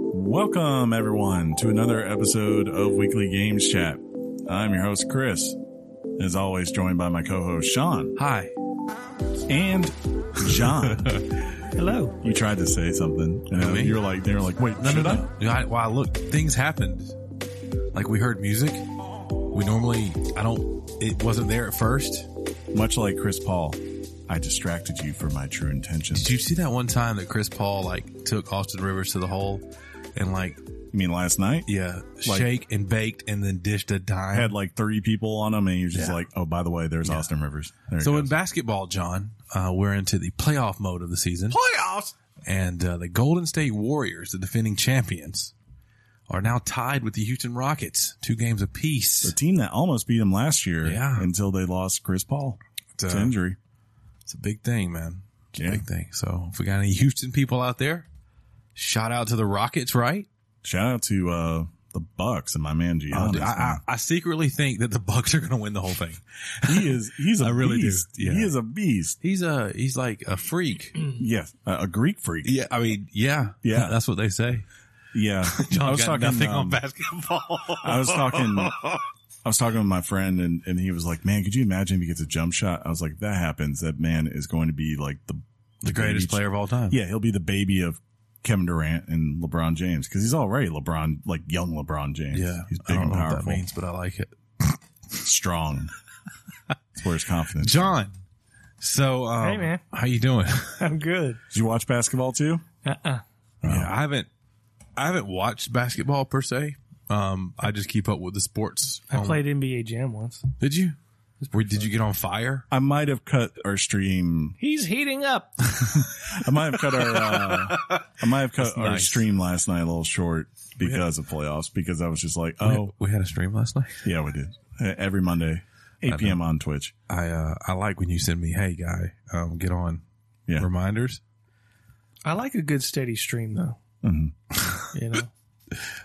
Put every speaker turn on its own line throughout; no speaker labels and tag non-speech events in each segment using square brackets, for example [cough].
Welcome, everyone, to another episode of Weekly Games Chat. I'm your host, Chris, as always, joined by my co host, Sean
Hi.
and
[laughs]
John.
Hello.
you tried to say something, and
Who, me?
you're like, they were like, wait,
No, no,
should
no. You know, I, wow, look, things happened. Like we heard music. We normally, I don't, it wasn't there at first.
I?" Much like Chris Paul, I distracted you from my true intentions.
Did you see that one time that Chris Paul like took Austin Rivers to the hole and like,
You mean last night?
yeah,
Like-
shake and baked and then dished a dime?
I had like three people on him, and he was just
Yeah.
like, oh, by the way, there's Austin Rivers. There he
so in
goes.
basketball, John, uh, we're into the playoff mode of the season.
playoffs.
And uh, the Golden State Warriors, the defending champions, are now tied with the Houston Rockets, two games
The
apiece.
team that almost beat him last year
Yeah.
until they lost Chris Paul
It's,
to
uh,
injury.
It's a big thing, man. It's
Yeah.
a big thing. So if we got any Houston people out there, shout out to the Rockets, right?
Shout out to uh, the Bucks and my man Giannis.
Oh, dude, I, I, I secretly think that the Bucks are going to win the whole thing.
he is
[laughs]
he's a
I really do.
beast.
Yeah.
He is a beast.
He's a he's like a freak.
Yes, a, a Greek freak.
Yeah, I mean, yeah,
Yeah.
That's what they say. [laughs]
Yeah,
John
I was talking.
got nothing
um, [laughs]
on basketball.
I was talking. I was talking with my friend, and, and he was like, "Man, could you imagine if he gets a jump shot?" I was like, "If "That happens. That man is going to be like the
the greatest player of all time.
yeah, he'll be the baby of Kevin Durant and LeBron James because he's already LeBron, like young LeBron James.
yeah.
he's
I
big
don't
and
know what that
powerful,
means, but I like it. [laughs]
strong. That's where his confidence.
John. So, um,
Hey, man.
how
[laughs]
you doing?
I'm good.
Did you watch basketball too?
Uh-uh.
Yeah, I haven't I haven't watched basketball per se. Um, I just keep up with the sports.
I
on-
Um,
played NBA Jam once.
Did you? Where, did you get on fire?
I might have cut our stream
He's heating up.
I might have cut our uh,
[laughs]
I might have cut
That's
our
nice.
stream last night a little short because of playoffs because I was just like,
Oh,
oh
we had a stream last night.
yeah, we did Uh, every Monday, eight p.m. on Twitch.
I uh, I like when you send me, hey guy, um, get on
Yeah.
reminders.
I like a good steady stream though.
Mhm.
[laughs] You know,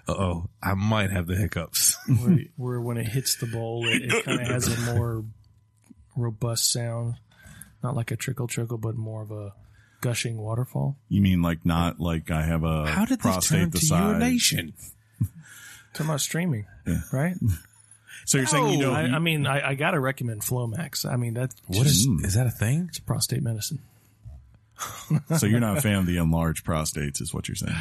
Uh oh, I might have the hiccups.
where, where when it hits the bowl, it, it kind of has a more robust sound, not like a trickle trickle, but more of a gushing waterfall.
You mean like not like I have a
How did this
prostate
turn
the
to
size?
your nation?
Talking about streaming, right?
So you're saying you
No.
know
I, I mean, I, I gotta recommend Flomax. I mean, that's
[laughs] What is
Mm.
is that a thing?
it's prostate medicine.
[laughs] so you're not a fan of the enlarged prostates is what you're saying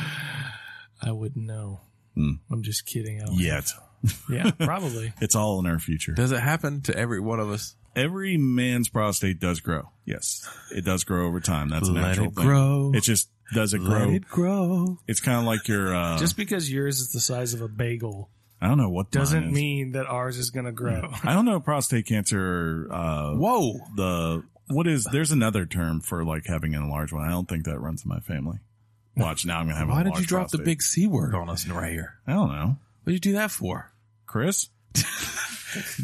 I wouldn't know.
Hmm.
I'm just kidding. I would-
yet.
[laughs] yeah, probably.
It's all in our future.
Does it happen to every one of us?
Every man's prostate does grow. Yes, it does grow over time. That's a
Let
natural
it
thing.
grow.
It just does it grow.
grow.
It's kind of like your. Uh,
Just because yours is the size of a bagel
I don't know what mine
doesn't
is.
mean that ours is going to
[laughs]
grow.
I don't know if prostate cancer. Uh,
Whoa.
the what is there's another term for like having an enlarged one. I don't think that runs in my family. Watch now, I'm gonna have.
Why
an
did you
enlarged
drop the
prostate.
big C word on us right here?
I don't know,
What'd you do that for? [laughs]
Chris.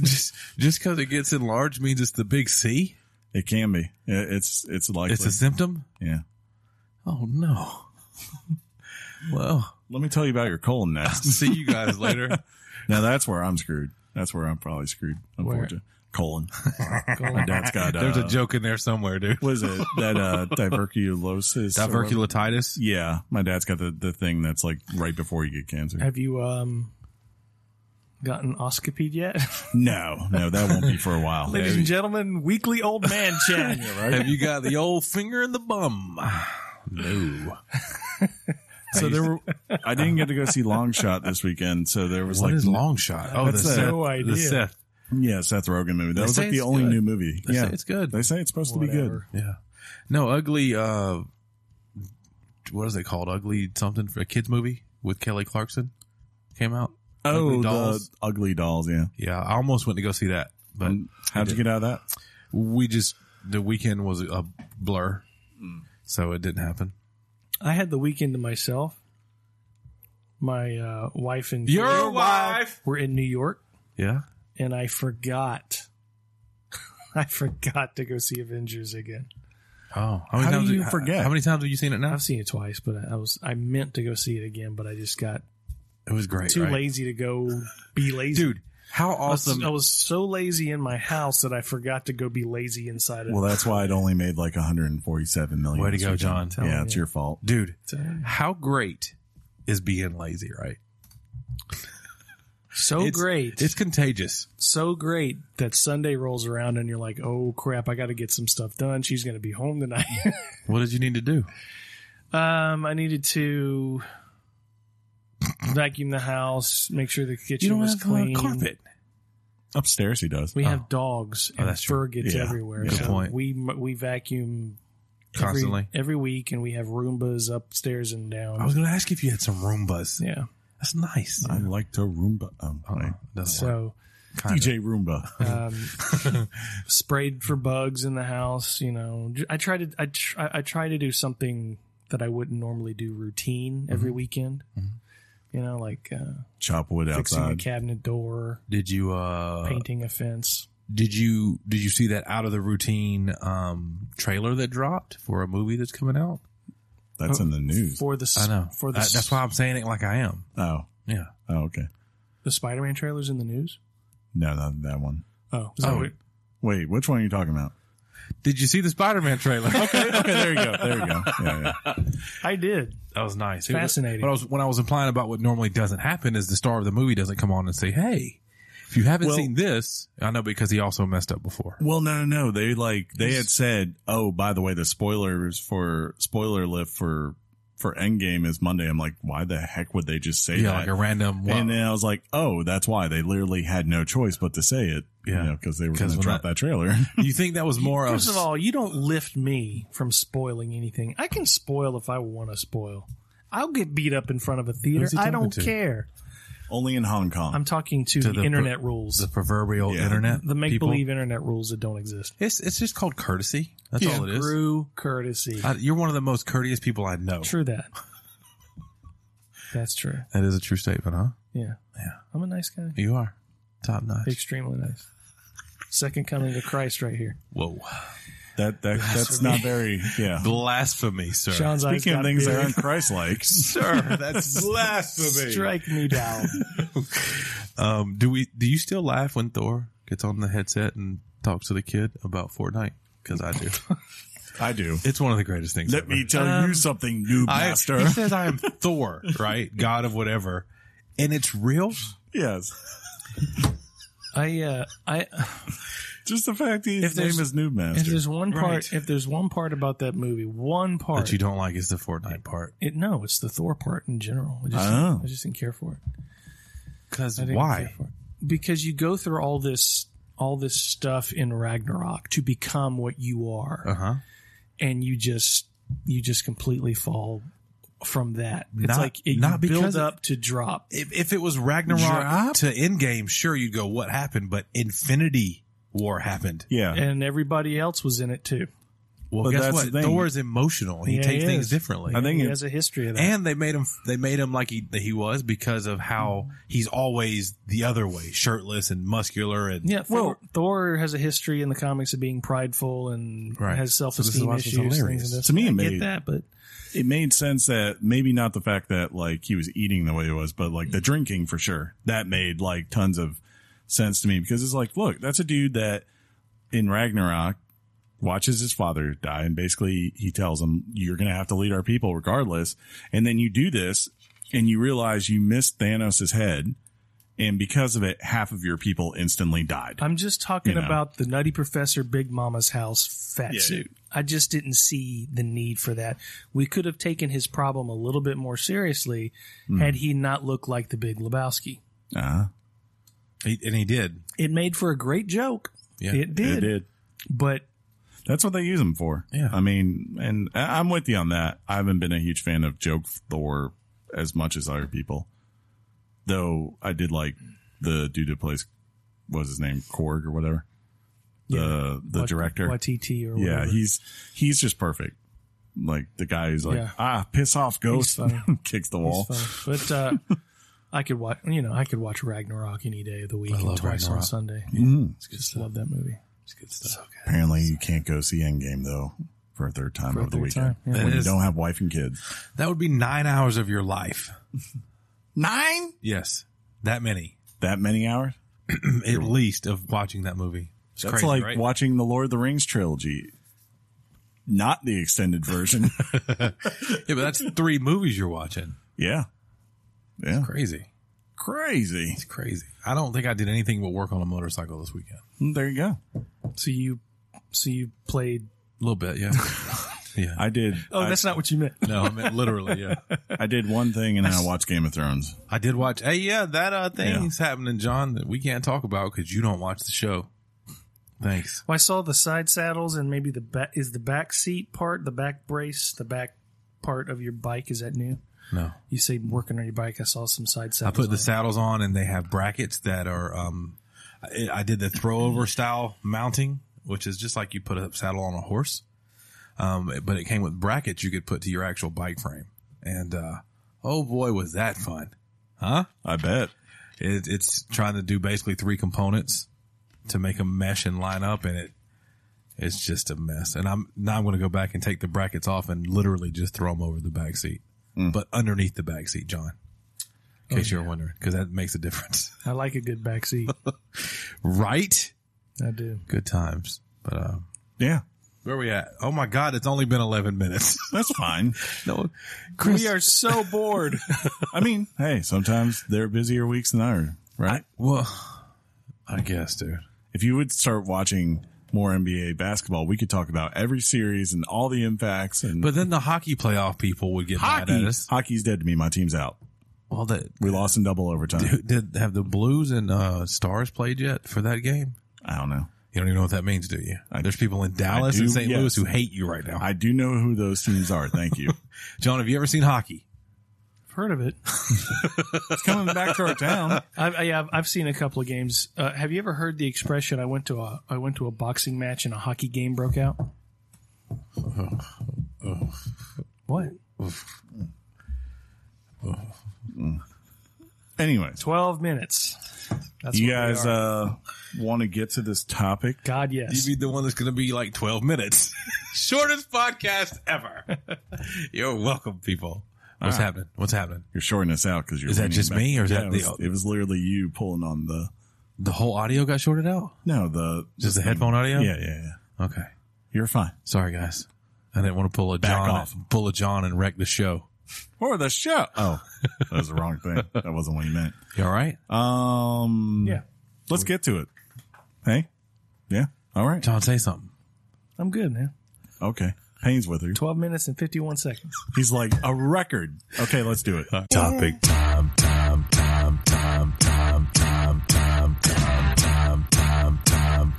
just just because it gets enlarged means it's the big C?
It can be. It- It's it's likely.
It's a symptom?
yeah.
Oh no. [laughs] well,
Let me tell you about your colon
[laughs]
next.
see you guys later.
now that's where I'm screwed. That's where I'm probably screwed. Unfortunately, colon.
Go
My dad's [laughs] got. Uh,
[laughs] There's a joke in there somewhere, dude.
What is it? That uh, diverculosis. or whatever.
Diverculititis.
Yeah, my dad's got the, the thing that's like right before you get cancer.
[laughs]
Have you um gotten oscopied yet? [laughs]
No, no, that won't be for a while.
Ladies and gentlemen, weekly old
[laughs]
man chat.
Have you got the old finger in the bum? [sighs] No.
So there were. [laughs] I didn't get to go see Long Shot this weekend, so there was
What
like
is long shot? Oh,
That's
the
a-
Seth,
no idea.
The Seth.
yeah Seth Rogen movie. That
They
was
say
like the
it's
only
good.
new movie.
They
yeah,
say it's good.
they say it's supposed to be good.
Whatever.
Yeah. No, ugly. uh What is it called? Ugly something for a kids movie with Kelly Clarkson came out.
Oh,
Ugly
the
Dolls.
Ugly Dolls. Yeah.
Yeah, I almost went to go see that, but
How'd you get out of that?
we just the weekend was a blur, so it didn't happen.
I had the weekend to myself. My uh, wife and kids
wife,
were in New York,
yeah.
and I forgot. [laughs] I forgot to go see Avengers again.
Oh, how many
How do
times
you
how-
forget?
How, many times have you seen it now?
I've seen it twice, but I was I meant to go see it again, but I just got
It was great.
too
right?
lazy to go be lazy.
dude. How
I was-
awesome!
I was so lazy in my house that I forgot to go be lazy inside of
Well, that's why it only made like 147 million.
Way to
this
go,
weekend.
John.
Yeah, it's your fault.
dude.
it.
How great is being lazy, right?
So
it's,
great.
It's contagious.
so great that Sunday rolls around and you're like, oh crap, I got to get some stuff done. She's going to be home tonight. [laughs]
What did you need to do?
um, I needed to vacuum the house, make sure the kitchen
You don't
was
have uh,
clean.
carpet.
Upstairs, he does.
We
Oh.
have dogs,
Oh,
and
that's
fur
true.
gets
Yeah.
everywhere.
Good
so
point.
we we vacuum every-
Constantly.
every, week, and we have Roombas upstairs and down.
I was going to ask if you had some Roombas.
yeah,
That's nice.
I like to Roomba. Um,
Uh-uh. Doesn't work.
so
Kinda.
DJ Roomba.
um, sprayed for bugs in the house. You know, J- I try to I try, I try to do something that I wouldn't normally do routine every weekend. You know, like uh,
Chop wood
fixing a
outside.
cabinet door,
[laughs] Did you uh
painting a fence.
did you did you see that out of the routine um trailer that dropped for a movie that's coming out?
That's
Oh.
in the news.
for the s-
I know.
for the
I-
s-
that's why I'm saying it like I am.
Oh,
Yeah.
oh, okay.
the Spider-Man trailers in the news.
No, not that one.
Oh, is that
Oh.
what-
Wait, which one are you talking about?
Did you see the Spider-Man trailer? [laughs]
[laughs]
okay.
Okay, there you go. There you go. Yeah, yeah.
I did.
That was nice.
Fascinating.
But I was when I was implying about what normally doesn't happen is the star of the movie doesn't come on and say, "Hey, if you haven't
Well-
seen this, I know because he also messed up before."
Well, no, no, no. They like they had said, oh, by the way, the spoilers for spoiler lift for for Endgame is Monday. I'm like, why the heck would they just say
Yeah,
that?
like a random
And
one.
then I was like, oh, that's why they literally had no choice but to say it.
Yeah.
You know, because they were going
'Cause
to
when
drop
I-
that trailer. [laughs]
You think that was more
First of
of
all, you don't lift me from spoiling anything. I can spoil if I want to spoil. I'll get beat up in front of a theater.
Who's he
I
talking
don't
to?
care.
Only in Hong Kong.
I'm talking to,
To
the,
the
internet
the
rules,
proverbial
Yeah.
internet?
the make
people?
believe internet rules that don't exist.
It's it's just called courtesy. That's all it is.
True courtesy.
I, you're one of the most courteous people I know.
true
[laughs]
that. That's true.
That is a true statement, huh?
Yeah.
Yeah.
I'm a nice guy.
You are top notch.
Extremely nice. Second coming of Christ right here.
Whoa,
that that that's not very
[laughs]
yeah.
blasphemy, sir.
Sean's eyes
Speaking of
got
things
big.
that
[laughs]
aren't Christ-like,
sir, [laughs] that's blasphemy.
Strike
[laughs]
me down.
Um, do we? Do you still laugh when Thor gets on the headset and talks to the kid about Fortnite? Because I do.
I do.
[laughs] it's one of the greatest things.
Let
ever.
me tell you something, new
I,
master.
[laughs] He says I am Thor, right? God of whatever, and it's real.
yes,
I uh I
just the fact that
If
his
there's-
name is Noob
if
Master.
there's one part if there's one part about that movie, one part
That you don't like is the Fortnite part.
It no, it's the Thor part in general. I just,
Oh.
I just didn't care for it.
Because
I didn't care
why?
for it. Because you go through all this all this stuff in Ragnarok to become what you are,
Uh huh.
and you just you just completely fall from that. It's
Not-
like it,
not
you build
because-
up to drop.
If, if it was Ragnarok
Drop?
to Endgame, sure you'd go, "What happened?" But Infinity War happened.
Yeah,
And everybody else was in it too.
Well,
But
guess
that's
what?
the thing.
Thor's emotional. He
Yeah,
takes
he
things
is.
differently.
I think
He
it-
has a history of that.
and they made him they made him like he he was because of how he's always the other way, shirtless and muscular and
yeah, Thor, Thor has a history in the comics of being prideful and
Right.
has
So this is
self-esteem
why this is
issues. things
hilarious.
of this.
To me, it
I
made-
get that, but
it made sense that maybe not the fact that like he was eating the way he was, but
Mm.
like the drinking for sure. That made like tons of sense to me because it's like, look, that's a dude that in Ragnarok watches his father die and basically he tells him, you're going to have to lead our people regardless. And then you do this and you realize you missed Thanos' head. And because of it, half of your people instantly died.
I'm just talking
You know.
about the Nutty Professor Big Mama's house fat
Yeah.
suit. I just didn't see the need for that. We could have taken his problem a little bit more seriously
Hmm.
had he not looked like the Big Lebowski.
Uh,
he, and he did.
It made for a great joke.
Yeah.
it, did,
it did.
But
That's what they use them for.
Yeah.
I mean, and I- I'm with you on that. I haven't been a huge fan of Joke Thor as much as other people. Though I did like the dude that plays, what was his name? Korg or whatever. The, the
Wat-
director.
Watiti or
yeah.
whatever.
He's, he's just perfect. Like the guy who's like,
Yeah.
ah, piss off ghost.
funny.
[laughs] Kicks the
It's
wall.
funny. But uh, I could watch. You know, I could watch Ragnarok any day of the week.
I
and
love
twice on
Ragnarok.
Sunday.
Mhm.
Just love that movie.
It's good stuff.
Apparently you can't go see Endgame though for a third time
For a
over the
third
weekend.
time, yeah.
That
When you
is-
don't have wife and kids.
That would be nine hours of your life.
Nine?
Yes, that many
That many hours?
at least of watching that movie. It's
That's
crazy,
like
right?
watching the Lord of the Rings trilogy, not the extended version.
yeah, but that's three movies you're watching.
yeah, Yeah.
Crazy.
Crazy.
It's crazy. I don't think I did anything but work on a motorcycle this weekend.
There you go.
So you, so you played.
A little bit, yeah. yeah.
I did.
Oh,
I,
that's not what you meant.
no, I meant literally, yeah.
I did one thing, and then I watched Game of Thrones.
I did watch. Hey, yeah, that uh, thing's happening, John, that we can't talk about because you don't watch the show. Thanks.
Well, I saw the side saddles and maybe the back is the back seat part, the back brace, the back part of your bike. Is that new?
No.
You say working on your bike. I saw some side
I
saddles.
put the
on.
saddles on and they have brackets that are, um, I, I did the throwover style mounting, which is just like you put a saddle on a horse. Um, but it came with brackets you could put to your actual bike frame. And, uh, oh boy, was that fun. Huh?
I bet.
It, it's trying to do basically three components to make them mesh and line up, and it it's just a mess. And I'm now I'm going to go back and take the brackets off and literally just throw them over the back seat, but underneath the back seat, John. In case you're wondering, because that makes a difference, [laughs]
I like a good back seat.
right?
I do.
Good times, but uh,
Yeah,
where we at? Oh my God, it's only been 11 minutes.
that's fine.
no,
We are so bored.
I mean, hey, sometimes they're busier weeks than ours, right?
well, I guess, dude.
if you would start watching more NBA basketball, we could talk about every series and all the impacts and
But then the hockey playoff people would get mad at
hockey.
us.
Hockey's dead to me. My team's out.
Well, that
We lost in double overtime.
Dude, did have the Blues and uh, Stars played yet for that game?
I don't know.
You don't even know what that means, do you?
I-
There's people in Dallas
I do,
and St.
yes.
Louis who hate you right now.
I do know who those teams are. Thank you.
John, have you ever seen hockey?
[laughs] I've heard of it.
it's coming back to our town.
I've, I, I've, I've seen a couple of games. Uh, have you ever heard the expression? I went to a I went to a boxing match and a hockey game broke out. What?
[laughs] Anyways,
Twelve minutes. That's
you
what we
guys
are.
uh, want to get to this topic?
God,
You'd
yes.
be the one that's going to be like 12 minutes. [laughs] Shortest podcast ever.
[laughs]
You're welcome, people. What's happening? What's happening?
You're shorting us out because you're.
Is that
leaning
just
back.
me, or is
Yeah,
that
it
the-
was, It was literally you pulling on the
The whole audio got shorted out?
no the
Just the headphone audio?
yeah yeah yeah.
Okay.
You're fine.
Sorry, guys. I didn't want to pull a
Back
John,
off.
pull a John and wreck the show.
Or the show. Oh, that was the wrong
[laughs]
thing. That wasn't what you meant.
You all right?
Um.
yeah,
Let's get to it. Hey? Yeah. All right.
John, say something.
I'm good, man.
Okay. Payne's with her.
Twelve minutes and fifty one seconds.
He's like, a record. Okay, let's do it.
[laughs] Topic time, time, time, time, time, time, time, time, time, time, time.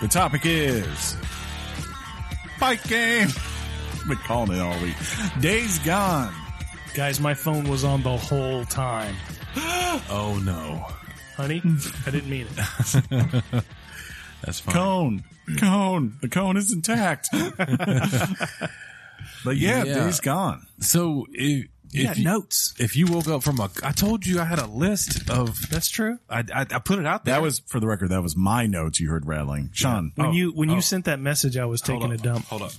The topic is fight game. Been calling it all week. Days gone.
Guys, my phone was on the whole time.
Oh no,
Honey, I didn't mean
[laughs]
it.
that's fine.
Cone. Cone. The cone is intact. [laughs] but yeah,
Yeah.
days gone.
So if,
Yeah,
if you,
notes.
if you woke up from a, I told you I had a list of.
That's true.
I I, I put it out there.
That was, for the record, that was my notes you heard rattling. Sean.
When
oh,
you when you sent that message, I was
Hold
taking a
up,
dump.
Hold up.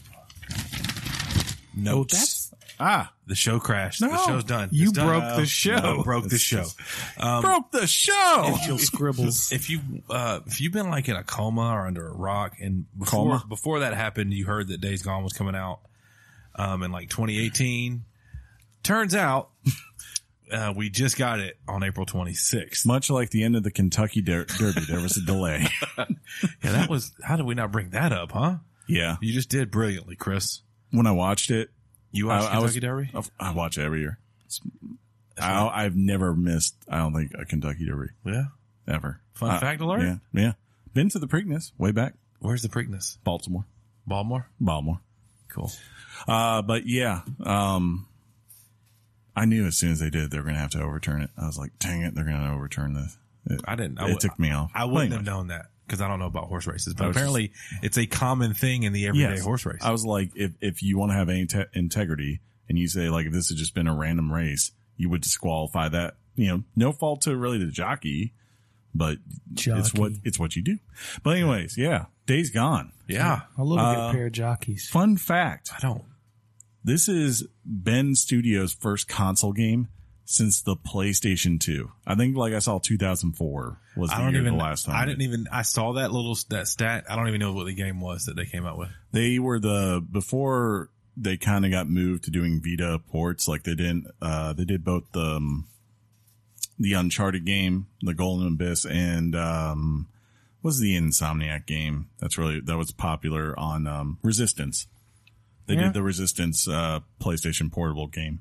Notes.
that's- ah,
the show crashed.
No.
the show's done.
You
It's done.
broke the show.
No, broke the show. Um,
broke the show.
Your scribbles.
if you uh, if you've been like in a coma or under a rock, and before
Coma?
before that happened, you heard that Days Gone was coming out um, in like 2018. Turns out, [laughs] uh, we just got it on April 26th.
Much like the end of the Kentucky Der- Derby, there was a
[laughs]
delay.
Yeah, that was how did we not bring that up, huh?
Yeah.
You just did brilliantly, Chris.
When I watched it,
You watched
I- I
Kentucky
was-
Derby.
Of- I watch it every year. It's- I, I've never missed, I don't think, a Kentucky Derby
Yeah.
ever.
Fun
I-
fact alert?
Yeah. Yeah. Been to the Preakness way back.
Where's the Preakness?
Baltimore.
Baltimore.
Baltimore.
Cool.
Uh, but yeah, um, I knew as soon as they did, they were going to have to overturn it. I was like, dang it, they're going to overturn this. It,
I didn't. I
it
w-
took me off.
I wouldn't
But
have
anyway,
known that because I don't know about horse races, but
was just-
apparently it's a common thing in the everyday
yes.
horse race.
I was like, if, if you want to have any te- integrity and you say, like, if this had just been a random race, you would disqualify that. You know, no fault to really the jockey, but It's what
[laughs] Jockey.
it's what you do. But anyways, yeah, days gone.
yeah.
I love a good
Uh,
pair of jockeys.
Fun fact:
I don't.
This is Ben Studios' first console game since the PlayStation 2. I think like I saw 2004 was the,
I don't
year
even.
the last time.
I didn't even. I saw that little that stat. I don't even know what the game was that they came out with.
they were the before they kind of got moved to doing Vita ports. Like they didn't. Uh, they did both the um, the Uncharted game, the Golden Abyss, and um, what was the Insomniac game that's really that was popular on um, Resistance. They
Yeah.
did the Resistance uh, PlayStation Portable game,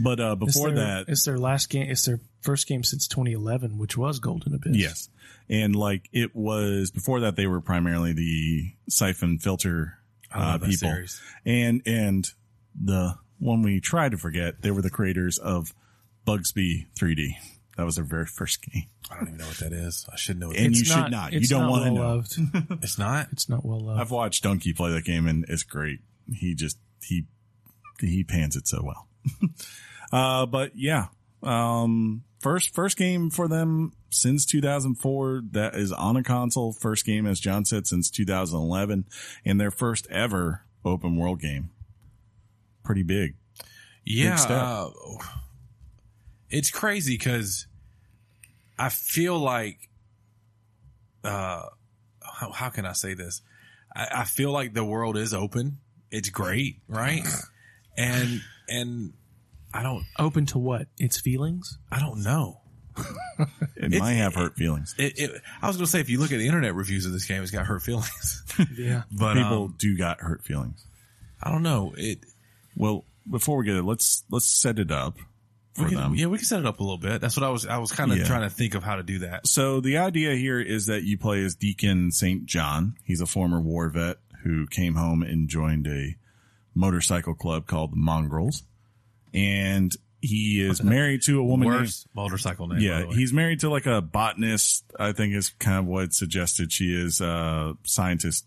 but uh,
It's
before
their,
that,
it's their last game. It's their first game since 2011, which was Golden Abyss.
Yes. And like it was before that, they were primarily the siphon filter
I love
uh,
that
people,
series.
and and the one we try to forget, they were the creators of Bugsby 3D. That was their very first game,
I don't even know what that is. I should know. What
and
It's
you should not. You
it's
don't want to
well
know.
Loved.
that- it's not.
It's not well loved.
I've watched Donkey play that game, and it's great. He just he he pans it so well. [laughs] uh, but yeah, um, first first game for them since 2004 that is on a console. First game, as John said, since 2011, and their first ever open world game. Pretty big.
Yeah,
step.
uh, it's crazy because I feel like, uh, how, how can I say this? I, I feel like the world is open. It's great, right?
[sighs]
and and I don't
Open to what? Its feelings?
I don't know.
It might have hurt feelings.
It, it, I was gonna say if you look at the internet reviews of this game, it's got hurt feelings.
[laughs]
[laughs]
Yeah.
but
People
um,
do got hurt feelings.
I don't know. It
Well, before we get it, let's let's set it up for
we can-
them.
yeah, we can set it up a little bit. That's what I was. I was kind of
Yeah.
trying to think of how to do that.
So the idea here is that you play as Deacon St. John. He's a former war vet who came home and joined a motorcycle club called the Mongrels. And he is married to a woman. named-
Worst motorcycle name. by
yeah,
the way.
he's married to like a botanist, I think is kind of what it suggested. She is a scientist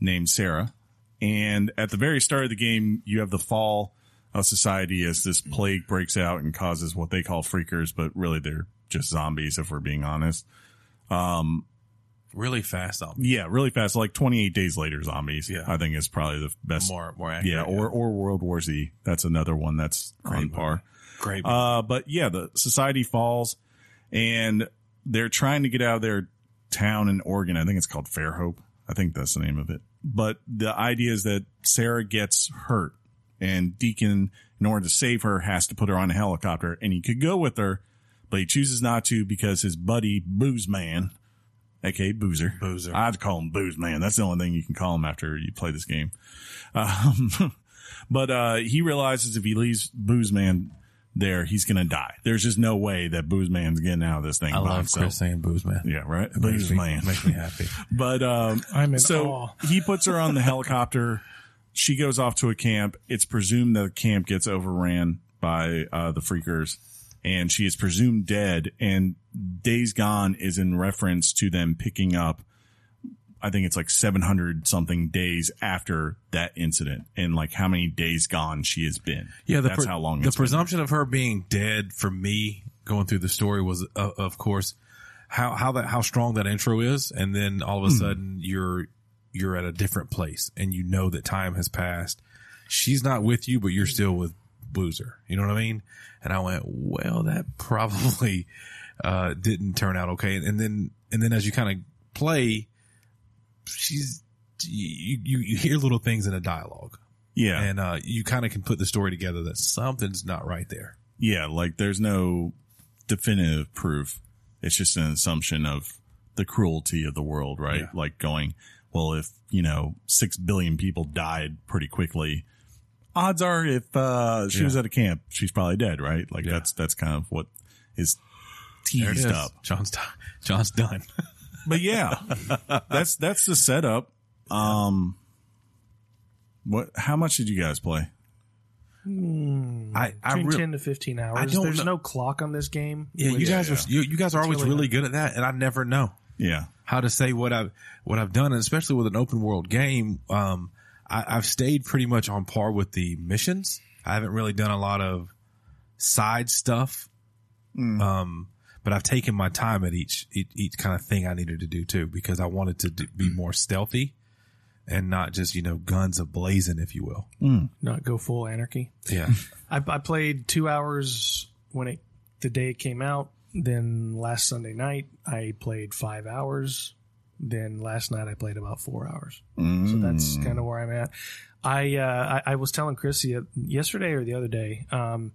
named Sarah. And at the very start of the game, you have the fall of society as this plague breaks out and causes what they call freakers, but really they're just zombies if we're being honest.
really fast. I'll
Yeah, really fast. Like 28 days later zombies.
Yeah.
I think is probably the best.
more more accurate.
yeah, or, or World War Z. That's another one that's on
Great
par.
great.
Uh, but yeah, the society falls and they're trying to get out of their town in Oregon. I think it's called Fairhope. I think that's the name of it. But the idea is that Sarah gets hurt and Deacon, in order to save her, has to put her on a helicopter and he could go with her, but he chooses not to because his buddy Booze Man, aka Boozer.
Boozer.
I'd call him Booze Man. That's the only thing you can call him after you play this game. Um, [laughs] but uh, he realizes if he leaves Booze Man there, he's gonna die. There's just no way that Booze Man's getting out of this thing
I
by
love
himself.
Chris saying booze man.
Yeah, right.
Makes
Booze
me-
Man.
makes me happy.
But um,
I'm in
so
awe.
he puts her on the helicopter. She goes off to a camp. It's presumed that the camp gets overran by uh, the freakers, and she is presumed dead. And Days Gone is in reference to them picking up. I think it's like 700 something days after that incident, and like how many days gone she has been.
Yeah, the
that's
pre-
how long
the
it's been.
presumption of her being dead for me going through the story was, uh, of course, how how that how strong that intro is, and then all of a
Hmm.
sudden you're you're at a different place, and you know that time has passed. She's not with you, but you're still with Boozer. You know what I mean? And I went, well, that [laughs] probably uh, didn't turn out okay. And then and then as you kind of play, she's you, you you hear little things in a dialogue
Yeah,
and uh, you kind of can put the story together that something's not right there.
yeah, like there's no definitive proof. It's just an assumption of the cruelty of the world, right?
Yeah.
Like going, well, if, you know, six billion people died pretty quickly, odds are if uh, she
Yeah.
was at a camp, she's probably dead, right? Like
Yeah.
that's, that's kind of what is
There it
teased
is.
up.
John's done. John's done.
But
[laughs]
yeah, that's, that's the setup. Um, what, how much did you guys play?
I I
Between
really
10 to 15 hours.
I don't
There's
know-
no clock on this game.
yeah. You
which-
guys are you, you guys are always
really
really good at that, and I never know
Yeah.
how to say what I've what I've done, and especially with an open world game, um, I, I've stayed pretty much on par with the missions. I haven't really done a lot of side stuff, um, but I've taken my time at each, each each kind of thing I needed to do too because I wanted to do, be more stealthy and not just you know guns ablazing, if you will.
not go full anarchy.
Yeah,
I, I played two hours when it the day it came out. Then last Sunday night, I played five hours. Then last night, I played about four hours. So
Mm.
that's
Hmm.
kind of where I'm at. I, uh, I I was telling Chrissy uh, yesterday or the other day. Um,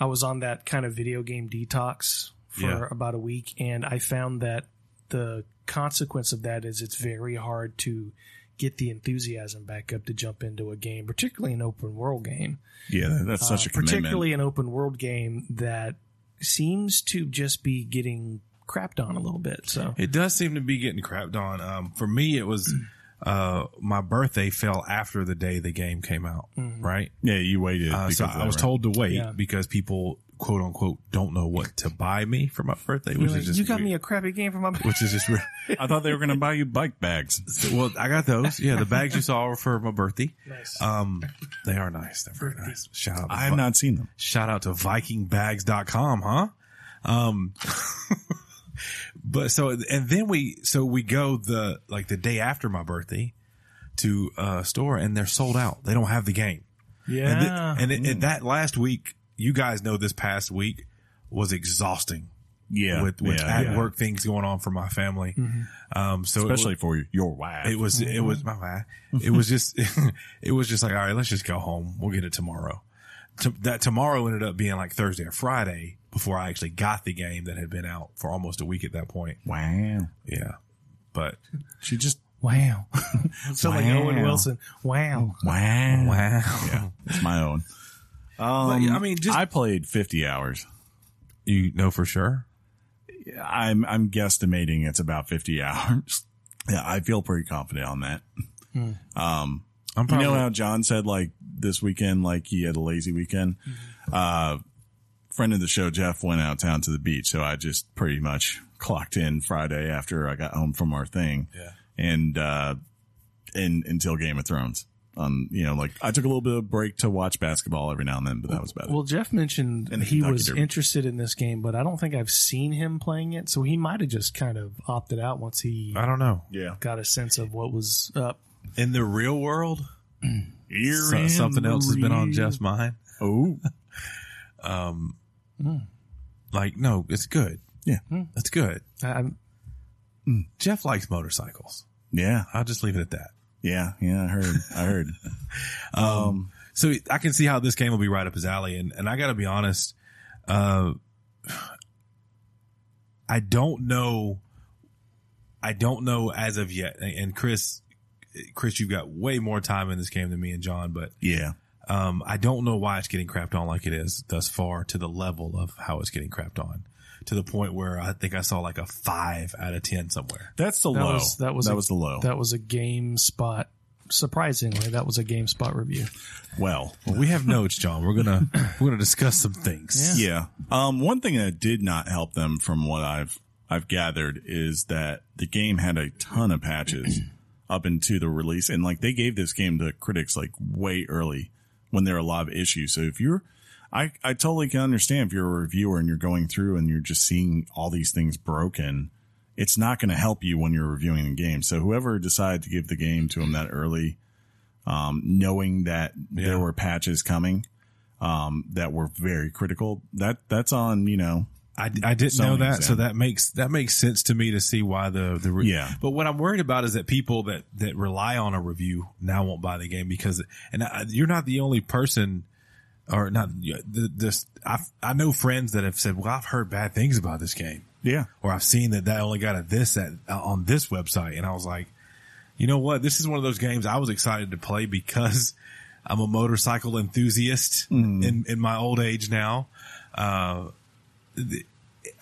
I was on that kind of video game detox for
Yeah.
about a week, and I found that the consequence of that is it's very hard to get the enthusiasm back up to jump into a game, particularly an open world game.
yeah, that- that's such
Uh,
a commitment.
particularly an open world game that seems to just be getting crapped on a little bit. So
[laughs] It does seem to be getting crapped on. Um, for me, it was uh, my birthday fell after the day the game came out, right?
yeah, you waited.
Uh,
because
so
of that,
I was
right?
told to wait
Yeah.
because people, quote unquote, don't know what to buy me for my birthday, which
You're
is
like,
just
you got
weird.
me a crappy game for my [laughs]
which is just weird. [laughs]
I thought they were going to buy you bike bags.
So, well, I got those. Yeah, the bags you saw were for my birthday.
Nice.
Um, they are nice. They're very nice. Shout out. to
I
Vi-
have not seen them.
Shout out to vikingbags.com, huh? Um, [laughs] but so, and then we, so we go the, like the day after my birthday to a store and they're sold out. They don't have the game. And, thi-
yeah.
and,
Mm.
it, and that last week, you guys know this past week was exhausting
Yeah,
with, with
yeah,
at
yeah.
work things going on for my family.
Mm-hmm.
Um, so it was-
especially for your wife.
it was it was my bad. It was just [laughs] it was just like all right, let's just go home. We'll get it tomorrow. To, that tomorrow ended up being like Thursday or Friday before I actually got the game that had been out for almost a week at that point.
wow.
Yeah, but
[laughs] She just [laughs]
wow. so like
Wow.
Owen Wilson. Wow.
wow.
wow,
Yeah, it's my own. Um,
Like, I mean, just-
I played fifty hours.
you know for sure.
I'm I'm guesstimating it's about fifty [laughs] hours. Yeah, I feel pretty confident on that. Um,
I'm
You
probably
know how John said like this weekend, like he had a lazy weekend. Uh, friend of the show, Jeff, went out of town to the beach, so I just pretty much clocked in Friday after I got home from our thing,
Yeah.
and uh, and until Game of Thrones. Um, you know, like I took a little bit of break to watch basketball every now and then, but that was about
Well, Jeff mentioned
And the
he
Kentucky
was
Derby.
interested in this game, but I don't think I've seen him playing it, so he might have just kind of opted out once he
I don't know.
it. Yeah,
got a sense of what was up.
In the real world, so- something else has been on Jeff's mind.
Oh,
Um, like no, it's good.
Hmm. Yeah.
it's good.
I, I'm,
Jeff likes motorcycles.
yeah,
I'll just leave it at that.
yeah, yeah. I heard, I heard. [laughs] um,
so I can see how this game will be right up his alley. And, and I got to be honest, uh, [sighs] I don't know. I don't know as of yet. And- And Chris, Chris, you've got way more time in this game than me and John, but
yeah,
um, I don't know why it's getting crapped on like it is thus far to the level of how it's getting crapped on to the point where I think I saw like a five out of 10 somewhere.
that's the
That
low.
was- that was
that
a-
was the low.
that was a game spot. Surprisingly, that was a game spot review.
well,
Well,
[laughs]
we have notes, John. We're going to, we're going to discuss some things.
Yeah. Um, one thing that did not help them from what I've, I've gathered is that the game had a ton of patches [clears throat] up into the release. And like they gave this game to critics like way early when there are a lot of issues. So if you're, I, I totally can understand if you're a reviewer and you're going through and you're just seeing all these things broken, it's not going to help you when you're reviewing the game. So whoever decided to give the game to them that early, um, knowing that
Yeah.
there were patches coming, um, that were very critical. That that's on you know.
I, I didn't
Sony's
know that, so
end.
that makes that makes sense to me to see why the the re-
Yeah.
But what I'm worried about is that people that that rely on a review now won't buy the game because and I, you're not the only person or not you- the this I I know friends that have said well I've heard bad things about this game
Yeah,
or I've seen that that only got a this at uh, on this website and I was like you know what this is one of those games I was excited to play because [laughs] I'm a motorcycle enthusiast
Mm.
in in my old age now. Uh,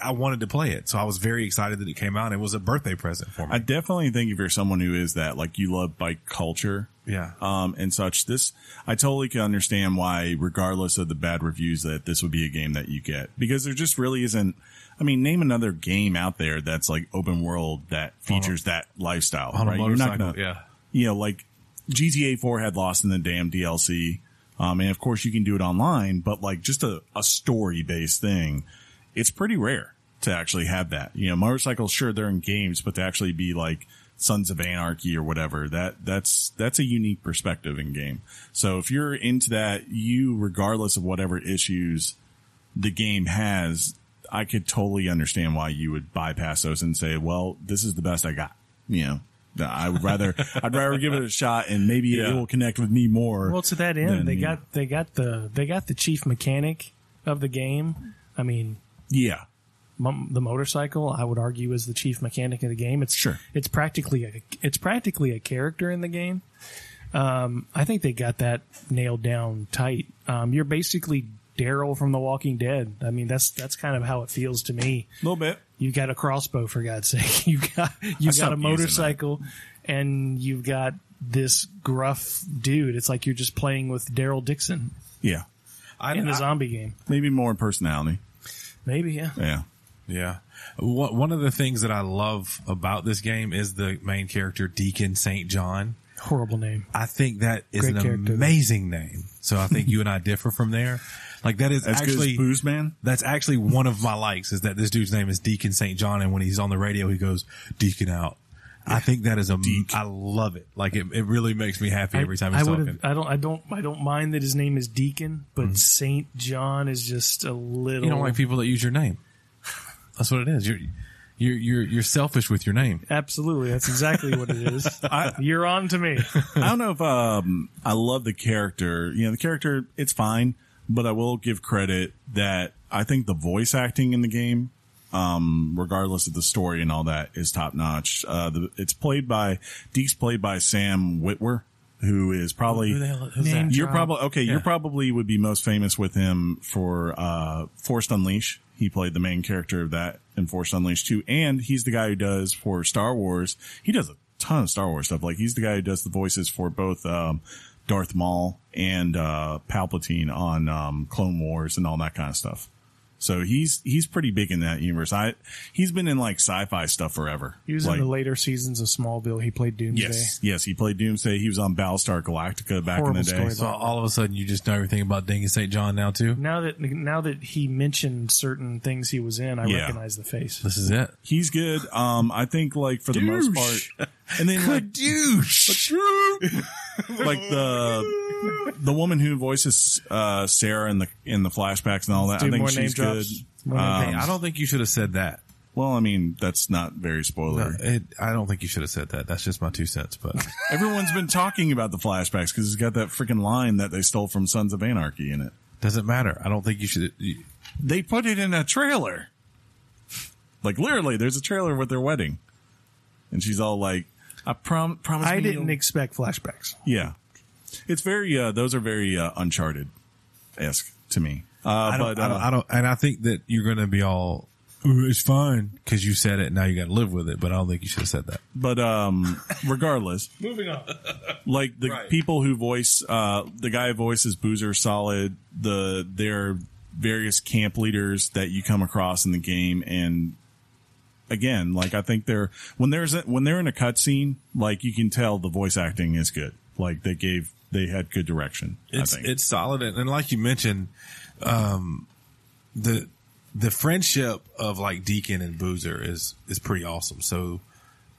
I wanted to play it, so I was very excited that it came out. It was a birthday present for me.
I definitely think if you're someone who is that, like you love bike culture,
yeah,
um, and such. This I totally can understand why, regardless of the bad reviews, that this would be a game that you get because there just really isn't. I mean, name another game out there that's like open world that features that lifestyle.
on
right?
a
You're not
motorcycle.
gonna-
yeah,
you know, like GTA 4 had Lost in the Damn DLC. Um, and of course you can do it online, but like just a, a story based thing, it's pretty rare to actually have that. You know, motorcycles, sure, they're in games, but to actually be like Sons of Anarchy or whatever, that, that's, that's a unique perspective in game. So if you're into that, you, regardless of whatever issues the game has, I could totally understand why you would bypass those and say, well, this is the best I got. You know, That I would rather, [laughs] I'd rather give it a shot and maybe
Yeah.
it will connect with me more.
Well, to that end,
Then,
they
you
got they got the they got the chief mechanic of the game. I mean,
yeah.
m- the motorcycle I would argue is the chief mechanic of the game. It's
Sure.
It's practically a it's practically a character in the game. Um, I think they got that nailed down tight. Um, you're basically Daryl from The Walking Dead. I mean, that's that's kind of how it feels to me.
A little bit.
You've got a crossbow for God's [laughs] sake. You have got you have got
stopped using that.
a motorcycle, and you've got this gruff dude. It's like you're just playing with Daryl Dixon
Yeah.
I,
in the
I-
zombie game.
Maybe more in personality.
Maybe yeah.
Yeah.
Yeah. One one of the things that I love about this game is the main character, Deacon St. John.
Horrible name.
I think that is
Great
an
character.
amazing name. So I think you and I differ from there. Like that is
As good
actually
as Booze Man.
that's actually one of my likes is that this dude's name is Deacon St. John, and when he's on the radio, he goes Deacon out. I think that is a. I love it. Like it, it really makes me happy every time he's
I would've-
talking.
I don't. I don't. I don't mind that his name is Deacon, but Saint John is just a little.
Mm-hmm. You don't like people that use your name. That's what it is. You're you're you're, you're selfish with your name.
Absolutely, that's exactly what it
[laughs]
is. You're on to me.
[laughs] I don't know if um, I love the character. You know, the character it's fine, but I will give credit that I think the voice acting in the game, um, regardless of the story and all that, is top notch. Uh, the, it's played by Deke's played by Sam Witwer, who is probably
Who the hell? Who's
Name
that?
you're
Trial.
probably okay. You're probably would be most famous with him for uh, Forced Unleash. He played the main character of that in Forced Unleash too, and he's the guy who does for Star Wars. He does a ton of Star Wars stuff. Like he's the guy who does the voices for both um, Darth Maul and uh, Palpatine on um, Clone Wars and all that kind of stuff. So he's he's pretty big in that universe. I he's been in like sci-fi stuff forever.
He was
like,
in the later seasons of Smallville. He played Doomsday.
yes, yes. He played Doomsday. He was on Battlestar Galactica back
Horrible
in the day.
story,
So all of a sudden, you just know everything about Dingy St. John now too.
Now that now that he mentioned certain things he was in, I
Yeah.
recognize the face.
This is it.
he's good. Um, I think like for the most part, and then
[laughs]
like,
douche.
like the the woman who voices uh Sarah in the in the flashbacks and all that. I
Do
think
more name
she's good.
drops. More name
Um,
Hey, I don't think you should have said that.
Well, I mean that's not very spoiler.
It, I don't think you should have said that. That's just my two cents. But [laughs]
Everyone's been talking about the flashbacks because it's got that freaking line that they stole from Sons of Anarchy in it.
doesn't matter. I don't think you should. You,
They put it in a trailer. Like literally, there's a trailer with their wedding, and she's all like, "I prom- promise."
I
me
didn't
you'll-
expect flashbacks.
Yeah. It's very, uh, those are very, uh, uncharted esque to me. Uh,
I don't,
but,
I, don't,
uh,
I don't. And I think that you're going to be all. "Ooh, It's fine because you said it. Now you got to live with it. But I don't think you should have said that.
but, um, regardless,
Moving on.
like the
Right.
people who voice, uh, the guy who voices Boozer Solid, the, their various camp leaders that you come across in the game. And again, like I think they're, when there's, a, when they're in a cutscene, like you can tell the voice acting is good. Like they gave, they had good direction.
It's
I think.
it's solid and, and like you mentioned, um, the the friendship of like Deacon and Boozer is is pretty awesome. So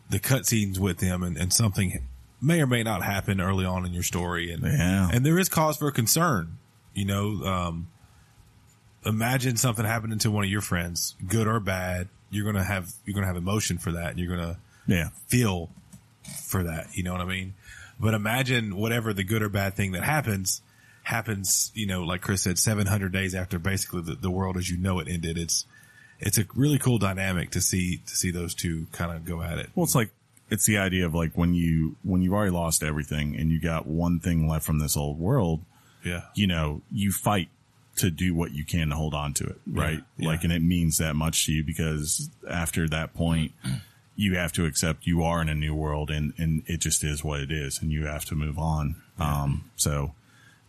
the cutscenes with them and, and something may or may not happen early on in your story, and
Yeah.
and there is cause for concern. You know, um, imagine something happening to one of your friends, good or bad. You're gonna have you're gonna have emotion for that, and you're gonna
yeah.
feel for that. You know what I mean? But imagine whatever the good or bad thing that happens happens, you know, like Chris said, 700 days after basically the, the world as you know it ended. It's, it's a really cool dynamic to see, to see those two kind of go at it.
Well, it's like it's the idea of like when you when you've already lost everything and you got one thing left from this old world,
Yeah.
you know, you fight to do what you can to hold on to it, right?
yeah.
Like, and it means that much to you because after that point, you have to accept you are in a new world and, and it just is what it is and you have to move on. Um, so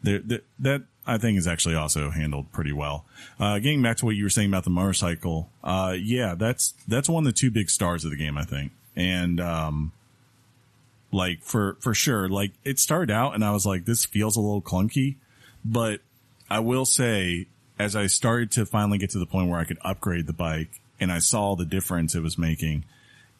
there, there, that I think is actually also handled pretty well. Uh, getting back to what you were saying about the motorcycle. Uh, yeah, that's, that's one of the two big stars of the game, I think. And, um, like for, for sure, like it started out and I was like, this feels a little clunky, but I will say, as I started to finally get to the point where I could upgrade the bike and I saw the difference it was making,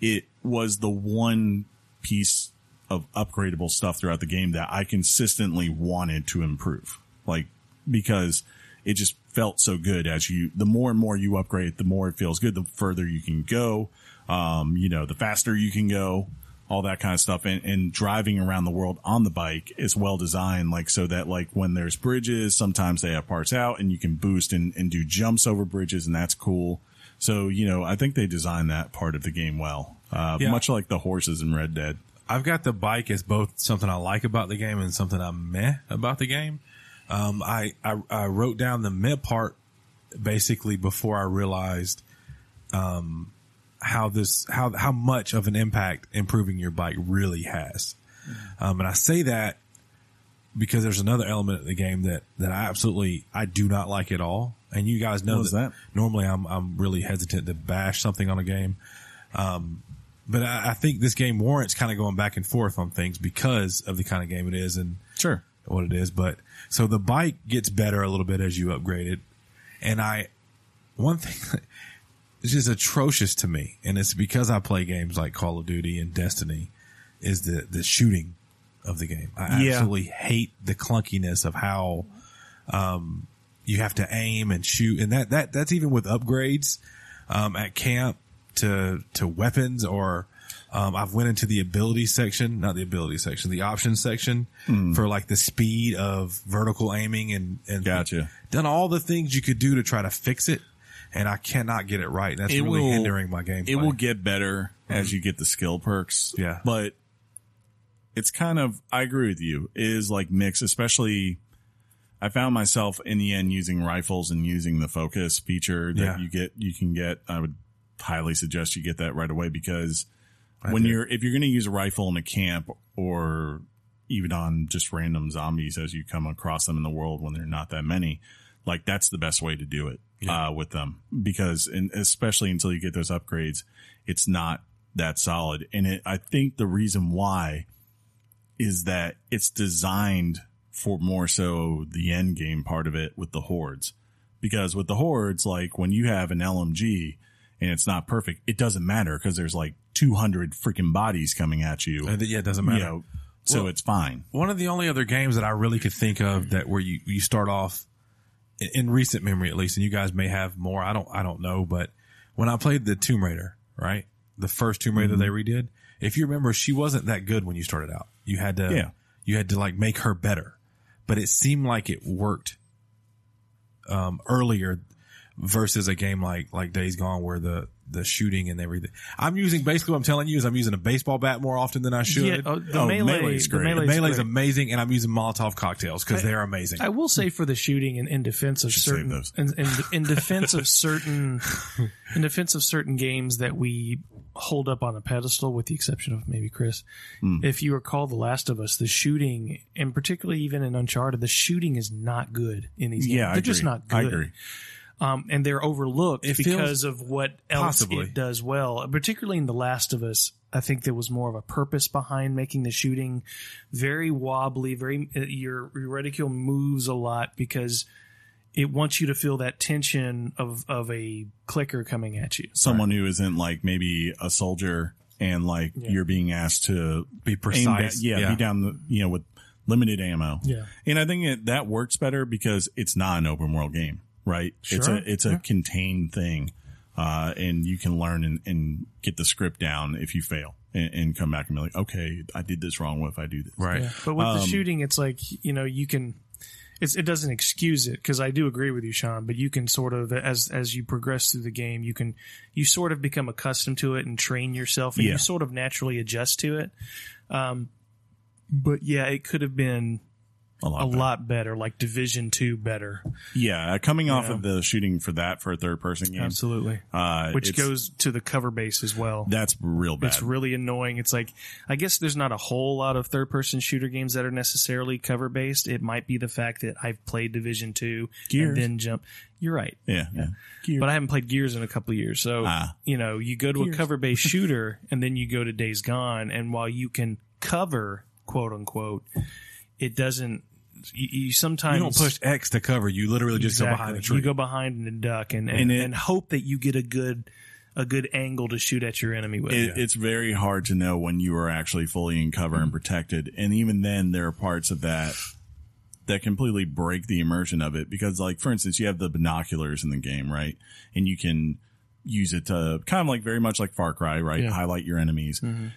it was the one piece of upgradable stuff throughout the game that I consistently wanted to improve. Like, because it just felt so good as you the more and more you upgrade the more it feels good the further you can go um you know the faster you can go all that kind of stuff and, and driving around the world on the bike is well designed like so that like when there's bridges sometimes they have parts out and you can boost and, and do jumps over bridges and that's cool so you know i think they designed that part of the game well uh,
Yeah.
much like the horses in red dead
I've got the bike as both something I like about the game and something I'm meh about the game. Um, I, I I wrote down the meh part basically before I realized um, how this how how much of an impact improving your bike really has.
Mm-hmm.
Um, and I say that because there's another element of the game that that I absolutely I do not like at all. And you guys know
What was that?
normally I'm I'm really hesitant to bash something on a game Um, but I, I think this game warrants kind of going back and forth on things because of the kind of game it is and
sure
what it is. But so the bike gets better a little bit as you upgrade it. And I, one thing [laughs] is just atrocious to me, and it's because I play games like Call of Duty and Destiny, is the the shooting of the game. I
Yeah.
absolutely hate the clunkiness of how um, you have to aim and shoot, and that that that's even with upgrades um, at camp to to weapons or. Um, I've went into the ability section, not the ability section, the options section for like the speed of vertical aiming and, and
Gotcha.
done all the things you could do to try to fix it. And I cannot get it right. And that's
It
really
will-
hindering my gameplay.
It will get better as you get the skill perks.
mm. Yeah.
But it's kind of, I agree with you, it is like mixed, especially I found myself in the end using rifles and using the focus feature that
Yeah.
you get, you can get. I would highly suggest you get that right away because
I
when
did.
you're, if you're going to use a rifle in a camp or even on just random zombies as you come across them in the world when they're not that many, like that's the best way to do it
Yeah.
uh, with them because and especially until you get those upgrades it's not that solid and it, i think the reason why is that it's designed for more so the end game part of it with the hordes because with the hordes like when you have an lmg and it's not perfect it doesn't matter because there's like 200 freaking bodies coming at you
Uh, th- yeah, it doesn't
you
matter.
know so
Well-
it's fine
One of the only other games that I really could think of that where you, you start off in, in recent memory, at least, and you guys may have more. I don't, I don't know, but when I played the Tomb Raider, right? The first Tomb Raider they redid. If you remember, she wasn't that good when you started out. You had to,
Yeah.
you had to like make her better, but it seemed like it worked, um, earlier versus a game like, like Days Gone where the, the shooting and everything. I'm using basically what I'm telling you is I'm using a baseball bat more often than I should.
Yeah, oh, the
Oh,
melee,
melee's
the
great. The
The
melee's
melee's
great.
amazing, and I'm using Molotov cocktails because they're amazing.
I will say for the shooting in, in defense of
save
certain
those.
in, in, in defense of certain in defense of certain games that we hold up on a pedestal with the exception of maybe Chris.
Hmm.
If you recall The Last of Us, the shooting and particularly even in Uncharted, the shooting is not good in these games.
yeah
They're
I
just
agree.
not good.
i agree
Um, and they're overlooked
It feels-
because of what else
Possibly.
it does well. Particularly in The Last of Us, I think there was more of a purpose behind making the shooting very wobbly. Very uh, your your reticule moves a lot because it wants you to feel that tension of of a clicker coming at you.
someone who isn't like maybe a soldier and like you're being asked to
Be
aim da-
precise.
yeah, be down the you know with limited ammo.
Yeah.
and I think it, that works better because it's not an open world game, right? It's a
Sure.
it's a contained thing, uh, and you can learn and, and get the script down if you fail and, and come back and be like, okay, I did this wrong. What if I do this?
Right.
Yeah. But with the
Um,
shooting, it's like you know you can. It's, it doesn't excuse it because I do agree with you, Sean. But you can sort of as as you progress through the game, you can you sort of become accustomed to it and train yourself, and
Yeah.
you sort of naturally adjust to it. Um, but yeah, it could have been
A lot.
a
better.
lot better, like Division Two better.
Yeah, uh, coming off
Yeah.
of the shooting for that for a third person game,
Absolutely,
uh,
which
it's-
goes to the cover base as well.
that's real bad.
It's really annoying. It's like I guess there's not a whole lot of third person shooter games that are necessarily cover based. It might be the fact that I've played Division Two
Gears.
and then jump. You're right,
yeah, yeah.
but I haven't played Gears in a couple of years. So
Ah.
you know, you go to a cover based shooter and then you go to Days Gone, and while you can cover quote unquote, it doesn't. You, you sometimes
You don't push X to cover. You literally just
Exactly.
go behind a tree.
You go behind and duck and and,
And it-
and hope that you get a good a good angle to shoot at your enemy with.
it, it's very hard to
Mm-hmm.
know when you are actually fully in cover and protected. And even then, there are parts of that that completely break the immersion of it because like for instance you have the binoculars in the game right and you can use it to kind of like very much like far cry right
Yeah.
highlight your enemies
Mm-hmm.
Mhm.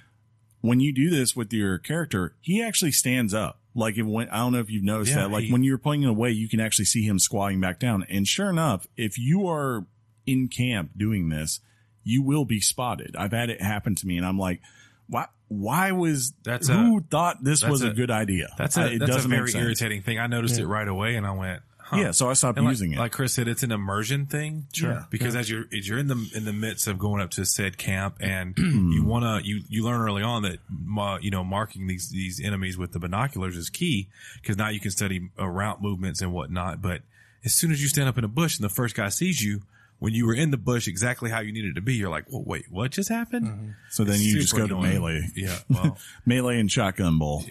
when you do this with your character he actually stands up like it went i don't know if you've noticed
Yeah,
that like
he-
when you're playing it away you can actually see him squatting back down and sure enough if you are in camp doing this you will be spotted i've had it happen to me and i'm like why why was
That's
who thought this
that's
was a,
a-
good idea
That's
I-
a, that's a
doesn't make
very
sense.
irritating thing. I noticed
Yeah.
it right away, and I went, huh.
Yeah, so I stopped
And like,
using it.
like Chris said, it's an immersion thing.
Sure. Yeah.
Because as you're as you're in the in the midst of going up to said camp,
[clears throat]
and you wanna you you learn early on that ma- you know marking these these enemies with the binoculars is key because now you can study uh, route movements and whatnot. But as soon as you stand up in a bush and the first guy sees you. When you were in the bush exactly how you needed to be, you're like, "Well, wait, what just happened?"
so Mm-hmm. then
It's
you just go
super
to
annoying.
melee, [laughs]
Yeah, well,
melee and shotgun bowl.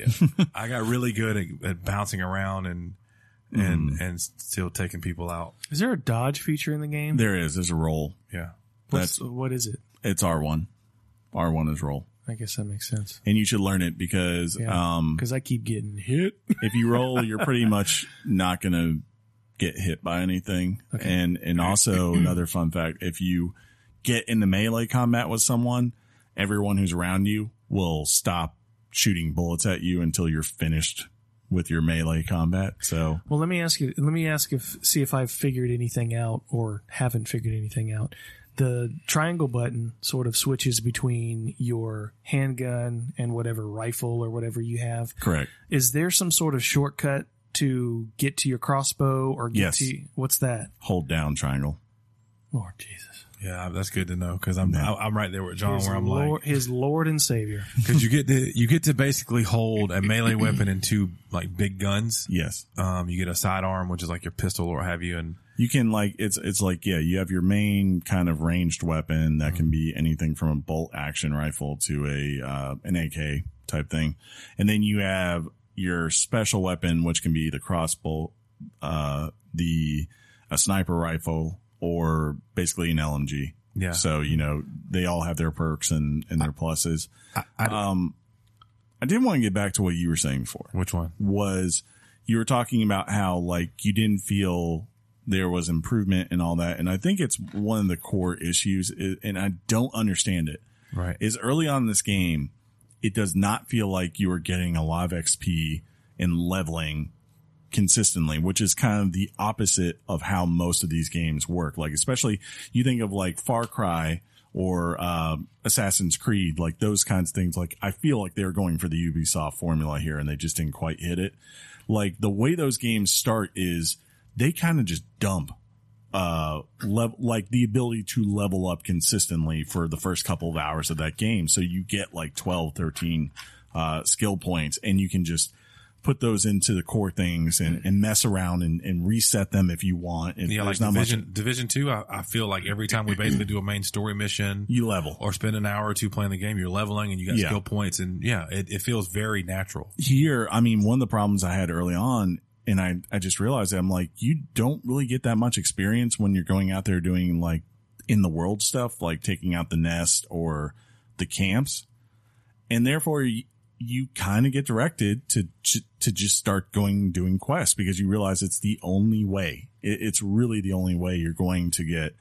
I got really good at, at bouncing around and and
Mm.
and still taking people out.
Is there a dodge feature in the game?
There is there's a roll.
Yeah,
What's, what is it?
It's R one. R one is roll,
I guess that makes sense.
and you should learn it because
Yeah.
um,
Because I keep getting hit. [laughs]
if you roll, you're pretty much not going to get hit by anything.
Okay.
And and also another fun fact: if you get into melee combat with someone, everyone who's around you will stop shooting bullets at you until you're finished with your melee combat. So
Well, let me ask you. Let me ask if see if I've figured anything out or haven't figured anything out. The triangle button sort of switches between your handgun and whatever rifle or whatever you have.
correct.
Is there some sort of shortcut to get to your crossbow or get
Yes.
to what's that?
Hold down triangle.
Lord Jesus,
Yeah, that's good to know because I'm
Yeah.
I, I'm right there with John
his,
Oh, where I'm
Lord,
like
his Lord and Savior.
because you get to you get to basically hold a
[clears throat]
melee weapon and two like big guns.
Yes.
Um, you get a sidearm which is like your pistol or what have you, and
You can like it's it's like yeah, you have your main kind of ranged weapon that can
Mm-hmm.
be anything from a bolt action rifle to a uh, an AK type thing, and then you have your special weapon, which can be the crossbow, uh, the a sniper rifle, or basically an LMG.
yeah.
So you know they all have their perks and and their pluses.
I, I-
Um, I did want to get back to what you were saying before
which one?
was you were talking about how like you didn't feel there was improvement and all that and i think it's one of the core issues i- and i don't understand it
Right.
is early on in this game it does not feel like you are getting a lot of xp and leveling consistently which is kind of the opposite of how most of these games work like especially you think of like far cry or um assassin's creed like those kinds of things like i feel like they're going for the ubisoft formula here and they just didn't quite hit it like the way those games start is they kind of just dump uh level like the ability to level up consistently for the first couple of hours of that game so you get like 12 13 uh skill points and you can just put those into the core things and, and mess around and, and reset them if you want if
Yeah, like
there's not much
division division two. I, I feel like every time we basically do a main story mission
you level
or spend an hour or two playing the game, you're leveling and you got
Yeah.
skill points, and yeah, it, it feels very natural.
here, I mean, one of the problems I had early on, and I, I just realized that I'm like, you don't really get that much experience when you're going out there doing like in the world stuff, like taking out the nest or the camps. And therefore, you, you kind of get directed to, ju- to just start going doing quests because you realize it's the only way. It, it's really the only way you're going to get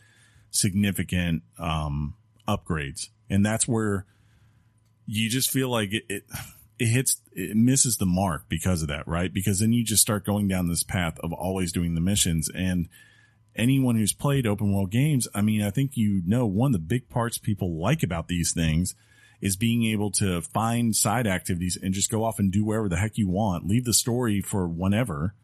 significant, um, upgrades. And that's where you just feel like it, it it hits it misses the mark because of that, right? Because then you just start going down this path of always doing the missions and anyone who's played open world games, I mean, I think you know one of the big parts people like about these things is being able to find side activities and just go off and do wherever the heck you want, leave the story for whenever.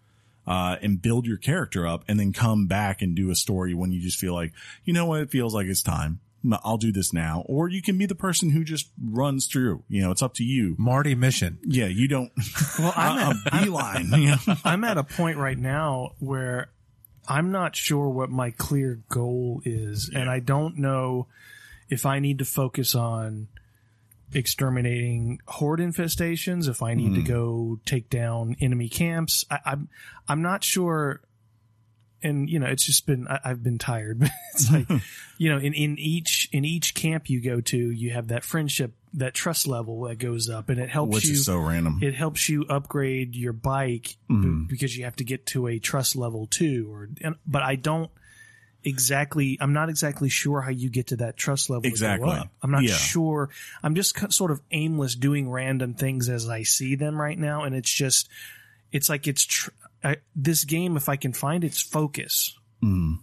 Uh, and build your character up and then come back and do a story when you just feel like, you know what? It feels like it's time. I'll do this now. Or you can be the person who just runs through, you know, it's up to you.
Marty mission.
Yeah, you don't.
[laughs] Well, I'm
I'm a
[laughs]
beeline. You know?
I'm at a point right now where I'm not sure what my clear goal is, and I don't know if I need to focus on exterminating horde infestations, if I
Hmm.
need to go take down enemy camps. I, I'm I'm not sure. And you know, it's just been I, I've
[laughs]
been [laughs] tired. But it's like you know, in, in each in each camp you go to, you have that friendship that trust level that goes up, and it helps
which
you.
is so random.
it helps you upgrade your bike b-
Mm-hmm.
because you have to get to a trust level two. Or and, but I don't exactly. I'm not exactly sure how you get to that trust level. to go
Exactly.
up. I'm not
Yeah.
sure. I'm just ki- sort of aimless doing random things as I see them right now, and it's just. It's like it's tr- I, this game. If I can find its focus,
Mm.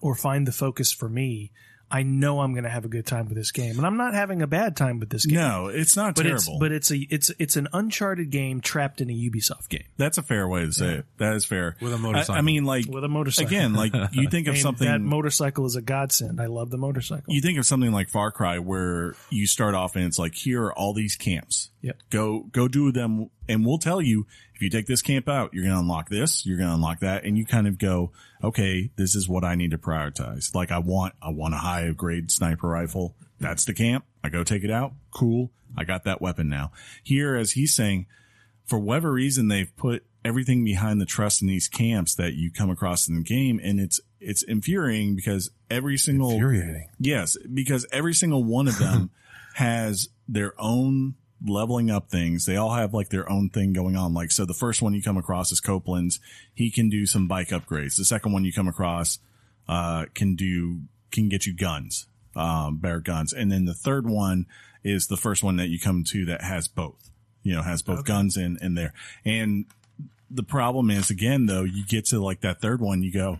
or find the focus for me, I know I'm going to have a good time with this game, and I'm not having a bad time with this game.
no, it's not
but
terrible.
it's but it's a it's it's an uncharted game trapped in a Ubisoft game
That's a fair way to say it. That is fair.
With a
I-
motorcycle.
I, mean, like
with a motorcycle.
again, like you
[laughs]
think of
And
something
that motorcycle is a godsend. I love the motorcycle.
you think of something like Far Cry where you start off and it's like here are all these camps.
Yep.
Go go do them and we'll tell you if you take this camp out, you're going to unlock this, you're going to unlock that and you kind of go, okay, this is what I need to prioritize. Like I want I want a high grade sniper rifle. That's the camp. I go take it out. Cool. I got that weapon now. Here as he's saying for whatever reason they've put everything behind the trust in these camps that you come across in the game and it's it's infuriating because every single
Infuriating.
Yes, because every single one of them has their own leveling up things. They all have like their own thing going on. Like, so the first one you come across is Copeland's. He can do some bike upgrades. The second one you come across, uh, can do, can get you guns, um, better guns. And then the third one is the first one that you come to that has both, you know, has both guns in, in there. And the problem is again, though, you get to like that third one, you go,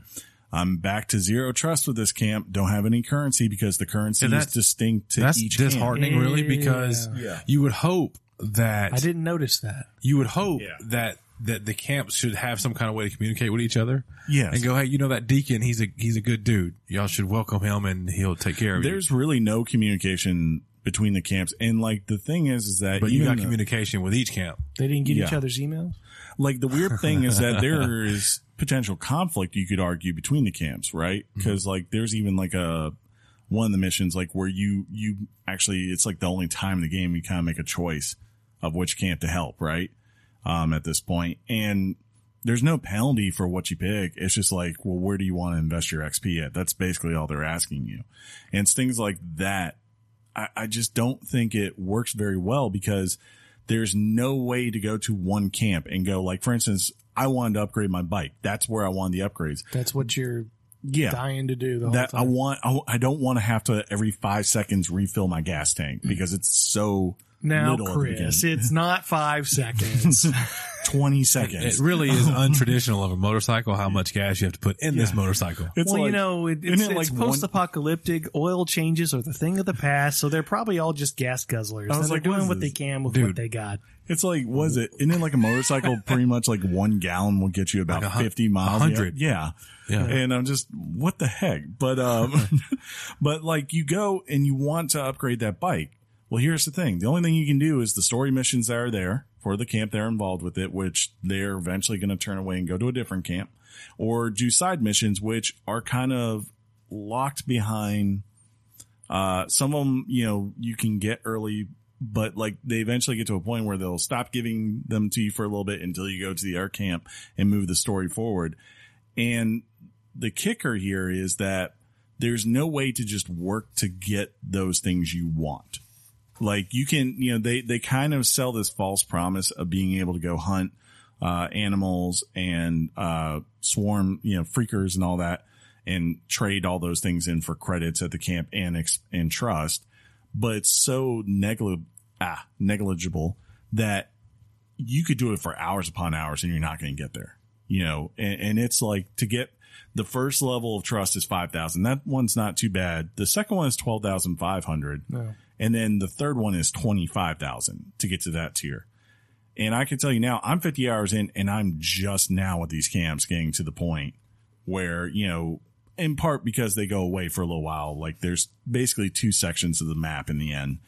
I'm back to zero trust with this camp. Don't have any currency because the currency
And
is
that's-
distinct to
That's
each camp.
disheartening, really, because
Yeah.
you would hope that
I didn't notice that.
you would hope
Yeah.
that that the camps should have some kind of way to communicate with each other.
Yes.
and go, hey, you know that deacon? He's a he's a good dude. Y'all should welcome him, and he'll take care of
There's really no communication between the camps. And like the thing is, is that
you. But you
even
got
the-
communication with each camp.
They didn't get each
Yeah.
other's emails.
like the weird thing is that there is potential conflict you could argue between the camps, right? Because like there's even like a one of the missions like where you you actually it's like the only time in the game you kind of make a choice of which camp to help, right? Um, at this point, and there's no penalty for what you pick. It's just like, well, where do you want to invest your XP at? That's basically all they're asking you, and it's things like that. I, I just don't think it works very well because there's no way to go to one camp and go like for instance i wanted to upgrade my bike that's where i wanted the upgrades
That's what you're
yeah
dying to do. The whole
that i
time.
want I, I don't want to have to every five seconds refill my gas tank because it's so
Mm. now,
little at the
Chris,
beginning. [laughs]
it's not five seconds.
20
It
seconds
really [laughs] is untraditional of a motorcycle how much gas you have to put in this motorcycle.
it's
well, you
like-
know, it,
isn't
it's,
it
it's
like one-
post-apocalyptic. Oil changes are the thing of the past, so they're probably all just gas guzzlers.
I was
they're
like, what
doing
is
what they
this?
can with what
Dude.
they got.
it's like was it isn't it like a
[laughs]
motorcycle pretty much like one gallon will get you about
Like a hun-
50 miles
a hundred.
yeah
Yeah.
and I'm just what the heck. But
[laughs]
um, but like you go and you want to upgrade that bike. Well, here's the thing: the only thing you can do is the story missions that are there for the camp they're involved with it, which they're eventually going to turn away and go to a different camp, or do side missions, which are kind of locked behind. Uh, some of them, you know, you can get early. But like they eventually get to a point where they'll stop giving them to you for a little bit until you go to the air camp and move the story forward. And the kicker here is that there's no way to just work to get those things you want. Like you can, you know, they, they kind of sell this false promise of being able to go hunt, uh, animals and, uh, swarm, you know, freakers and all that and trade all those things in for credits at the camp and, ex- and trust. But it's so negli- ah, negligible that you could do it for hours upon hours and you're not going to get there, you know, and, and it's like to get the first level of trust is 5,000. That one's not too bad. The second one is 12,500.
No.
And then the third one is 25,000 to get to that tier. And I can tell you now, I'm 50 hours in and I'm just now with these camps getting to the point where, you know, in part because they go away for a little while. Like there's basically two sections of the map in the end.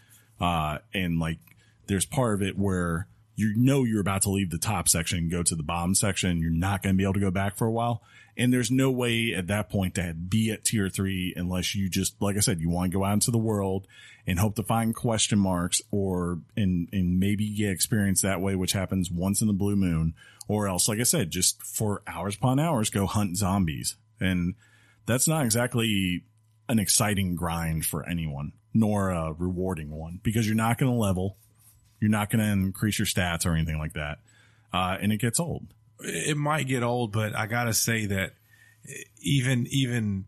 Uh, and like there's part of it where you know you're about to leave the top section and go to the bottom section. You're not going to be able to go back for a while. And there's no way at that point to be at tier three unless you just, like I said, you want to go out into the world and hope to find question marks or, and, and maybe get experience that way, which happens once in the blue moon or else, like I said, just for hours upon hours, go hunt zombies. And that's not exactly an exciting grind for anyone. nor a rewarding one because you're not going to level, you're not going to increase your stats or anything like that, uh, and it gets old.
it might get old, but I gotta say that even even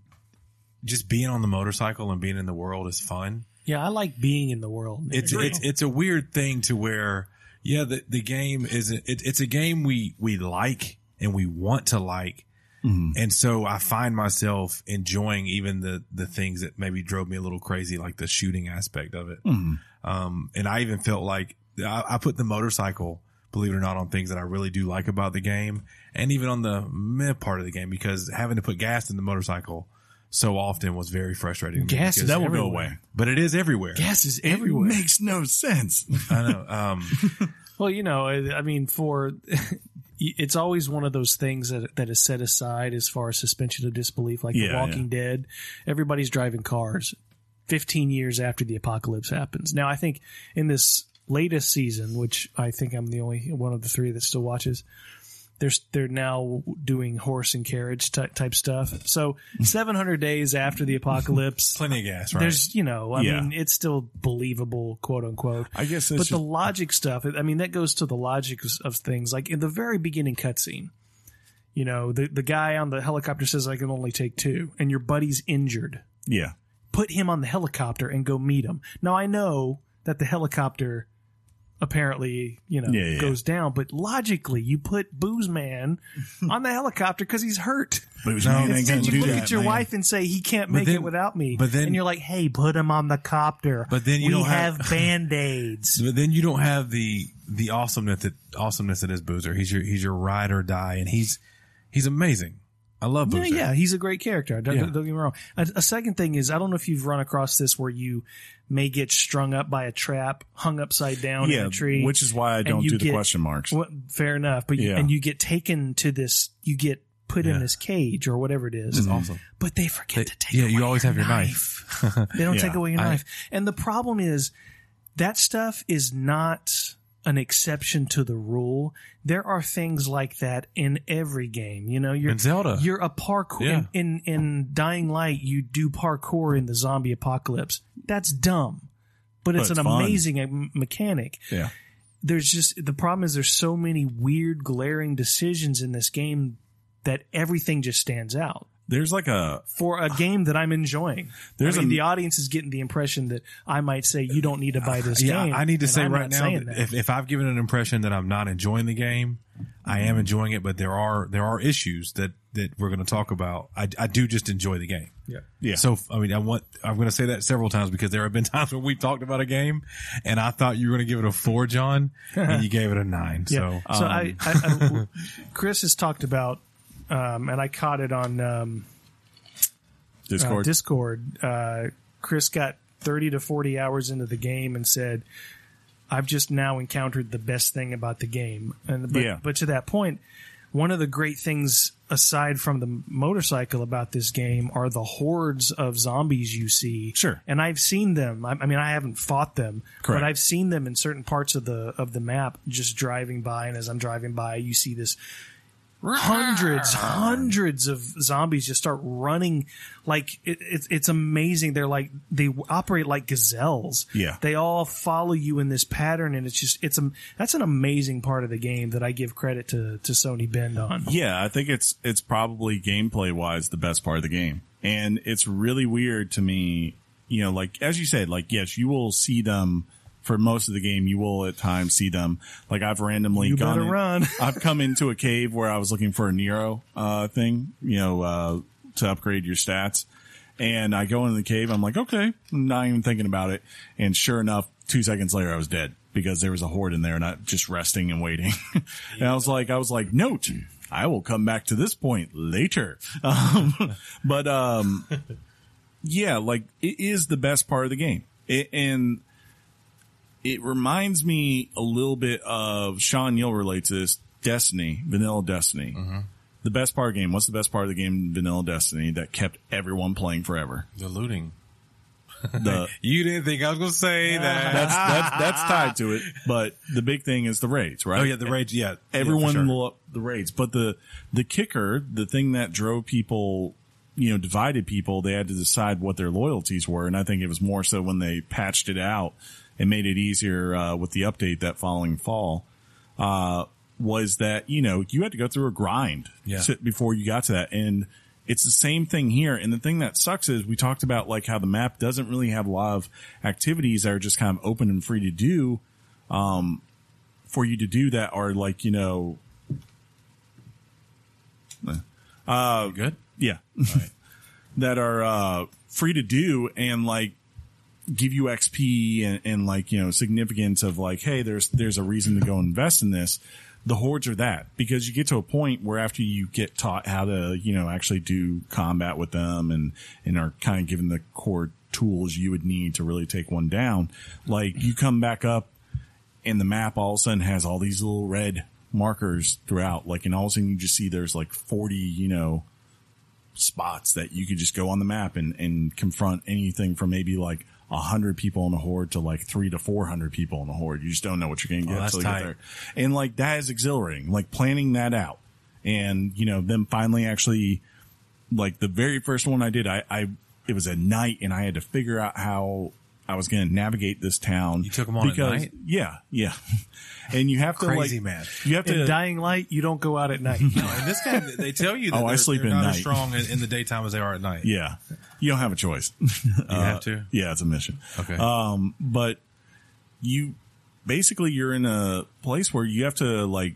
just being on the motorcycle and being in the world is fun.
Yeah, I like being in the world.
It's it's it's a weird thing to where yeah the the game is it, it's a game we we like and we want to like.
Mm-hmm.
And so I find myself enjoying even the the things that maybe drove me a little crazy, like the shooting aspect of it.
Hmm.
Um, and I even felt like I, I put the motorcycle, believe it or not, on things that I really do like about the game and even on the meh part of the game because having to put gas in the motorcycle so often was very frustrating. to me
Gas
because-
is
That will go
everywhere.
away.
but it is everywhere.
gas is
It
everywhere.
Oh, makes no sense.
I
[laughs]
know. Um,
Well, you know, I, I mean, for [laughs] it's always one of those things that that is set aside as far as suspension of disbelief, like The
Yeah,
Walking Dead. Everybody's driving cars. Fifteen years after the apocalypse happens. Now, I think in this latest season, which I think I'm the only one of the three that still watches. They're, they're now doing horse and carriage ty- type stuff.
[laughs]
So 700 days after the apocalypse,
plenty of gas, right?
there's you know i
Yeah.
mean it's still believable quote unquote
I guess
but
it's
the
just-
logic stuff i mean that goes to the logic of things like in the very beginning cutscene you know the, the guy on the helicopter says i can only take two and your buddy's injured
yeah,
put him on the helicopter and go meet him now i know that the helicopter apparently you know
Yeah, yeah, yeah.
goes down but logically you put booze
[laughs]
man on the helicopter because he's hurt
but it was
No,
no,
it's-
ain't gonna
did
you
do
look
that,
at your
man.
wife and say he can't make
then-
it without me.
but then-
and you're like, hey, put him on the copter.
But then you
we
don't have- [laughs]
have, band aids.
But then you don't have the the awesomeness that awesomeness that is Boozer. He's your he's your ride or die, and he's he's amazing. I love
yeah,
Boozer.
yeah, he's a great character. Don't,
Yeah.
don't- don't get me wrong. A, a second thing is, I don't know if you've run across this where you may get strung up by a trap, hung upside down in
yeah,
a tree.
which is why I don't
you
do the
get-
question marks.
Well, fair enough, but you,
Yeah.
and you get taken to this, you get put
Yeah.
in this cage or whatever it is.
awesome.
But they forget to take.
yeah,
away
you always have your knife. [laughs]
They don't
Yeah,
take away your
I-
knife. And the problem is that stuff is not an exception to the rule. There are things like that in every game. You know, you're
In Zelda.
You're a parkour
Yeah.
in, in in Dying Light. You do parkour in the zombie apocalypse. That's dumb, but it's,
it's
an
fun.
amazing uh, mechanic
yeah,
there's just the problem is there's so many weird glaring decisions in this game that everything just stands out
there's like a
for a game that I'm enjoying.
There's
I mean,
a-
the audience is getting the impression that I might say you don't need to buy this
Yeah,
game.
I need to
and
say
I'm
right
not
now,
saying
that
that.
if, if I've given an impression that I'm not enjoying the game, I am enjoying it, but there are there are issues that that we're going to talk about. I, I do just enjoy the game.
Yeah.
Yeah.
So I mean, I want I'm going to say that several times because there have been [laughs] times when we talked about a game, and I thought you were going to give it a four, John, and
[laughs]
you gave it a nine.
Yeah.
So, um,
So, I, I, I, [laughs] Chris has talked about, um, and I caught it on um, uh,
Discord.
Discord. Uh, Chris got 30 to 40 hours into the game and said, I've just now encountered the best thing about the game. And but,
Yeah.
but to that point, one of the great things aside from the motorcycle about this game are the hordes of zombies you see.
Sure.
And I've seen them. I, I mean, I haven't fought them,
Correct.
but I've seen them in certain parts of the of the map just driving by and as I'm driving by, you see this hundreds, hundreds of zombies just start running. Like it, it's it's amazing. They're like they operate like gazelles.
Yeah.
they all follow you in this pattern, and it's just it's a that's an amazing part of the game that I give credit to to Sony Bend on.
Yeah, I think it's it's probably gameplay wise the best part of the game, and it's really weird to me. You know, like as you said, like yes, you will see them for most of the game. You will at times see them. Like I've randomly
You
gone.
better
in-
run.
[laughs] I've come into a cave where I was looking for a Nero uh, thing. You know, uh, to upgrade your stats. And I go into the cave. I'm like, okay, I'm not even thinking about it. And sure enough, two seconds later, I was dead because there was a horde in there and I just resting and waiting. [laughs] and I was like, I was like, note, I will come back to this point later. [laughs] Um, but, um, yeah, like it is the best part of the game. It, and it reminds me a little bit of Sean, you'll relate to this Destiny, Vanilla Destiny
Mm-hmm.
the best part of the game. What's the best part of the game? Vanilla Destiny that kept everyone playing
[laughs]
forever.
the looting.
The,
You didn't think I was going to say
[laughs]
that.
that's, that's that's tied to it. But the big thing is the raids, right?
Oh yeah, the rage. Yeah,
Everyone
Yeah, for sure.
loved the raids, but the the kicker, the thing that drove people you know, divided people, they had to decide what their loyalties were. And I think it was more so when they patched it out and made it easier uh, with the update that following fall. Uh, was that you know you had to go through a grind
Yeah.
to- before you got to that, and it's the same thing here. And the thing that sucks is we talked about like how the map doesn't really have a lot of activities that are just kind of open and free to do, um, for you to do that are like you know
Oh, Good.
Yeah. [laughs] that are uh, free to do and like give you XP and, and like, you know, significance of like, hey, there's there's a reason to go [laughs] invest in this. The hordes are that because you get to a point where after you get taught how to, you know, actually do combat with them and and are kind of given the core tools you would need to really take one down, like you come back up and the map all of a sudden has all these little red markers throughout. Like, and all of a sudden you just see there's like 40, you know, spots that you could just go on the map and, and confront anything from maybe like a hundred people in a horde to like three to 400 people in a horde. You just don't know what you're going to
Oh,
get
that's
until you get
tight.
there. And like, that is exhilarating, like planning that out and, you know, them finally actually, like the very first one I did, I, I it was at night and I had to figure out how I was going to navigate this town.
You took 'em on at
because,
night?
Yeah, yeah. [laughs] And you have to
Crazy
like, [laughs]
man.
You have
In
to.
Dying Light, you don't go out at night.
No, and this guy, they tell you
[laughs]
that
Oh, I
they're,
sleep
they're
at
not as
night.
strong in, in the daytime as they are at night.
yeah, you don't have a choice. [laughs] Uh,
You have to.
yeah, it's a mission.
Okay.
Um, but you basically you're in a place where you have to like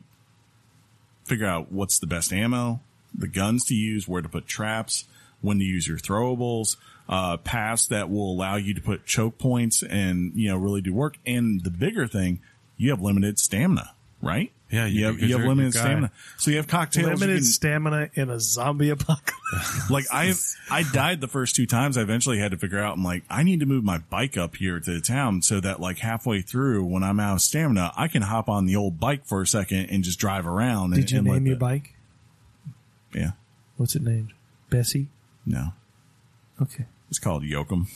figure out what's the best ammo, the guns to use, where to put traps, when to use your throwables, uh, paths that will allow you to put choke points and, you know, really do work. And the bigger thing, you have limited stamina, right?
Yeah,
you,
you-
have,
because
you have
you're a
limited
good guy.
stamina. So you have cocktails. you
Limited
can-
stamina in a zombie apocalypse.
like I I died the first two times. I eventually had to figure out. I'm like, I need to move my bike up here to the town so that like halfway through, when I'm out of stamina, I can hop on the old bike for a second and just drive around.
Did
and,
you
and let
name your
the-
bike?
Yeah,
What's it named? Bessie?
no,
Okay.
it's called Yokum.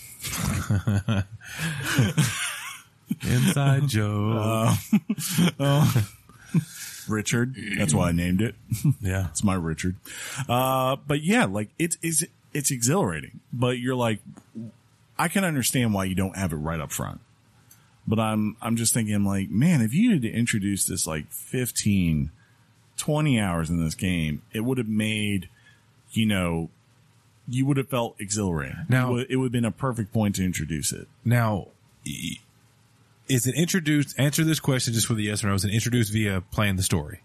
[laughs] Inside Joe.
Richard. That's why I named it.
yeah.
It's my Richard. Uh, but yeah, like it's is it's exhilarating. But you're like, I can understand why you don't have it right up front. But I'm I'm just thinking I'm like, man, if you had introduced this like 15, 20 hours in this game, it would have made, you know, you would have felt exhilarating.
Now-
it would, it would have been a perfect point to introduce it.
Now, y- is it introduced? Answer this question just for the yes or no. Is it introduced via playing the story?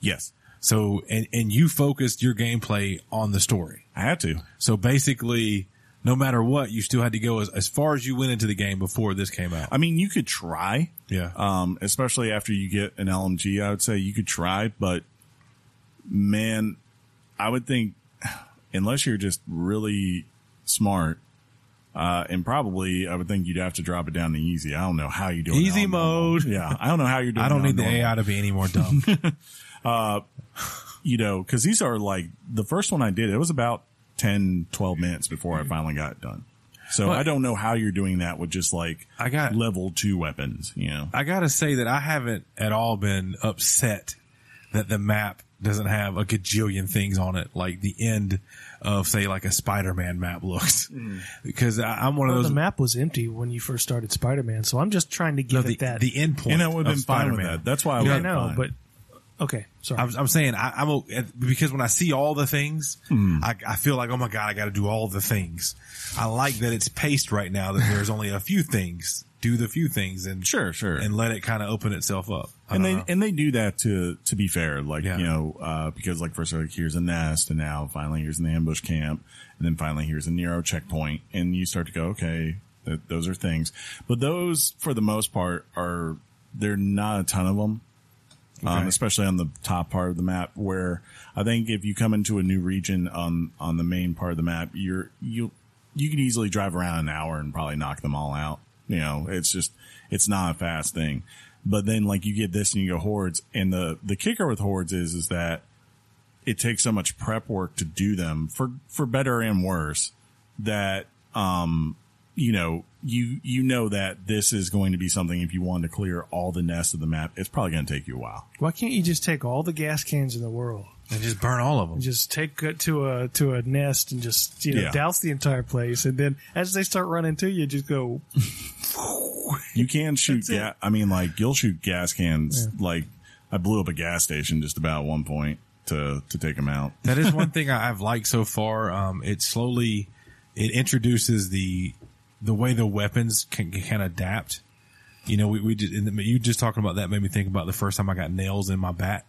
Yes,
So, and, and you focused your gameplay on the story.
I had to.
So basically, no matter what, you still had to go as, as far as you went into the game before this came out.
I mean, you could try.
Yeah.
Um, especially after you get an LMG, I would say you could try, but man, I would think [sighs] unless you're just really smart, uh, and probably I would think you'd have to drop it down to easy. I don't know how you do it.
Easy
on normal.
mode.
[laughs] Yeah. I don't know how you're doing
I don't
it on
need the
normal
AI to be any more dumb.
you know, cause these are like the first one I did, it was about 10, 12 minutes before
Mm-hmm.
I finally got it done. So
Well-
I don't know how you're doing that with just like
I got-
level two weapons, you know?
I gotta say that I haven't at all been upset that the map doesn't have a gajillion things on it, like the end of say like a Spider-Man map looks,
Mm.
because I, I'm one of
Well,
those.
the map was empty when you first started Spider Man, so I'm just trying to
no,
give
the,
it that.
the end point.
and I would have
of
been fine with
Spider-Man.
that. That's why I
yeah, Oh, I
was
know,
fine.
but okay, sorry.
I'm, I'm saying I, I'm o- because when I see all the things,
Mm.
I, I feel like oh my god, I got to do all the things. I like that it's paced right now that there's only a few things. Do the few things and
Sure, sure. Uh-huh.
and let it kind of open itself up. I
and
don't
they
know.
and they do that to to be fair, like
Yeah.
you know, uh, because like first like here's a nest, and now finally here's an ambush camp, and then finally here's a Nero checkpoint, and you start to go, okay, th- those are things, but those for the most part are they're not a ton of them, um,
Okay.
especially on the top part of the map. Where I think if you come into a new region on on the main part of the map, you're you you can easily drive around an hour and probably knock them all out. You know, it's just it's not a fast thing. But then like you get this and you go hordes, and the the kicker with hordes is is that it takes so much prep work to do them for for better and worse that um you know you you know that this is going to be something if you want to clear all the nests of the map it's probably going to take you a while
Why can't you just take all the gas cans in the world
and just burn all of them.
just take it to a to a nest and just you know
Yeah.
douse the entire place and then as they start running to you just go
You can shoot gas. I mean, like you'll shoot gas cans. Like I blew up a gas station just about at one point to to take them out.
That
[laughs]
is one thing I- I've liked so far. Um, it slowly it introduces the the way the weapons can can adapt. You know, we we just, and you just talking about that made me think about the first time I got nails in my bat.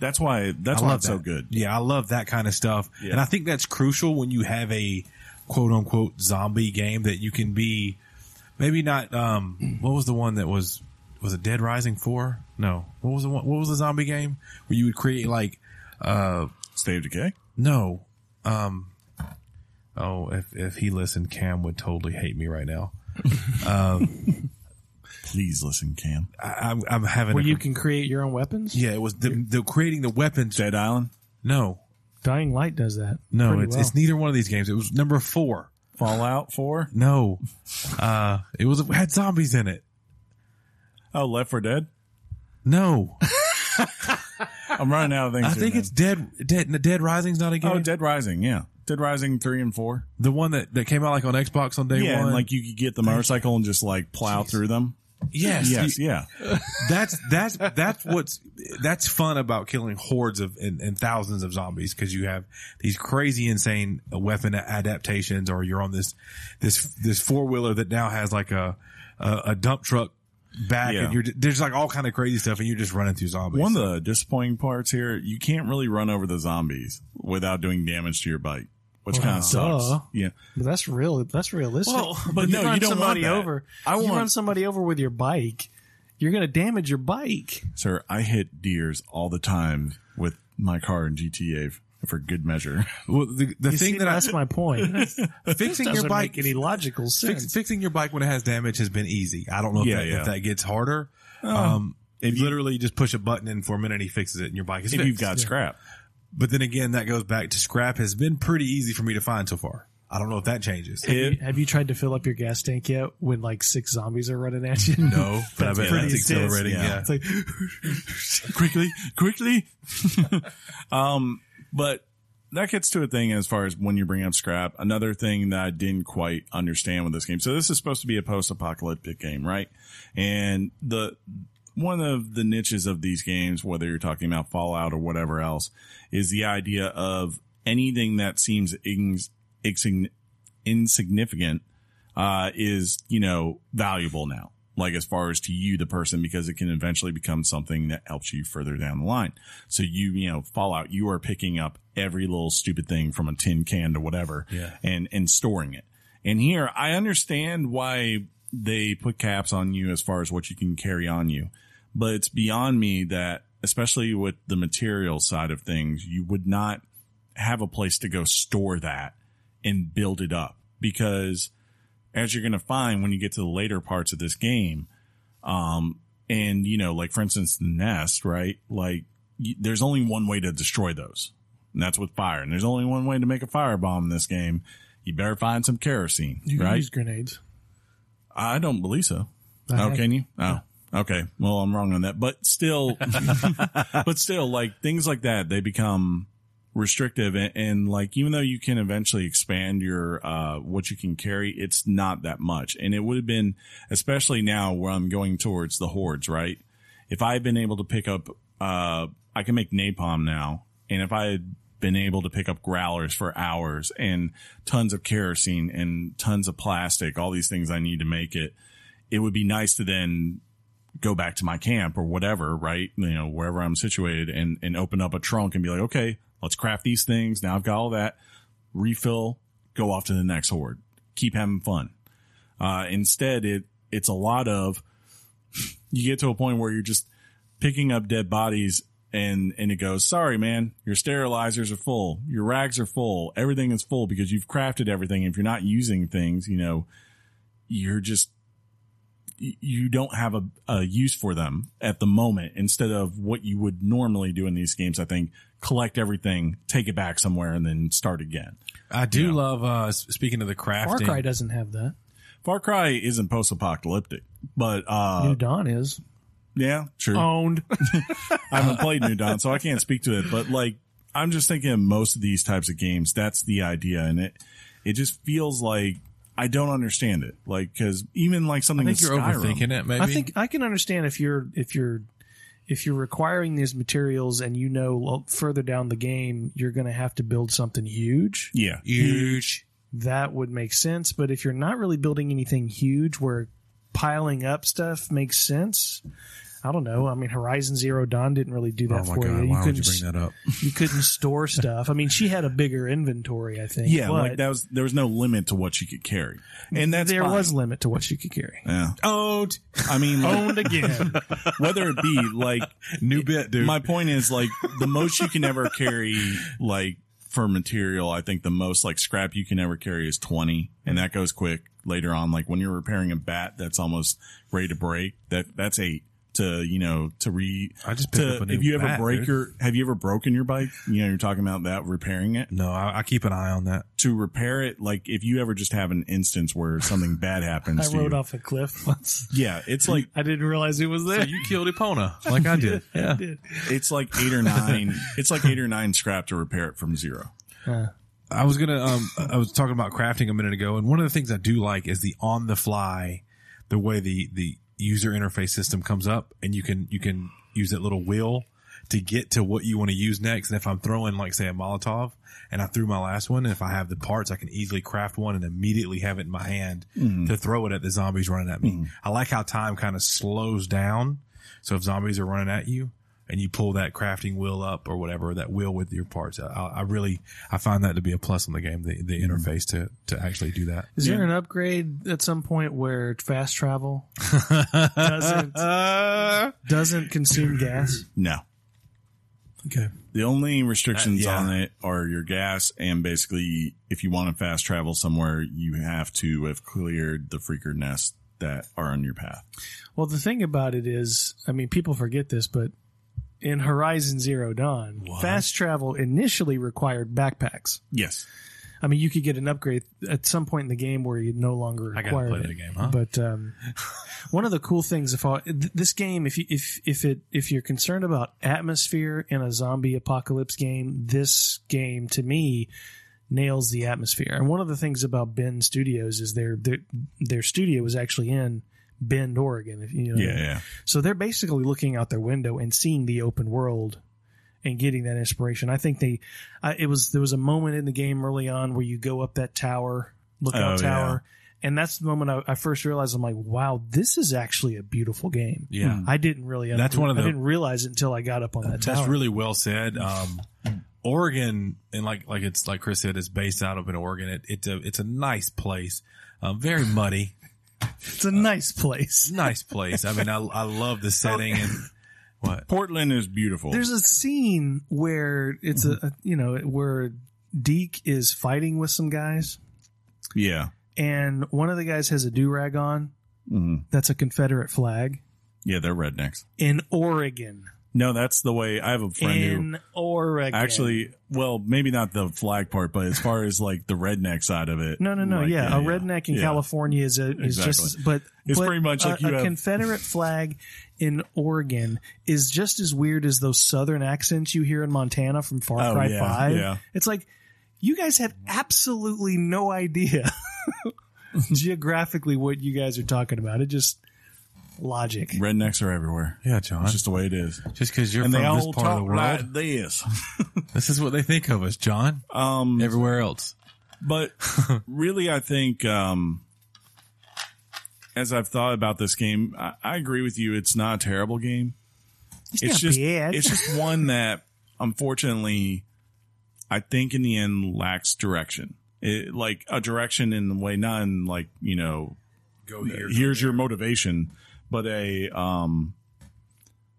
That's why. That's
I
why
love
it's
that.
so good.
Yeah, I love that kind of stuff,
Yeah.
and I think that's crucial when you have a quote unquote zombie game that you can be maybe not. Um, what was the one that was was it Dead Rising four? No, what was the one, what was the zombie game where you would create like
State of Decay.
no. Um, oh, if, if he listened, Cam would totally hate me right now.
Please listen, Cam.
I, I'm, I'm having.
where
a,
you can create your own weapons
yeah, it was the, the creating the weapons.
Dead Island.
No,
dying light does that
no,
pretty
it's,
well.
it's neither one of these games. It was number four.
Fallout Four.
No, [laughs] uh, it was it had zombies in it.
Oh, Left for Dead.
No,
I'm running out of things.
I
here,
think
man.
it's Dead Dead Dead Rising's not a game.
oh Dead Rising. Yeah, Dead Rising three and four.
the one that, that came out like on Xbox on day
yeah,
one.
and like you could get the motorcycle and just like plow through them.
yes,
Yes,
you-
yeah.
that's that's that's what's that's fun about killing hordes of and, and thousands of zombies because you have these crazy insane weapon adaptations or you're on this this this four wheeler that now has like a a, a dump truck back
Yeah.
and you're there's like all kind of crazy stuff and you're just running through zombies.
One of the disappointing parts here, you can't really run over the zombies without doing damage to your bike, which kind
Wow.
of sucks.
Duh.
Yeah.
but that's real that's realistic [laughs]
Well, but no,
you run
you don't want
somebody
that.
over
I
you
want-
run somebody over with your bike you're gonna damage your bike
Sir, I hit deers all the time with my car in GTA f- for good measure.
well, the, the
You
thing
see,
that
that's my point
I [laughs] fixing your
doesn't
bike
make any logical sense
fix, fixing your bike when it has damage has been easy. I don't know if,
Yeah,
that,
yeah. Oh.
if that gets harder. Um, you literally just push a button in for a minute, and he fixes it, and your bike
[laughs]
is
If
fixed.
you've got scrap.
But then again, that goes back to scrap has been pretty easy for me to find so far. I don't know if that changes.
It,
have you tried to fill up your gas tank yet when like six zombies are running at you
no, but I bet
pretty intense,
that's exhilarating.
yeah.
Yeah.
it's like [gasps]
quickly, quickly. [laughs] um, but that gets to a thing as far as when you bring up scrap. Another thing that I didn't quite understand with this game. So this is supposed to be a post-apocalyptic game, right? And the one of the niches of these games, whether you're talking about Fallout or whatever else, is the idea of anything that seems ins- insign- insignificant uh, is you know valuable now like as far as to you the person because it can eventually become something that helps you further down the line so you you know fallout you are picking up every little stupid thing from a tin can to whatever
Yeah.
and and storing it and here i understand why they put caps on you as far as what you can carry on you but it's beyond me that especially with the material side of things you would not have a place to go store that and build it up because as you're going to find when you get to the later parts of this game um and you know like for instance the nest right like y- there's only one way to destroy those and that's with fire and there's only one way to make a firebomb in this game you better find some kerosene
you can
right
use grenades
i don't believe so
I
Oh,
have-
can you? Oh, okay. Well, I'm wrong on that, but still, but still, like things like that, they become restrictive, and, and like even though you can eventually expand your uh what you can carry, it's not that much. And it would have been, especially now where I'm going towards the hordes, right? If I had been able to pick up, uh, I can make napalm now, and if I had been able to pick up growlers for hours and tons of kerosene and tons of plastic, all these things I need to make it it would be nice to then go back to my camp or whatever, right? You know, wherever I'm situated and, and open up a trunk and be like, okay, let's craft these things. Now I've got all that refill, go off to the next horde, keep having fun. Uh, instead, it, it's a lot of, you get to a point where you're just picking up dead bodies and, and it goes, sorry, man, your sterilizers are full. Your rags are full. Everything is full because you've crafted everything. If you're not using things, you know, you're just y- you don't have a, a use for them at the moment instead of what you would normally do in these games. I think collect everything, take it back somewhere and then start again.
I do love, uh, s- speaking of the crafting.
Far Cry doesn't have that.
Far Cry isn't post apocalyptic, but, uh,
New Dawn is
yeah, true.
owned.
I haven't played New Dawn, so I can't speak to it, but like I'm just thinking of most of these types of games. That's the idea, and it it just feels like I don't understand it. Like because even like
I
something
think
in
you're
Skyrim,
overthinking it. Maybe
I think I can understand if you're if you're if you're requiring these materials and you know well, further down the game you're going to have to build something huge,
Yeah,
huge.
that would make sense. But if you're not really building anything huge, where piling up stuff makes sense. I don't know. I mean, Horizon Zero Dawn didn't really do that
Oh my
for
god!
you. You
Why would
couldn't
you bring that up?
you couldn't store stuff. I mean, she had a bigger inventory, I think.
yeah.
but
Like that was there was no limit to what you could carry, and that's
there
fine.
was limit to what she could carry.
Yeah,
Oh,
I mean, like,
Owned again.
whether it be like
[laughs] new bit, [laughs] dude.
my point is like the most you can ever carry like for material i think the most like scrap you can ever carry is 20 and that goes quick later on like when you're repairing a bat that's almost ready to break that that's eight to you know to re
I just picked
to
up a new
if you ever
bat,
break
dude.
your have you ever broken your bike you know you're talking about that repairing it
no, I, I keep an eye on that.
to repair it like if you ever just have an instance where something bad happens
[laughs]
I
to
rode
you
off a cliff once.
yeah it's like
I didn't realize it was there.
you killed Epona like I did. Yeah.
did.
it's like eight or
[laughs]
nine it's like eight or nine scrap to repair it from zero
I was gonna. Um, I was talking about crafting a minute ago, and one of the things I do like is the on the fly, the way the the user interface system comes up, and you can you can use that little wheel to get to what you want to use next. And if I'm throwing like say a Molotov, and I threw my last one, and if I have the parts, I can easily craft one and immediately have it in my hand to throw it at the zombies running at me. I like how time kind of slows down. So if zombies are running at you and you pull that crafting wheel up or whatever, that wheel with your parts, I, I really, I find that to be a plus on the game, the, the interface to, to actually do that.
Is there an upgrade at some point where fast travel doesn't Uh. doesn't consume gas?
no
Okay.
The only restrictions
Uh, yeah.
on it are your gas, and basically, if you want to fast travel somewhere, you have to have cleared the freaker nests that are on your path.
Well, the thing about it is, I mean, people forget this, but in Horizon Zero Dawn, fast travel initially required backpacks.
Yes.
I mean, you could get an upgrade at some point in the game where you no longer
I gotta
require
play
it.
the game, huh? [laughs]
But um, one of the cool things, if I, th- this game, if you, if if it if you're concerned about atmosphere in a zombie apocalypse game, this game to me nails the atmosphere. And one of the things about Ben Studios is their their their studio was actually in Bend, Oregon. If you know,
Yeah, yeah.
so they're basically looking out their window and seeing the open world and getting that inspiration. I think they, I, it was there was a moment in the game early on where you go up that tower, lookout
Oh,
tower, and that's the moment I, I first realized I'm like, wow, this is actually a beautiful game.
Yeah.
Hmm.
I didn't really.
That's one of
I
the-
didn't realize it until I got up on that tower.
That's really well said. Um, Oregon and like like it's like Chris said, it's based out up in Oregon. It, it's a it's a nice place, um, very muddy,
it's a nice place.
nice place. I mean, I I love the setting
[laughs]
and what
Portland is beautiful.
There's a scene where it's
Mm-hmm.
a, a you know where Deke is fighting with some guys,
yeah.
and one of the guys has a do rag on.
hmm
That's a Confederate flag.
Yeah, they're rednecks.
in Oregon.
No, that's the way I have a friend who
in Oregon.
actually, well, maybe not the flag part, but as far as like the redneck side of it.
No, no, no.
like,
yeah, a redneck in
yeah.
California is a, is
Exactly.
just, but
It's
but
pretty much
a,
like you
a
have-
Confederate flag in Oregon is just as weird as those Southern accents you hear in Montana from Far
Oh,
Cry
yeah,
Five.
yeah.
It's like you guys have absolutely no idea [laughs] geographically what you guys are talking about. It just logic.
Rednecks are everywhere.
Yeah, John.
It's just the way it is.
Just because you're
And
from
they
this
all
part of the
talk
world,
like this.
this is what they think of us, John.
Um,
Everywhere else, [laughs]
but really, I think um, as I've thought about this game, I, I agree with you. It's not a terrible game. It's,
not
just
bad.
it's
[laughs]
just one that unfortunately, I think in the end lacks direction. It, like a direction in the way, not in like you know
go
here's your motivation, but a um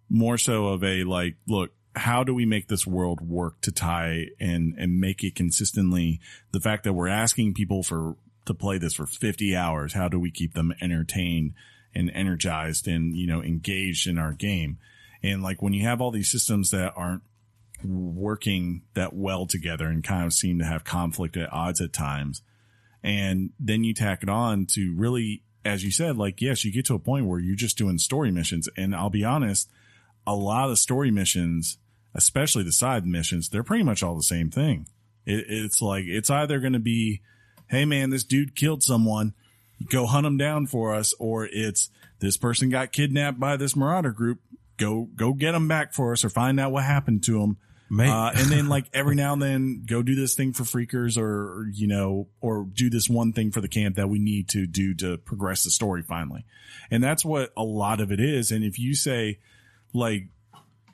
more so of a like look how do we make this world work to tie and and make it consistently the fact that we're asking people for to play this for 50 hours how do we keep them entertained and energized and you know engaged in our game and like when you have all these systems that aren't working that well together and kind of seem to have conflict at odds at times and then you tack it on to really as you said like yes you get to a point where you're just doing story missions and i'll be honest a lot of story missions especially the side missions, they're pretty much all the same thing. It, it's like it's either going to be, hey man, this dude killed someone, go hunt him down for us, or it's this person got kidnapped by this marauder group, go go get him back for us, or find out what happened to him.
Mate.
Uh, and then like every now and then go do this thing for freakers or, or, you know, or do this one thing for the camp that we need to do to progress the story finally. And that's what a lot of it is. And if you say like,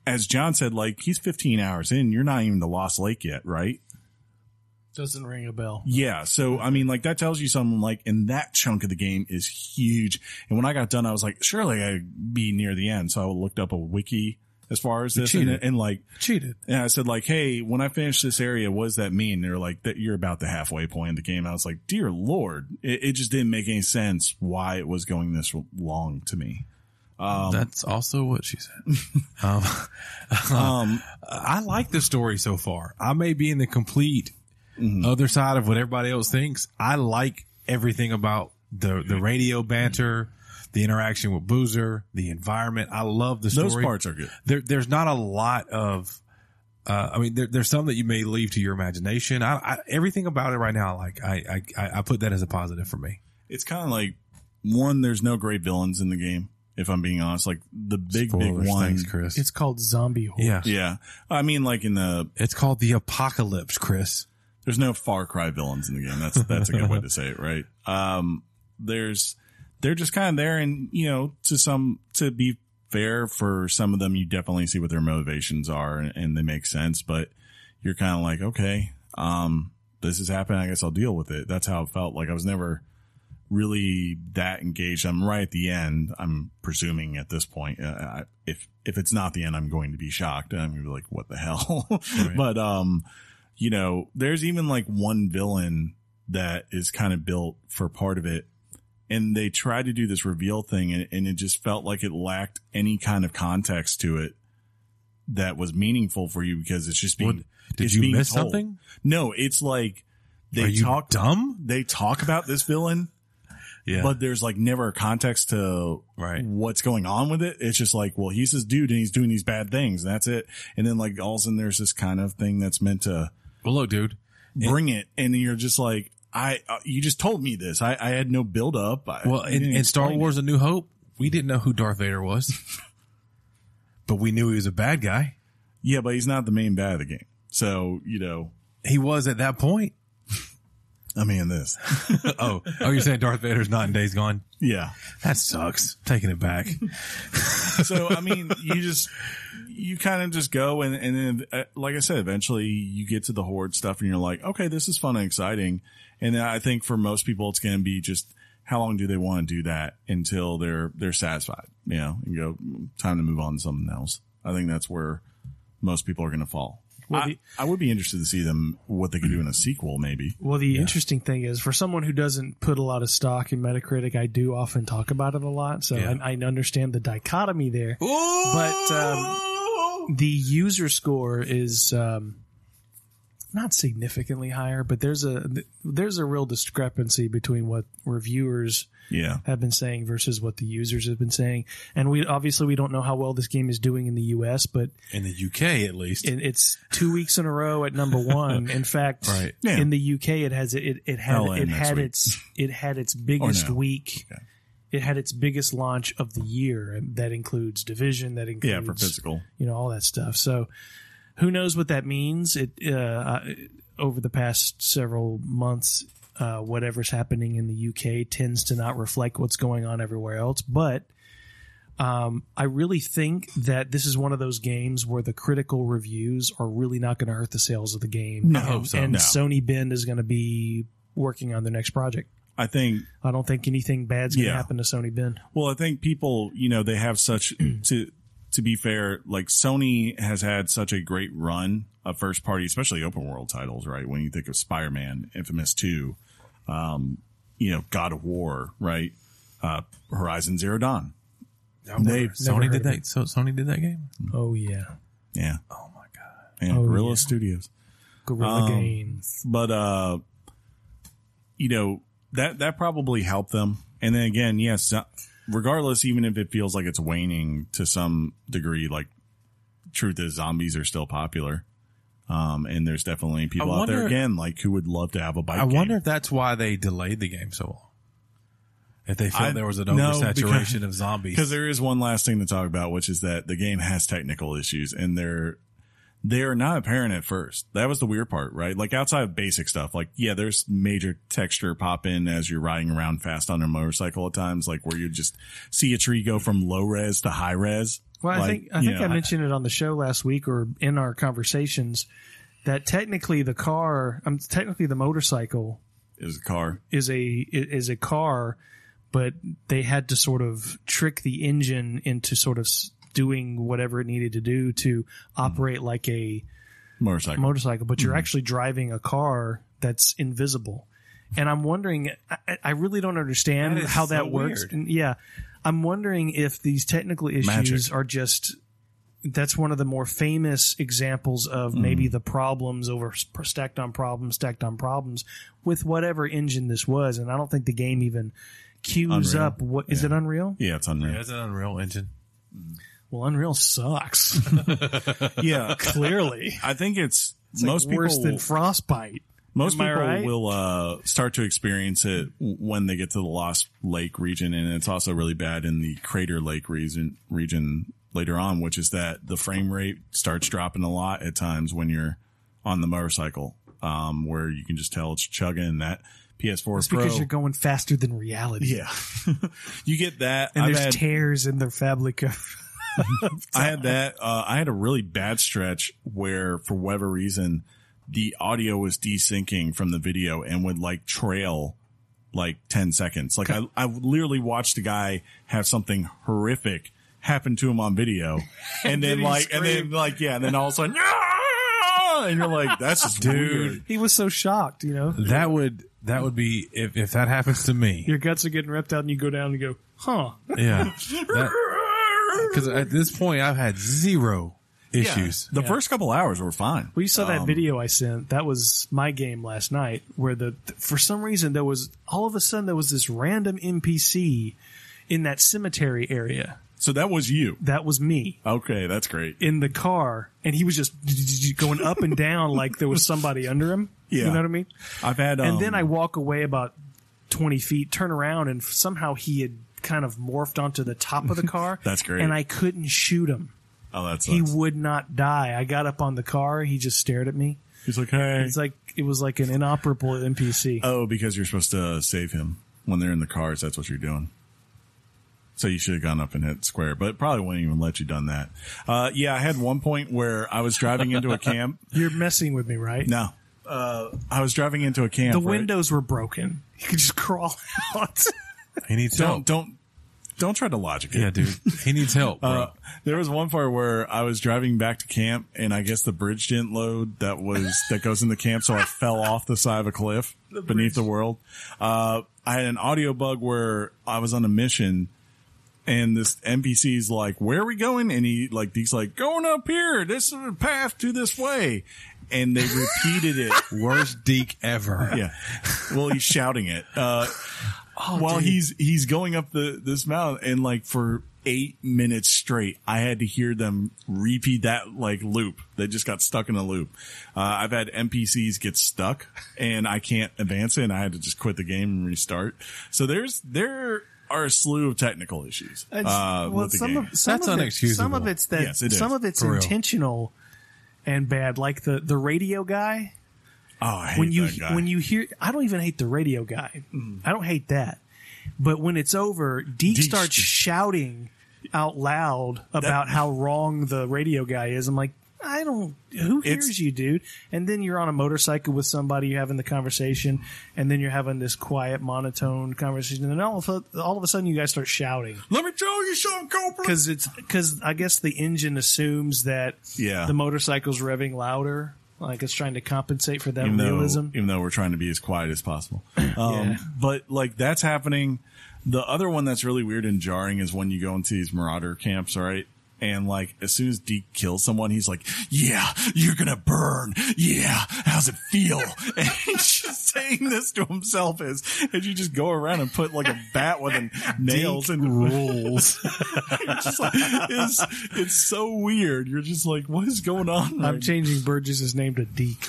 as John said, like he's 15 hours in, you're not even to Lost Lake yet, right?
Doesn't ring a bell.
Yeah. So, I mean, like that tells you something like, and that chunk of the game is huge. And when I got done, I was like, surely I'd be near the end. So I looked up a wiki as far as this and,
cheated.
and like,
Cheated.
and I said like, "Hey, when I finish this area, what does that mean?" They're like, "That you're about the halfway point of the game." I was like, "Dear Lord, it, it just didn't make any sense why it was going this long to me."
That's also what she
[laughs]
said. um,
Um,
[laughs] I like the story so far. I may be in the complete
Mm-hmm.
other side of what everybody else thinks. I like everything about the the radio banter, the interaction with Boozer, the environment. I love the story.
those parts are good.
There, there's not a lot of. Uh, I mean, there, there's some that you may leave to your imagination. I, I, everything about it right now, like I, I- I, I put that as a positive for me.
It's kind of like one. There's no great villains in the game. If I'm being honest, like the big
Spoilers,
big one.
thanks, Chris.
It's called Zombie Horde.
yeah,
Yeah, I mean, like in the
it's called the apocalypse, Chris.
there's no Far Cry villains in the game. That's that's a good way to say it, right? Um, there's they're just kind of there, and you know, to some to be fair, for some of them, you definitely see what their motivations are, and, and they make sense. But you're kind of like, okay, um, this is happening. I guess I'll deal with it. That's how it felt. Like I was never really that engaged. I'm right at the end. I'm presuming at this point, uh, I, if if it's not the end, I'm going to be shocked. I'm going to be like, what the hell? [laughs] But um, you know, there's even like one villain that is kind of built for part of it. And they tried to do this reveal thing and, and it just felt like it lacked any kind of context to it that was meaningful for you because it's just being,
What- did
it's
you
being
miss
told.
something?
No, it's like
Are
they
you
talk,
dumb?
they talk about this villain,
Yeah,
but there's like never a context to
Right.
what's going on with it. It's just like, well, he's this dude and he's doing these bad things and that's it. And then like all of a sudden there's this kind of thing that's meant to,
well, look, dude.
bring it and you're just like i uh, you just told me this i, I had no build up I,
Well,
I
in,
didn't
in Star
explain
Wars: A New Hope, we didn't know who Darth Vader [laughs] was, but we knew he was a bad guy.
it. yeah but he's not the main bad of the game so you know
He was at that [laughs] point.
i mean this [laughs]
oh, oh, you're saying Darth Vader's not in Days Gone?
yeah
That sucks. Taking it back.
so i mean you just you kind of just go and and then uh, like i said eventually you get to the horde stuff and you're like okay this is fun and exciting and i think for most people it's going to be just how long do they want to do that until they're they're satisfied you know and go time to move on to something else i think that's where most people are going to fall
Well,
I,
the-
I would be interested to see them what they could do in a sequel maybe
Well, the interesting thing is, for someone who doesn't put a lot of stock in Metacritic, I do often talk about it a lot, so
Yeah.
I, I understand the dichotomy there.
but
um, The user score is um, not significantly higher, but there's a th- there's a real discrepancy between what reviewers
yeah
have been saying versus what the users have been saying, and we obviously we don't know how well this game is doing in the U.S., but
in the UK, at least,
it, it's two weeks in a row at number one.
[laughs]
In fact,
Right.
Yeah.
in the UK, it has it it had
I'll end
it
next
had
week. [laughs]
its it had its biggest
no.
week.
Okay.
It had its biggest launch of the year, and that includes Division, that includes
yeah for physical
you know all that stuff. So, who knows what that means? It uh, I- over the past several months, uh, whatever's happening in the UK tends to not reflect what's going on everywhere else, but. Um, I really think that this is one of those games where the critical reviews are really not going to hurt the sales of the game.
No,
and,
I hope so.
and
No.
Sony Bend is going to be working on their next project.
i think
I don't think anything bad's going to
Yeah.
happen to Sony Bend.
Well, I think people, you know, they have
[clears throat]
such to to be fair, like Sony has had such a great run of first party, especially open world titles, right? When you think of Spider Man, Infamous Two, um, you know, God of War, right? Uh, Horizon Zero Dawn.
they,
never
Sony
heard
did
of
that. So Sony did that game.
Oh yeah,
Yeah.
Oh my god!
Yeah.
Oh,
Guerrilla
yeah.
Studios.
Guerrilla
Um,
Games.
but uh you know that that probably helped them and then again yes uh, regardless even if it feels like it's waning to some degree like truth is zombies are still popular. Um, and there's definitely people
I
out there
wonder-
again, like who would love to have a bike.
I
game.
wonder if that's why they delayed the game so long. If they felt
I-
there was an
no,
oversaturation
because-
of zombies.
because there is one last thing to talk about, which is that the game has technical issues and they're they are not apparent at first. That was the weird part, right? Like outside of basic stuff, like yeah, there's major texture pop in as you're riding around fast on a motorcycle at times, like where you just see a tree go from low res to high res.
Well, I
Like,
think I
you
think
know,
I mentioned it on the show last week or in our conversations that technically the car, um, technically the motorcycle
it was a car.
is a is a car, but they had to sort of trick the engine into sort of s- doing whatever it needed to do to operate like a
Motorcycle.
motorcycle, but
Mm-hmm.
you're actually driving a car that's invisible. And I'm wondering, I- I, I really don't understand
That is
how that
so
works.
weird.
And yeah, I'm wondering if these technical issues
Magic.
are just. That's one of the more famous examples of
Mm-hmm.
maybe the problems over stacked on problems, stacked on problems with whatever engine this was. And I don't think the game even cues
Unreal.
up what is it Unreal?
yeah, it's
yeah,
unreal.
it's an Unreal Engine.
Well,
[laughs]
Unreal sucks [laughs]
Yeah.
clearly.
I think it's,
It's
most
like worse
people
than Frostbite.
Most
Am I
people
right?
will uh, start to experience it when they get to the Lost Lake region, and it's also really bad in the Crater Lake region region later on, which is that the frame rate starts dropping a lot at times when you're on the motorcycle, um, where you can just tell it's chugging. And that PS4
It's
Pro,
because you're going faster than
[laughs]
reality.
yeah, you get that.
and
I've
there's
had-
tears in their fabric of
I had that. Uh, I had a really bad stretch where, for whatever reason, the audio was desyncing from the video and would like trail like 10 seconds. Like I, I literally watched a guy have something horrific happen to him on
[laughs]
video and, then
he
like, and then
screamed.
like, yeah. And then all of a sudden, "Ah!" and you're like, that's just weird.
[laughs] he was so shocked you know
That would that would be if, if that happens to me.
your guts are getting ripped out and you go down and go huh
Yeah. Because at this point, I've had zero
Yeah.
issues.
The
Yeah.
first couple hours were fine. Um,
well you saw that video i sent that was my game last night where the for some reason there was all of a sudden there was this random npc in that cemetery area
So that was you.
that was me
Okay. That's great.
in the car and he was just [laughs] going up and down like there was somebody under him you
Yeah.
know what i mean
I've had, um,
and then I walk away about twenty feet, turn around, and somehow he had kind of morphed onto the top
[laughs]
of the car.
That's great.
And I couldn't shoot him.
oh, that's,
He would not die. I got up on the car. He just stared at me.
he's like, Hey,
It's like it was like an inoperable
[laughs]
NPC.
Oh, because you're supposed to save him when they're in the cars. That's what you're doing. So you should have gone up and hit square, but it probably wouldn't even let you done that. Uh, yeah, I had one point where I was driving into a camp. [laughs]
You're messing with me, right?
No, uh, I was driving into a camp.
The
right?
windows were broken. [laughs] He could just crawl out.
He needs
Don't
help.
don't don't try to logic it.
Yeah, dude. He needs help, bro.
Uh, there was one part where I was driving back to camp, and I guess the bridge didn't load that was that goes in the camp, so I fell off the side of a cliff beneath the world. Uh, I had an audio bug where I was on a mission, and this NPC's like, "Where are we going?" And he like he's like, "Going up here. This is the path to this way." And they repeated it.
Worst Deke ever.
[laughs] Yeah. Well, he's shouting it. Uh,
Oh,
while he's, he's going up the, this mountain and like for eight minutes straight, I had to hear them repeat that like loop. They just got stuck in a loop. Uh, I've had NPCs get stuck and I can't advance it and I had to just quit the game and restart. So there's, there are a slew of technical issues. Uh, with the game.
some
That's
of it- some
unexcusable.
of it's that
Yes, it is,
some of it's
for real.
intentional and bad, like the the radio guy.
oh, I hate
when you
that guy. Mm-hmm.
when you hear I don't even hate the radio guy. I don't hate that. But when it's over, Deke
Deke
starts
just-
shouting out loud about how wrong the radio guy is. I'm like, I don't who
It's-
hears you, dude? And then you're on a motorcycle with somebody, you're having the conversation, and then you're having this quiet, monotone conversation, and then all of a, all of a sudden you guys start shouting.
let me show you something, Copeland.
Because it's because I guess the engine assumes that
Yeah.
the motorcycle's revving louder, like it's trying to compensate for that
even though,
realism.
even though we're trying to be as quiet as [clears throat] possible. Um,
Yeah.
But like that's happening. The other one that's really weird and jarring is when you go into these marauder camps, all right? And like as soon as Deke kills someone, he's like, "Yeah, you're gonna burn. Yeah, how's it [laughs] feel?" and he's just saying this to himself as as you just go around and put like a bat [laughs] with an nails and
[laughs] rules.
just like, it's it's so weird. You're just like, what is going on?
I'm
right
changing Burgess's name to Deke.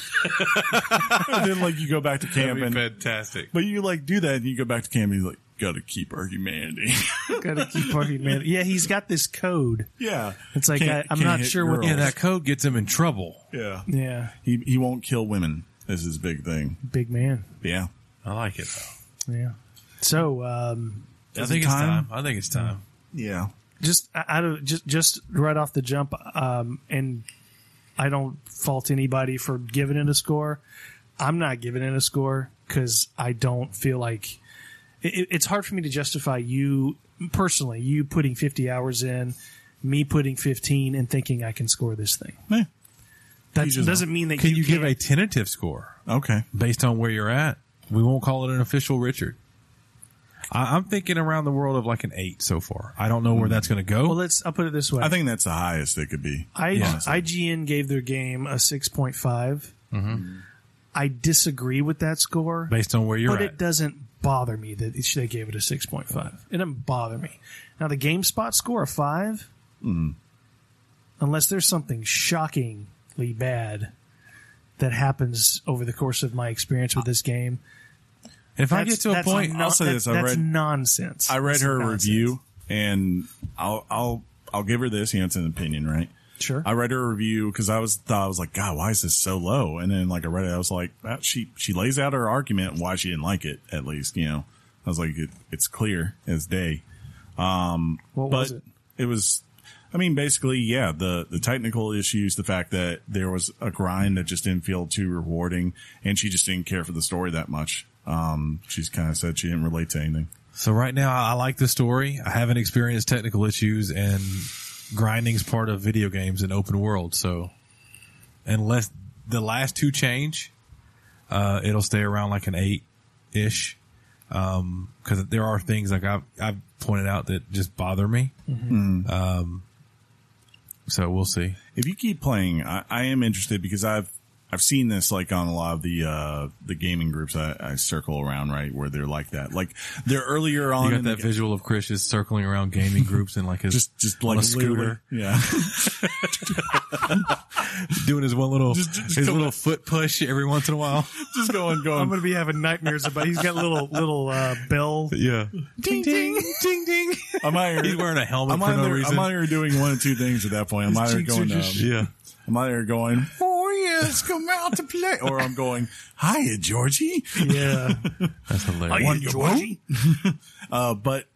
now? and [laughs] then like you go back to camp and
fantastic.
but you like do that and you go back to camp and you're like, gotta keep our humanity.
[laughs] Gotta keep our humanity. Yeah, he's got this code.
[laughs] yeah,
It's like,
Can't-
I, I'm
can't
not
hit
sure what.
girls.
Yeah, that code gets him in trouble.
yeah.
yeah,
He he won't kill women. Is his big thing.
big man.
Yeah.
I like it. Though.
Yeah. So, um,
I
Is
think
it
it's
time?
time. I think it's time.
Yeah.
just out of just just right off the jump, um, and I don't fault anybody for giving it a score. I'm not giving it a score because I don't feel like it, it- it's hard for me to justify you personally. You putting 50 hours in, me putting 15, and thinking I can score this thing.
Eh,
That
just-
doesn't mean that
Can you, give a
can't-
tentative score
okay.
based on where you're at? We won't call it an official Richard. I, I'm thinking around the world of like an eight so far. I don't know
Hmm.
where that's going to go.
Well, let's. I'll put it this way.
I think that's the highest it could be.
I,
Yeah.
IGN gave their game a 6.5. I disagree with that score,
based on where Mm-hmm. you're
but
at.
it doesn't bother me that it- they gave it a 6.5. It doesn't bother me. Now, the GameSpot score, a 5,
Mm.
unless there's something shockingly bad that happens over the course of my experience with this game,
if I
that's-
get to a
that's
point,
no-
I'll say
that-
this, I
that's
read-
nonsense.
I read
That's
her
nonsense.
review and I'll I'll I'll give her this, you know, it's an opinion, right?
Sure.
I read her review because I was thought I was like, God, why is this so low? And then like I read it, I was like, ah, she she lays out her argument why she didn't like it. At least you know, I was like, it, it's clear as day.
what
but
was it?
was I mean, basically, yeah, the, the technical issues, the fact that there was a grind that just didn't feel too rewarding, and she just didn't care for the story that much. Um, she's kind of said she didn't relate to anything.
So right now, I I like the story. I haven't experienced technical issues, and grinding's part of video games and open world. So unless the last two change, uh, it'll stay around like an eight ish. Um, cause there are things like I've, I've pointed out that just bother me. Um, so we'll see.
If you keep playing, I, I am interested because I've I've seen this like on a lot of the uh, the gaming groups I, I circle around, right, where they're like that. Like they're earlier on
You got
in the
that
e-,
visual of Chris just circling around gaming groups and like his,
just just
on
like
a scooter,
literally- [laughs] yeah.
doing his one little,
just
his
go-
little foot push every once in a while.
just going going.
I'm going to be having nightmares about. He's got little little uh,
[laughs]
bell
[laughs] Yeah.
Ding, ding.
ding, ding.
I'm either,
[laughs] He's wearing a helmet
I'm
for no
either,
reason.
I'm either doing one of two things at that point. I'm either
cheeks are
going.
just
um,
yeah.
I'm either going, oh yes, come out to play, or I'm going, hiya, Georgie.
Yeah.
That's hilarious.
Want your boat? [laughs] uh, but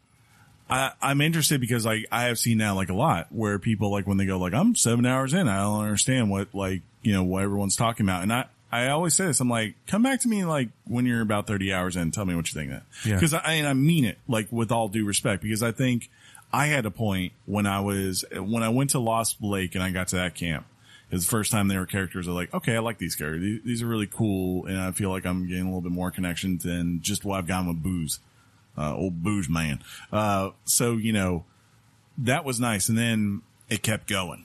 I, I'm interested because like I have seen now like a lot where people like when they go like I'm seven hours in, I don't understand what like you know what everyone's talking about, and I. I always say this. I'm like, come back to me like when you're about 30 hours in. and Tell me what you think of that.
Yeah.
Because I and I mean it like with all due respect because I think I had a point when I was when I went to Lost Lake and I got to that camp. It was the first time there were characters that like, okay, I like these characters. These, these are really cool, and I feel like I'm getting a little bit more connection than just what I've gotten with booze uh, old booze man. Uh, so you know that was nice, and then it kept going,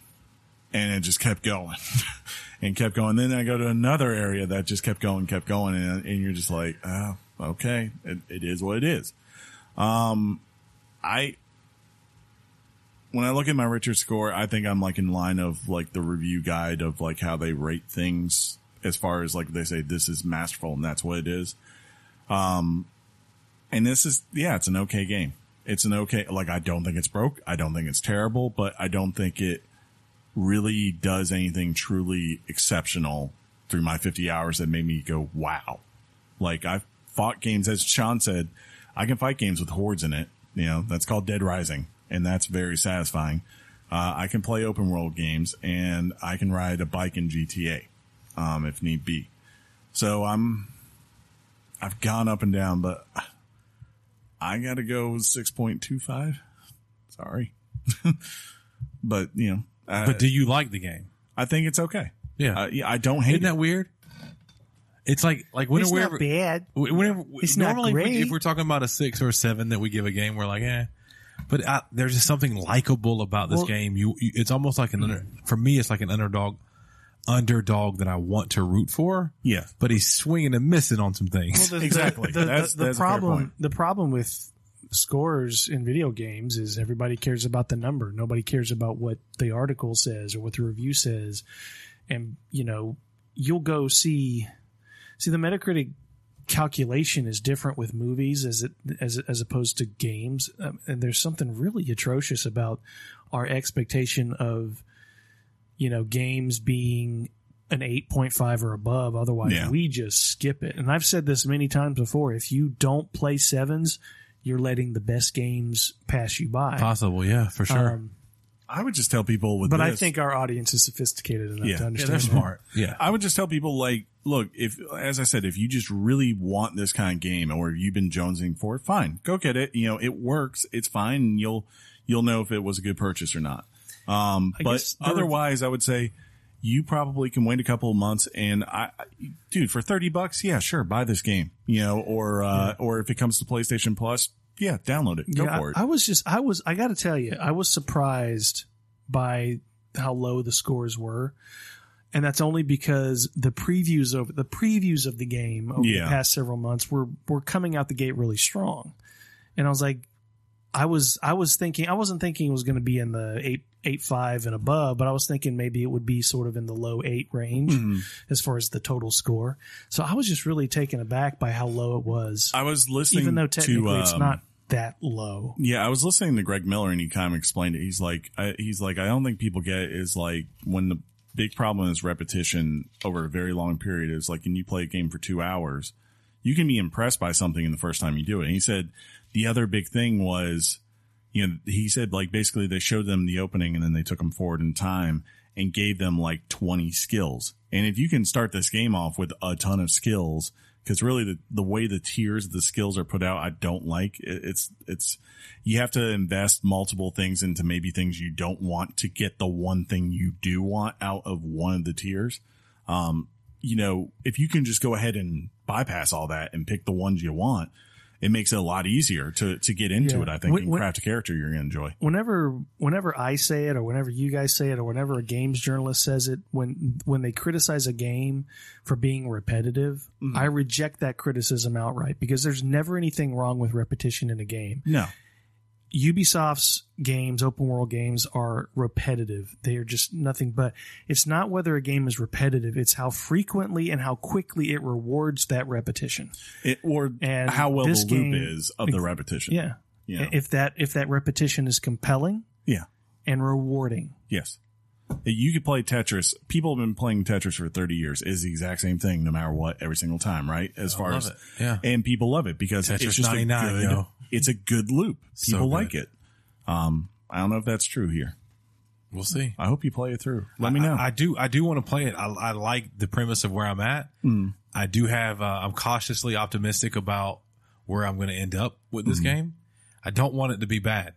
and it just kept going, [laughs] and kept going. Then I go to another area that just kept going, kept going, and, and you're just like, oh, okay, it, it is what it is. Um, I when I look at my Richard score, I think I'm like in line of like the review guide of like how they rate things as far as like they say this is masterful and that's what it is. And this is, yeah, it's an okay game. It's an okay, like, I don't think it's broke. I don't think it's terrible, but I don't think it really does anything truly exceptional through my 50 hours that made me go, wow. Like, I've fought games, as Sean said, I can fight games with hordes in it. You know, that's called Dead Rising, and that's very satisfying. Uh, I can play open world games and I can ride a bike in GTA, um, if need be. So I'm, I've gone up and down, but I gotta go six point two five. Sorry, [laughs] but you know, I,
But do you like the game?
I think it's okay.
Yeah.
Uh, yeah, I don't hate
Isn't that weird? It's like like when
it's
we're
not bad.
whenever
It's not
normally if we-
great.
if we're talking about a six or a seven that we give a game, we're like, eh. But I, there's just something likable about this
Well-
game. You, you, it's almost like an under, for me, it's like an underdog, underdog that I want to root for.
Yeah.
But he's swinging and missing on some
Well,
things.
the- the-
Exactly.
The, the-
That's-
the
that's a fair
problem.
point.
The problem with scores in video games is everybody cares about the number. Nobody cares about what the article says or what the review says. And you know, you'll go see see the Metacritic calculation is different with movies as it as as opposed to games. Um, and there's something really atrocious about our expectation of you know games being an 8.5 or above otherwise
Yeah.
we just skip it and i've said this many times before if you don't play sevens you're letting the best games pass you by
Possible, yeah, for sure.
Um,
I would just tell people with
but i
this-
think our audience is sophisticated enough
Yeah.
to
Yeah,
understand
yeah, they're
that.
smart. Yeah.
I would just tell people like, look, if as I said, if you just really want this kind of game or you've been jonesing for it, fine, go get it. You know, it works, it's fine, and you'll you'll know if it was a good purchase or not. Um,
I
but
guess the rev-
otherwise, I would say you probably can wait a couple of months. And I, I- dude, for thirty bucks, yeah, sure, buy this game. You know, or uh, or if it comes to PlayStation Plus, yeah, download it, go
Yeah,
for it.
I, I was just, I was, I got to tell you, I was surprised by how low the scores were, and that's only because the previews over the previews of the game over
Yeah.
the past several months were were coming out the gate really strong, and I was like, I was, I was thinking, I wasn't thinking it was going to be in the eight eight five and above, but I was thinking maybe it would be sort of in the low eight range
Mhm.
as far as the total score. So I was just really taken aback by how low it was,
I was listening,
even though technically
to,
it's
um,
not that low.
Yeah, I was listening to Greg Miller, and he kind of explained it. He's like, I, he's like, I don't think people get it is like when the big problem is repetition over a very long period. Is like, when you play a game for two hours, you can be impressed by something in the first time you do it. And he said the other big thing was, you know, he said like basically they showed them the opening and then they took them forward in time and gave them like 20 skills. And if you can start this game off with a ton of skills, because really the, the way the tiers of the skills are put out, I don't like it, it's, it's, you have to invest multiple things into maybe things you don't want to get the one thing you do want out of one of the tiers. Um, you know, if you can just go ahead and bypass all that and pick the ones you want, it makes it a lot easier to, to get into
Yeah.
it, I think,
When-
and
when-
craft a character you're going to enjoy.
whenever whenever I say it or whenever you guys say it or whenever a games journalist says it when when they criticize a game for being repetitive
Mhm.
I reject that criticism outright because there's never anything wrong with repetition in a game.
No.
Ubisoft's games, open world games are repetitive. They are just nothing but it's not whether a game is repetitive, it's how frequently and how quickly it rewards that repetition.
It, or
And
how well the
this
loop
game-
is of the repetition.
Yeah.
You know?
If that if that repetition is compelling
Yeah.
and rewarding.
Yes. You could play Tetris. People have been playing Tetris for 30 years. It's the exact same thing, no matter what, every single time, right? As far as,
it. Yeah.
[laughs] and people love it because
Tetris
it's just a
99,
good,
yo.
it's a good loop. People
So good.
like it. Um, I don't know if that's true here.
We'll see.
I hope you play it through. Let me
I-
know.
I, I do. I do want to play it. I, I like the premise of where I'm at. I do have. Uh, I'm cautiously optimistic about where I'm going to end up with this game. I don't want it to be bad.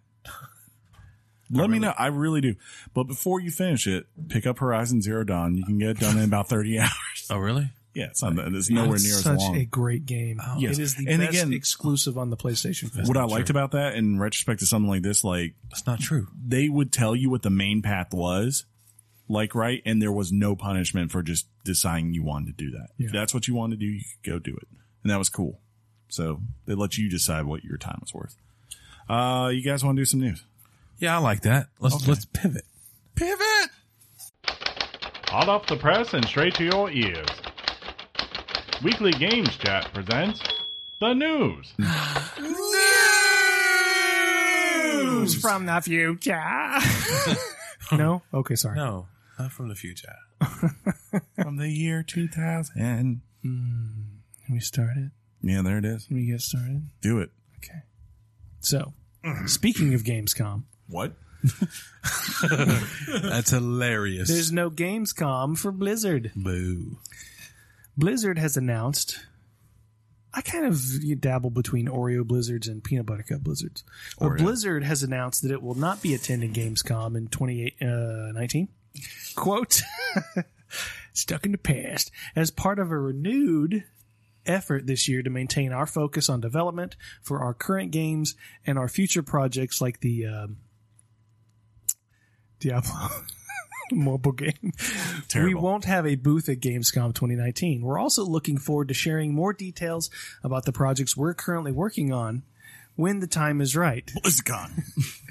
Let me know. I really do. But before you finish it, pick up Horizon Zero Dawn. You can get it done in about 30 [laughs] hours.
Oh, really?
Yeah, it's, not, it's nowhere
It's
near as
such
long.
a great game.
Yes.
It is the
And
best
again-
exclusive on the PlayStation. Fest.
what I liked about that in retrospect to something like this, like
That's not true.
they would tell you what the main path was, like right, and there was no punishment for just deciding you wanted to do that. If that's what you wanted to do, you could go do it, and that was cool. So they let you decide what your time was worth. Uh, you guys want to do some news?
Yeah, I like that. Let's let's pivot.
Pivot.
hot off the press and straight to your ears. Weekly Games Chat presents the news.
News from the future. [laughs] no? Okay, sorry.
No, not from the future.
[laughs] From the year two thousand.
Can we start it?
Yeah, there it is.
Can we get started?
Do it.
Okay. So, Mm. speaking of Gamescom,
What?
That's hilarious.
there's no Gamescom for Blizzard.
Boo.
Blizzard has announced. I kind of dabble between Oreo blizzards and peanut butter cup blizzards. But Blizzard has announced that it will not be attending Gamescom in uh, 2019. [laughs] Quote, stuck in the past, as part of a renewed effort this year to maintain our focus on development for our current games and our future projects like the um, Diablo [laughs] mobile game. We
Terrible.
won't have a booth at Gamescom 2019. We're also looking forward to sharing more details about the projects we're currently working on when the time is right.
BlizzCon.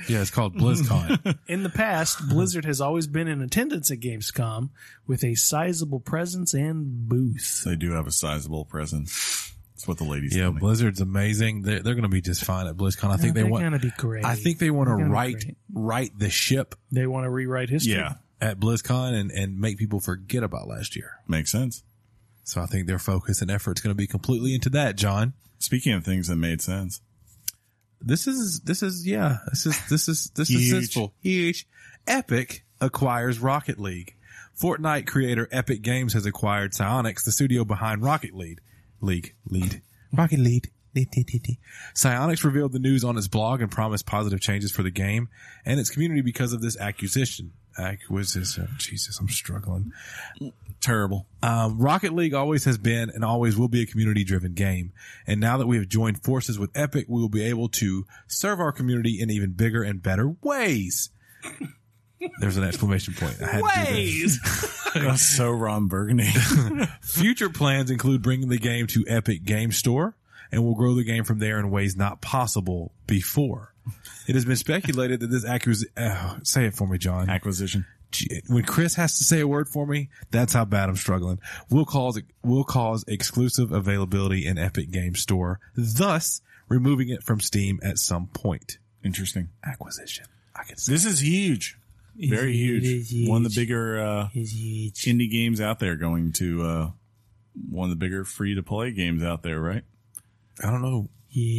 Yeah, it's called [laughs] BlizzCon.
In the past, Blizzard has always been in attendance at Gamescom with a sizable presence and booth.
they do have a sizable presence. That's what the ladies
yeah,
tell me.
Blizzard's amazing. They're, they're going to be just fine at BlizzCon. I think they
They're
want.
gonna be great.
I think they want to
They're gonna be
right
great.
right the ship
they want to rewrite history.
yeah,
at BlizzCon and and make people forget about last year.
makes sense.
So I think their focus and effort's going to be completely into that, John.
Speaking of things that made sense,
This is this is yeah. This is this is this is
Huge.
sensible. Huge. Epic acquires Rocket League. Fortnite creator Epic Games has acquired Psyonix, the studio behind Rocket League. League. Lead. Rocket League. Lead, lead, lead, lead. Psyonix revealed the news on its blog and promised positive changes for the game and its community because of this acquisition. Acquisition. Jesus, I'm struggling.
terrible.
Um, Rocket League always has been and always will be a community driven game. And now that we have joined forces with Epic, we will be able to serve our community in even bigger and better ways. There's an exclamation point. I had to do that. [laughs]
That's so Ron Burgundy.
Future plans include bringing the game to Epic Game Store and will grow the game from there in ways not possible before. It has been speculated that this acquisition, oh, say it for me, John.
Acquisition.
Gee, when Chris has to say a word for me, that's how bad I'm struggling. Will cause will cause exclusive availability in Epic Game Store, thus removing it from Steam at some point.
Interesting.
Acquisition. I can see.
This is huge. Very huge. One of the bigger uh, indie games out there going to uh, one of the bigger free to play games out there, right?
I don't know.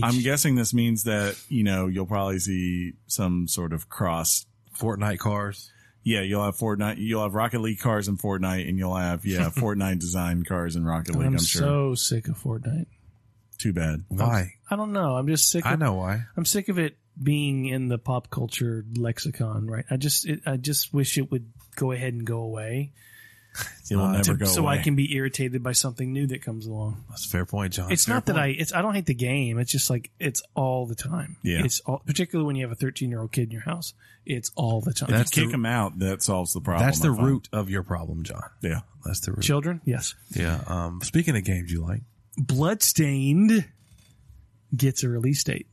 I'm guessing this means that, you know, you'll probably see some sort of cross.
Fortnite cars.
Yeah, you'll have Fortnite, you'll have Rocket League cars in Fortnite, and you'll have, yeah, Fortnite design cars in Rocket League,
I'm,
I'm, sure.
so sick of Fortnite.
Too bad.
Why?
I don't know. I'm just sick. Of,
I know why.
I'm sick of it being in the pop culture lexicon. Right. I just. It, I just wish it would go ahead and go away,
It'll
not-
never
to-
go
so
away.
I can be irritated by something new that comes along.
That's a fair point, John.
it's
Fair
not that I
point.
it's I don't hate the game. It's just like it's all the time.
Yeah.
It's all particularly when you have a thirteen year old kid in your house. It's all the time.
That's
If you kick
the-
them out, that solves the problem.
That's the
I find.
root of your problem, John.
Yeah.
That's the root.
Children, yes.
Yeah. Um. Speaking of games you like,
Bloodstained gets a release date.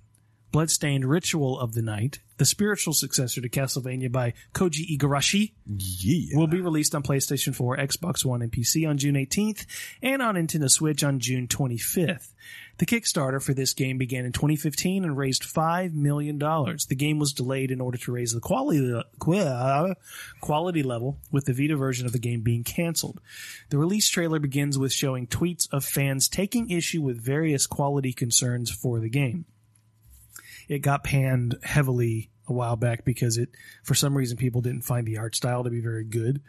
Bloodstained Ritual of the Night, the spiritual successor to Castlevania by Koji Igarashi,
yeah.
will be released on PlayStation 4, Xbox One, and PC on June 18th, and on Nintendo Switch on June 25th. The Kickstarter for this game began in 2015 and raised $5 million. The game was delayed in order to raise the quality, qu- quality level, with the Vita version of the game being canceled. The release trailer begins with showing tweets of fans taking issue with various quality concerns for the game it got panned heavily a while back because it for some reason people didn't find the art style to be very good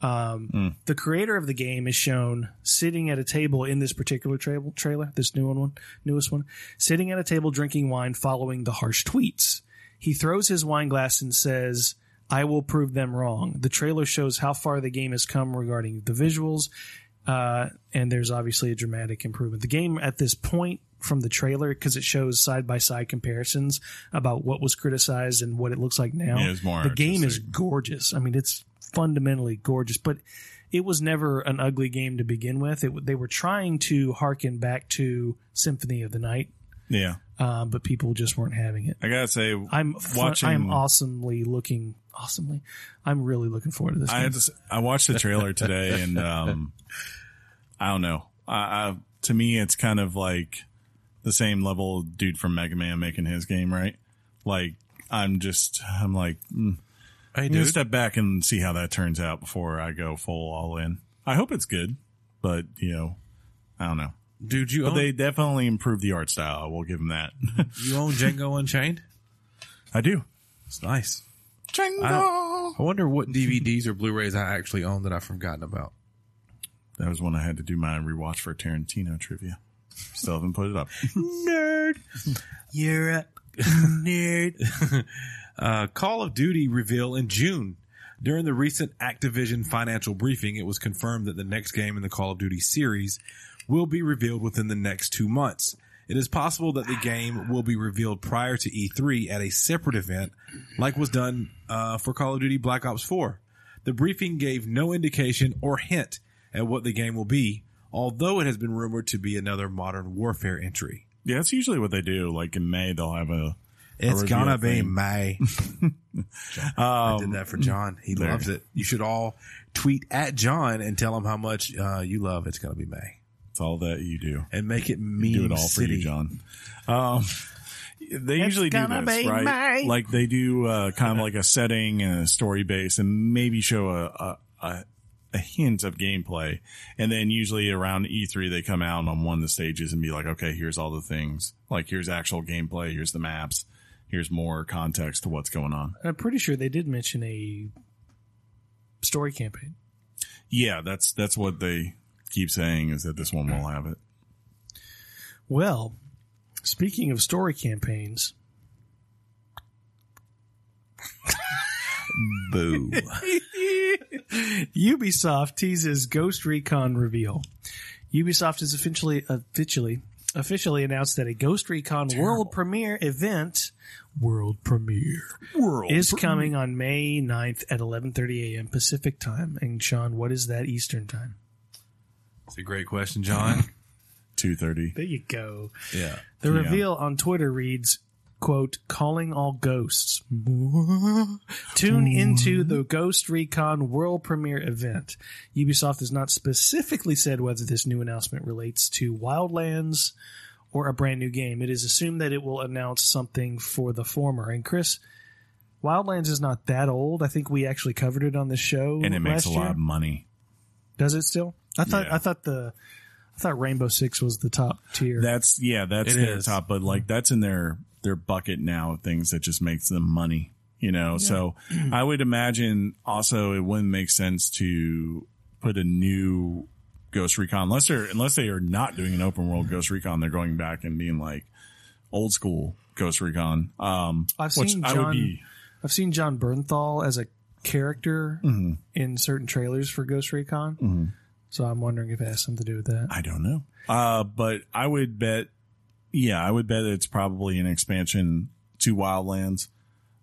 um, the creator of the game is shown sitting at a table in this particular tra- trailer this new one newest one sitting at a table drinking wine following the harsh tweets he throws his wine glass and says i will prove them wrong the trailer shows how far the game has come regarding the visuals uh, and there's obviously a dramatic improvement. The game at this point from the trailer, because it shows side by side comparisons about what was criticized and what it looks like now.
Yeah, it's more
the game is
artistic.
gorgeous. I mean, it's fundamentally gorgeous, but it was never an ugly game to begin with. It, they were trying to harken back to Symphony of the Night,
Yeah.
uh, but people just weren't having it.
I got to say,
I'm watching.
Watching-
I'm awesomely looking. Awesomely, I'm really looking forward to this.
I
game.
had to, s- I watched the trailer today, and um, I don't know. I, I to me, it's kind of like the same level dude from Mega Man making his game, right? Like I'm just, I'm like, mm,
Hey,
I'm gonna
dude.
step back and see how that turns out before I go full all in. I hope it's good, but you know, I don't know.
Dude, you
But
own,
they definitely improved the art style. I will give them that. [laughs]
you own Django Unchained.
I do.
It's nice.
Django.
I wonder what DVDs or Blu-rays I actually own that I've forgotten about.
That was when I had to do my rewatch for Tarantino trivia. Still haven't put it
[laughs]
up.
Nerd. You're a nerd. [laughs] uh, Call of Duty reveal in June. During the recent Activision financial briefing, it was confirmed that the next game in the Call of Duty series will be revealed within the next two months. It is possible that the game will be revealed prior to E3 at a separate event, like was done uh, for Call of Duty Black Ops 4. The briefing gave no indication or hint at what the game will be, although it has been rumored to be another Modern Warfare entry.
Yeah, that's usually what they do. Like in May, they'll have a.
It's
reveal
gonna be
thing. [laughs]
May. I did
Um,
that for John. He
there.
loves it. You should all tweet at John and tell him how much uh, you love. It's gonna be May,
it's all that you do.
and make it meme
do it all
city.
for you, John. Um, they usually do
gonna
this,
be
right?
my-
Like they do uh, kind of like a setting and a story base, and maybe show a a, a a hint of gameplay, and then usually around E3 they come out on one of the stages and be like, okay, here's all the things. Like here's actual gameplay. Here's the maps. Here's more context to what's going on.
I'm pretty sure they did mention a story campaign.
Yeah, that's that's what they keep saying is that this one will have it.
Well, speaking of
[laughs]
story campaigns, [laughs]
Boo!
Ubisoft teases Ghost Recon reveal. Ubisoft has officially officially officially announced that a Ghost Recon world premiere event world premiere
World
is coming on May 9th at 11:30 a.m. Pacific time. And Sean, what is that Eastern time?
It's a great question, John.
two thirty.
There you go.
[laughs] yeah,
The
Yeah.
reveal on Twitter reads, quote, calling all ghosts. [laughs] Tune into
Mm-hmm.
the Ghost Recon World Premiere event. Ubisoft has not specifically said whether this new announcement relates to Wildlands or a brand new game. It is assumed that it will announce something for the former. And Chris, Wildlands is not that old. I think we actually covered it on the show.
and it makes a
last
lot
year.
of money.
Does it still? I thought
Yeah.
I thought the I thought Rainbow Six was the top tier.
That's yeah, that's
It
their
is.
top, but like that's in their their bucket now of things that just makes them money, you know.
[clears throat]
So I would imagine also it wouldn't make sense to put a new Ghost Recon unless they're unless they are not doing an open world Ghost Recon, they're going back and being like old school Ghost Recon. Um
I've
which
seen
I
John-
would be
I've seen John Bernthal as a character
Mm-hmm.
in certain trailers for Ghost Recon. So I'm wondering if it has something to do with that.
I don't know. Uh, but I would bet, yeah, I would bet it's probably an expansion to Wildlands.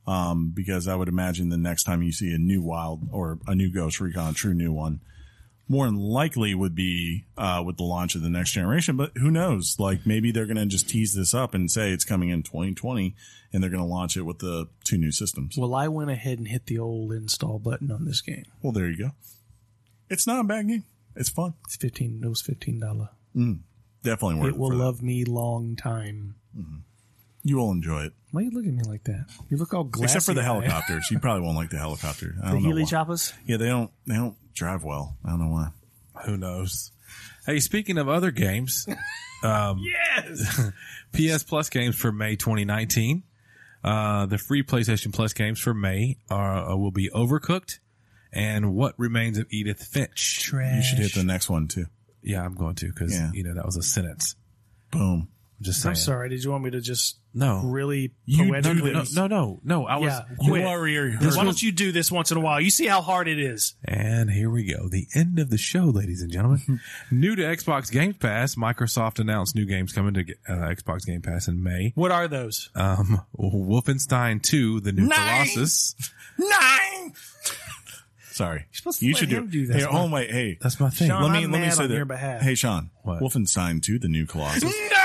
Um, because I would imagine the next time you see a new wild or a new Ghost Recon, true new one, more than likely would be uh, with the launch of the next generation. But who knows? Like maybe they're going to just tease this up and say it's coming in 2020, and they're going to launch it with the two new systems.
Well, I went ahead and hit the old install button on this game.
Well, there you go. It's not a bad game. It's fun.
It's fifteen. It was fifteen dollar.
Definitely worth
It
it.
will
for that.
love me long time.
You will enjoy it.
Why you look at me like that? You look all glassy.
except for the
eyed.
helicopters. you probably won't like the helicopter. I
The
don't know
Healy
why.
choppers.
Yeah, they don't they don't drive well. I don't know why.
who knows? Hey, speaking of
[laughs]
other games,
Yes.
[laughs] PS Plus games for May 2019. Uh, the free PlayStation Plus games for May are uh, will be Overcooked and What Remains of Edith Finch.
You should hit the next one too.
Yeah, I'm going to because
Yeah.
you know that was a sentence.
Boom.
I'm just saying.
I'm sorry. Did you want me to just
No,
really
You
no,
poetically?
no, no, no, no, no. I was.
Yeah. Quit.
already
Why don't you do this once in a while? You see how hard it is.
And here we go. The end of the show, ladies and
[laughs]
gentlemen. new to Xbox Game Pass, Microsoft announced new games coming to uh, Xbox Game Pass in May.
What are those?
Um, Wolfenstein 2, the new Colossus.
nine. [laughs] Sorry.
supposed to
You
let
should
him
do
do
it.
that.
Hey, oh wait, hey.
That's my thing.
Sean,
let me
I'm
let me
mad
say
on
that.
your behalf.
Hey Sean.
What?
Wolfenstein 2, the new Colossus. [laughs]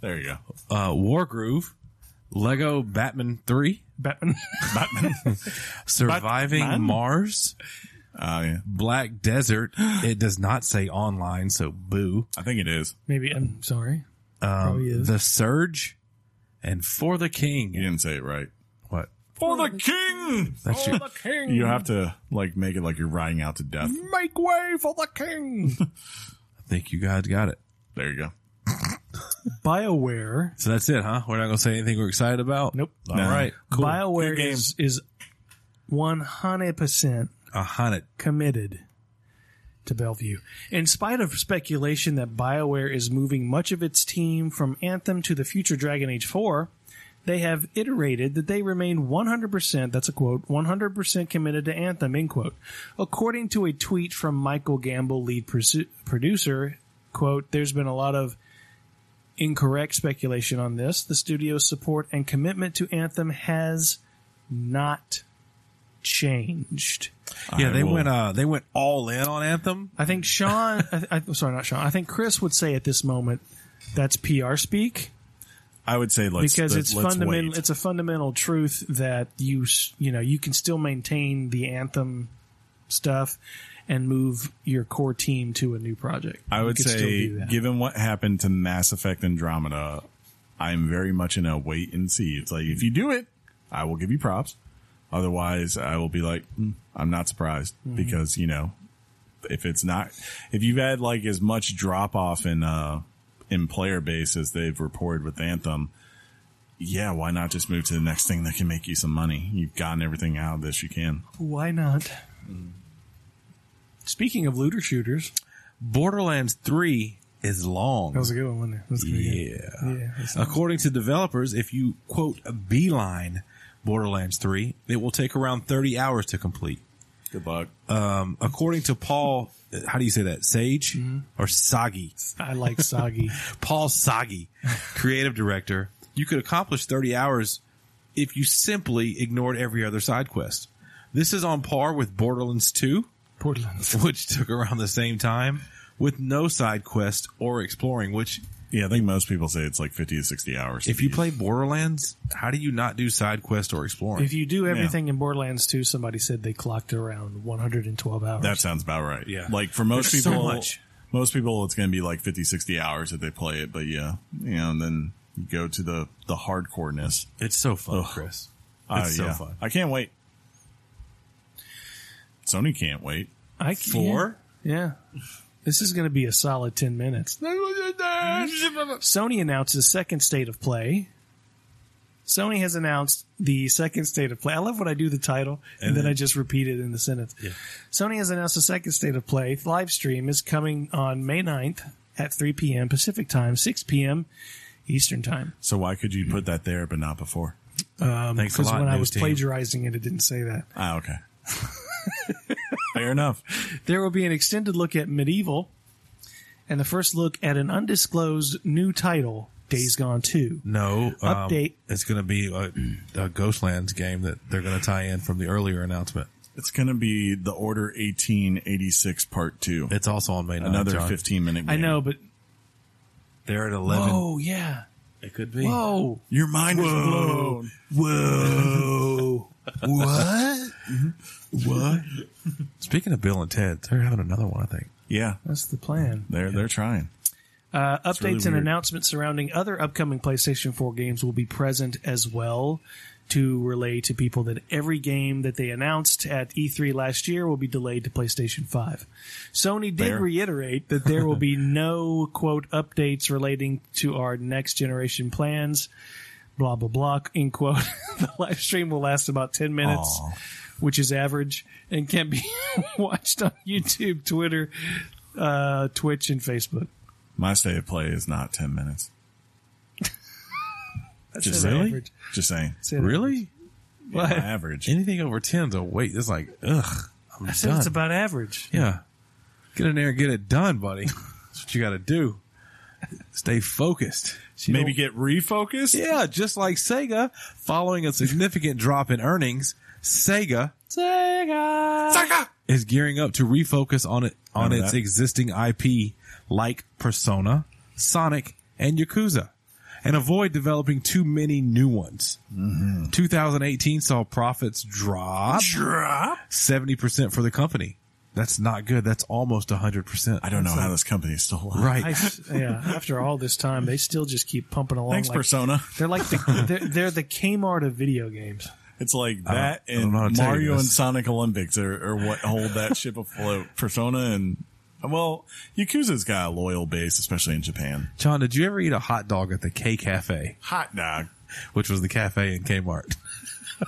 There you go.
uh, Wargroove, Lego Batman 3,
Batman.
Batman.
Surviving
Batman?
Mars,
Oh yeah.
Black
[gasps]
Desert. It does not say online, so boo.
I think it is.
Maybe I'm sorry.
Um,
Probably is.
the Surge and For the King.
You didn't say it right.
What?
For the king.
That's your,
You have to like make it like you're riding out to death.
Make way for the king.
I think you guys got it.
There you go.
[laughs] BioWare.
So that's it, huh? We're not going to say anything we're excited about?
Nope. Um,
All
No.
right. Cool.
Good
BioWare
game.
is, is 100%
A hundred.
committed to Bellevue. In spite of speculation that BioWare is moving much of its team from Anthem to the future Dragon Age 4, they have iterated that they remain 100%, that's a quote, 100% committed to Anthem, end quote. According to a tweet from Michael Gamble, lead produ- producer Quote, there's been a lot of incorrect speculation on this. The studio's support and commitment to Anthem has not changed.
Yeah,
I
they
will-
went uh they went all in on Anthem.
I think Sean, I, I, sorry, not Sean, I think Chris would say at this moment that's PR speak.
I would say let's
because
let-
it's
let's
fundamental.
wait.
It's a fundamental truth that you s- you know you can still maintain the anthem stuff and move your core team to a new project.
I
You
would
could still
say,
do that.
given what happened to Mass Effect Andromeda, I'm very much in a wait and see. It's like, if you do it, I will give you props. Otherwise, I will be like, "Hmm, I'm not surprised
Mm-hmm.
because, you know, if it's not, if you've had like as much drop off in, uh, in player base as they've reported with Anthem, yeah, why not just move to the next thing that can make you some money? You've gotten everything out of this you can.
why not? Speaking of looter shooters,
Borderlands 3 is long.
that was a good one. Wasn't it? That was pretty good.
yeah.
yeah. that's-
According to developers, if you quote beeline Borderlands 3, it will take around 30 hours to complete.
Good luck.
Um, according to Paul, uh, how do you say that? Sage
Mm-hmm.
or Soggy?
I
[laughs]
like soggy.
Paul Soggy, creative director, you could accomplish 30 hours if you simply ignored every other side quest. This is on par with Borderlands 2,
Portland.
[laughs] which took around the same time with no side quest or exploring, which
Yeah, I think most people say it's like 50 to 60 hours.
if you play Borderlands, how do you not do side quest or exploring?
If you do everything in Borderlands 2, somebody said they clocked around 112 hours.
That sounds about right.
Yeah.
Like for most
There's so
people,
much.
most people, it's going to be like 50, 60 hours that they play it. But yeah, you know, and then you go to the, the hardcoreness.
it's so fun,
Ugh.
Chris. Oh,
Uh,
It's so
yeah.
fun.
I can't wait. Sony can't wait.
I c-
Four?
Yeah. This is going to be a solid 10 minutes. Sony announces second state of play. Sony has announced the second state of play. I love when I do the title and, then, I just repeat it in the sentence. Sony has announced the second state of play live stream is coming on May 9th at 3 p.m. Pacific time, 6 p.m. Eastern time.
So why could you put that there, but not before?
Um,
Thanks a
because
lot,
when I
news
was
team.
plagiarizing it, it didn't say that.
Ah, okay. [laughs] Fair enough.
There will be an extended look at Medieval and the first look at an undisclosed new title, Days Gone 2.
[laughs] No. um,
Update.
it's going to be a, a Ghostlands game that they're going to tie in from the earlier announcement.
It's going to be the Order 1886 Part 2.
It's also on May 9th.
Another
John.
15 minute game.
I know, but
They're at 11.
oh yeah,
It could be.
oh
Your mind was blown.
[laughs] Whoa. what?
Mm-hmm.
What? [laughs] Speaking of Bill and Ted, they're having another one, I think.
Yeah.
that's the plan.
They're, they're trying.
Uh, updates
really
and
weird.
announcements surrounding other upcoming PlayStation 4 games will be present as well to relay to people that every game that they announced at E3 last year will be delayed to PlayStation 5. Sony did
Fair.
reiterate that
[laughs]
there will be no quote updates relating to our next generation plans. Blah blah blah. In quote, [laughs] the live stream will last about ten minutes.
Aw.
which is average and can be [laughs] watched on YouTube, Twitter, uh, Twitch, and Facebook.
My state of play is not 10 minutes. Just
an
saying.
average.
Just saying.
[laughs]
Say that.
My
What?
average.
Anything over 10 to wait. It's like, ugh. I'm
I said
done.
it's about average.
yeah. Get in there and get it done, buddy. That's what you got to do. Stay focused.
So you
Maybe
don't-
get refocused?
Yeah, just like Sega, following a significant drop in earnings, Sega
Sega.
is gearing up to refocus on it on
Remember
its
that?
existing IP like Persona, Sonic, and Yakuza, and avoid developing too many new ones.
Mm-hmm.
2018 saw profits drop
Drop?
70% for the company. That's not good. That's almost 100%.
I don't know how this company is still alive.
Right.
I s yeah. After all this time, they still just keep pumping along.
[laughs] Thanks,
like,
[laughs]
Persona.
They're like [laughs] the, they're, they're the Kmart of video games.
It's like that
I don't know how to
and
tell you
Mario
this.
and Sonic Olympics are, are what hold that ship
[laughs]
afloat. Persona and, well, Yakuza's got a loyal base, especially in Japan.
John, did you ever eat a hot dog at the K Cafe,
Hot dog.
which was the cafe in Kmart? [laughs]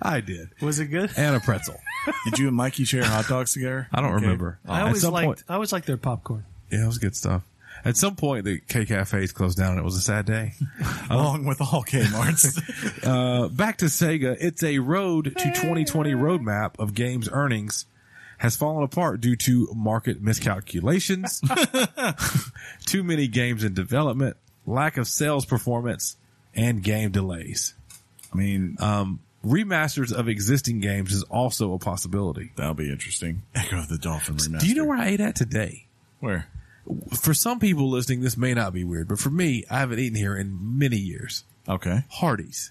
I did.
Was it good?
And a pretzel.
Did you and Mikey share
[laughs]
hot dogs together?
I don't
Okay.
remember.
I
At
always
some
liked.
point-
I always liked their popcorn.
Yeah, it was good stuff. At some point, the K cafes closed down, and it was a sad day. [laughs]
Along with all Kmart's.
Uh, back to Sega, it's a road to 2020 roadmap of games earnings has fallen apart due to market miscalculations, [laughs] too many games in development, lack of sales performance, and game delays.
I mean,
Uh, Remasters of existing games is also a possibility.
that'll be interesting. Echo of the Dolphin remaster.
Do you know where I ate at today?
Where?
For some people listening, this may not be weird, but for me, I haven't eaten here in many years.
Okay.
Hardee's.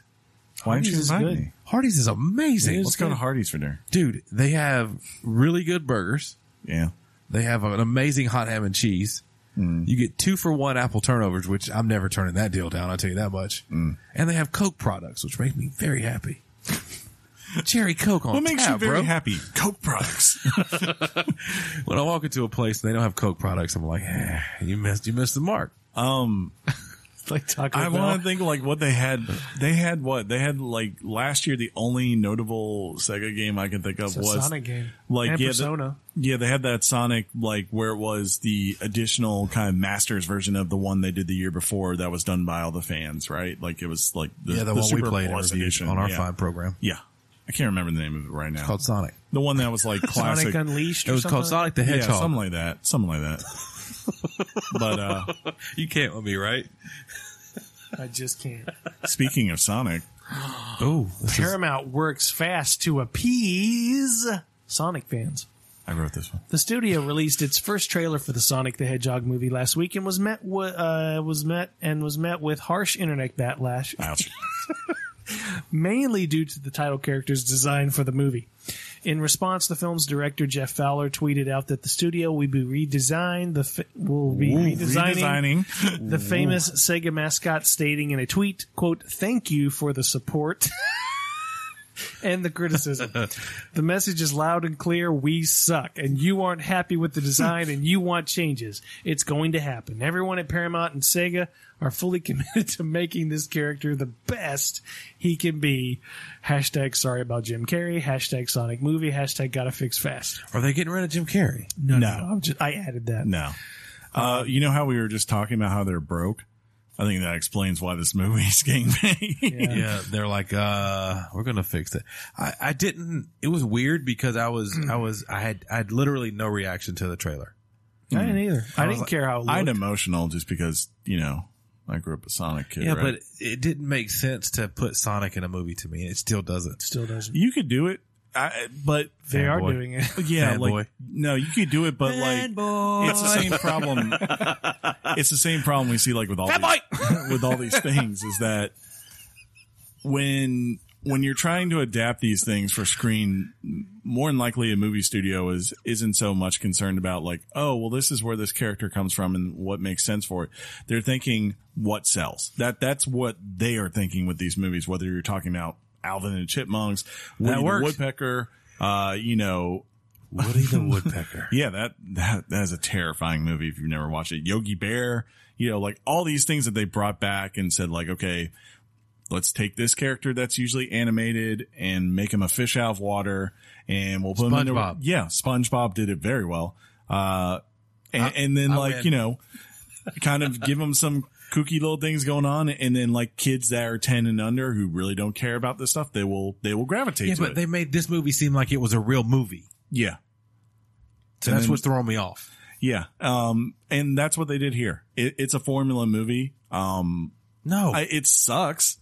Why didn't you
Hardee's is
invite
good.
me?
Hardee's is amazing.
Let's go to Hardee's for dinner.
Dude, they have really good burgers.
Yeah.
They have an amazing hot ham and cheese.
Mm.
You get two for one apple turnovers, which I'm never turning that deal down. I'll tell you that much.
Mm.
And they have Coke products, which make me
[laughs]
very happy. Cherry Coke on
What makes
tap,
you very
bro.
happy? Coke products.
When I walk into a place and they don't have Coke products, I'm like, "Eh, you missed, you missed the mark.
um,
It's like
[laughs]
Taco
I
Bell.
want to think like what they had. They had what they had like last year. The only notable Sega game I can think of
It's a
was
Sonic game.
like,
and
yeah, the-
Persona.
Yeah, they had that Sonic like where it was the additional kind of Masters version of the one they did the year before that was done by all the fans, right? Like it was like the,
yeah, the,
the
one we
Super
played and
Plus
reviewed
edition
on our
yeah.
fine program
Yeah, I can't remember the name of it right now.
called [laughs] Sonic.
the one that was like classic.
Sonic Unleashed.
It
or
was called
something?
Sonic the
yeah,
Hedgehog.
something like that. Something like that.
[laughs]
but uh
you can't with me, [gasps] right?
I just can't.
speaking of Sonic,
Oh, this is,
Paramount works fast to appease Sonic fans.
I wrote this one.
The studio released its first trailer for the Sonic the Hedgehog movie last week and was met wa- uh, was met and was met with harsh internet backlash,
Ouch.
mainly due to the title character's design for the movie. In response, the film's director Jeff Fowler tweeted out that the studio will be redesigned the fi- will be
Ooh,
redesigning
redesigning.
the famous Sega mascot stating in a tweet, quote, thank you for the support [laughs] and the criticism. the message is loud and clear. We suck and you aren't happy with the design and you want changes. It's going to happen. Everyone at Paramount and Sega are fully [laughs] committed to making this character the best he can be. Hashtag sorry about Jim Carrey. Hashtag Sonic movie. Hashtag gotta fix fast.
are they getting rid of Jim Carrey?
No.
I'm just, I added that.
No. Uh, you know how we were just talking about how they're broke? I think that explains why this movie's getting [laughs] made.
yeah they're like uh we're gonna fix it i i didn't it was weird because i was i was i had i had literally no reaction to the trailer
I didn't either. I,
was
didn't
like-
care how it looked.
I'd emotional just because, you know, I grew up a Sonic kid.
yeah
right?
but it didn't make sense to put sonic in a movie to me it still doesn't
Still doesn't.
you could do it. I, but
They are
Fanboy.
doing it.
yeah,
Bad
like
boy.
no, you could do it, but like it's the same problem. [laughs] it's the same problem we see like with all these, [laughs] with all these things is that when when you're trying to adapt these things for screen, more than likely a movie studio is isn't so much concerned about like, oh, well, this is where this character comes from and what makes sense for it. They're thinking what sells. That that's what they are thinking with these movies. Whether you're talking about Alvin and the Chipmunks, Woody the
works.
Woodpecker, uh, you know,
woody the woodpecker
yeah, that, that that is a terrifying movie if you've never watched it. Yogi Bear, you know, like all these things that they brought back and said, like, okay, let's take this character that's usually animated and make him a fish out of water, and we'll put him in
SpongeBob.
the yeah. SpongeBob did it very well, uh, and, and then
I
like
win.
you know, kind of give him some kooky little things going on, and then like kids that are ten and under who really don't care about this stuff, they will they will gravitate
[laughs] yeah
to
but
it.
they made this movie seem like it was a real movie
yeah,
so
And
that's
then-
what's throwing me off
Yeah. Um, and that's what they did here. It, it's a formula movie. Um,
no
I, it sucks.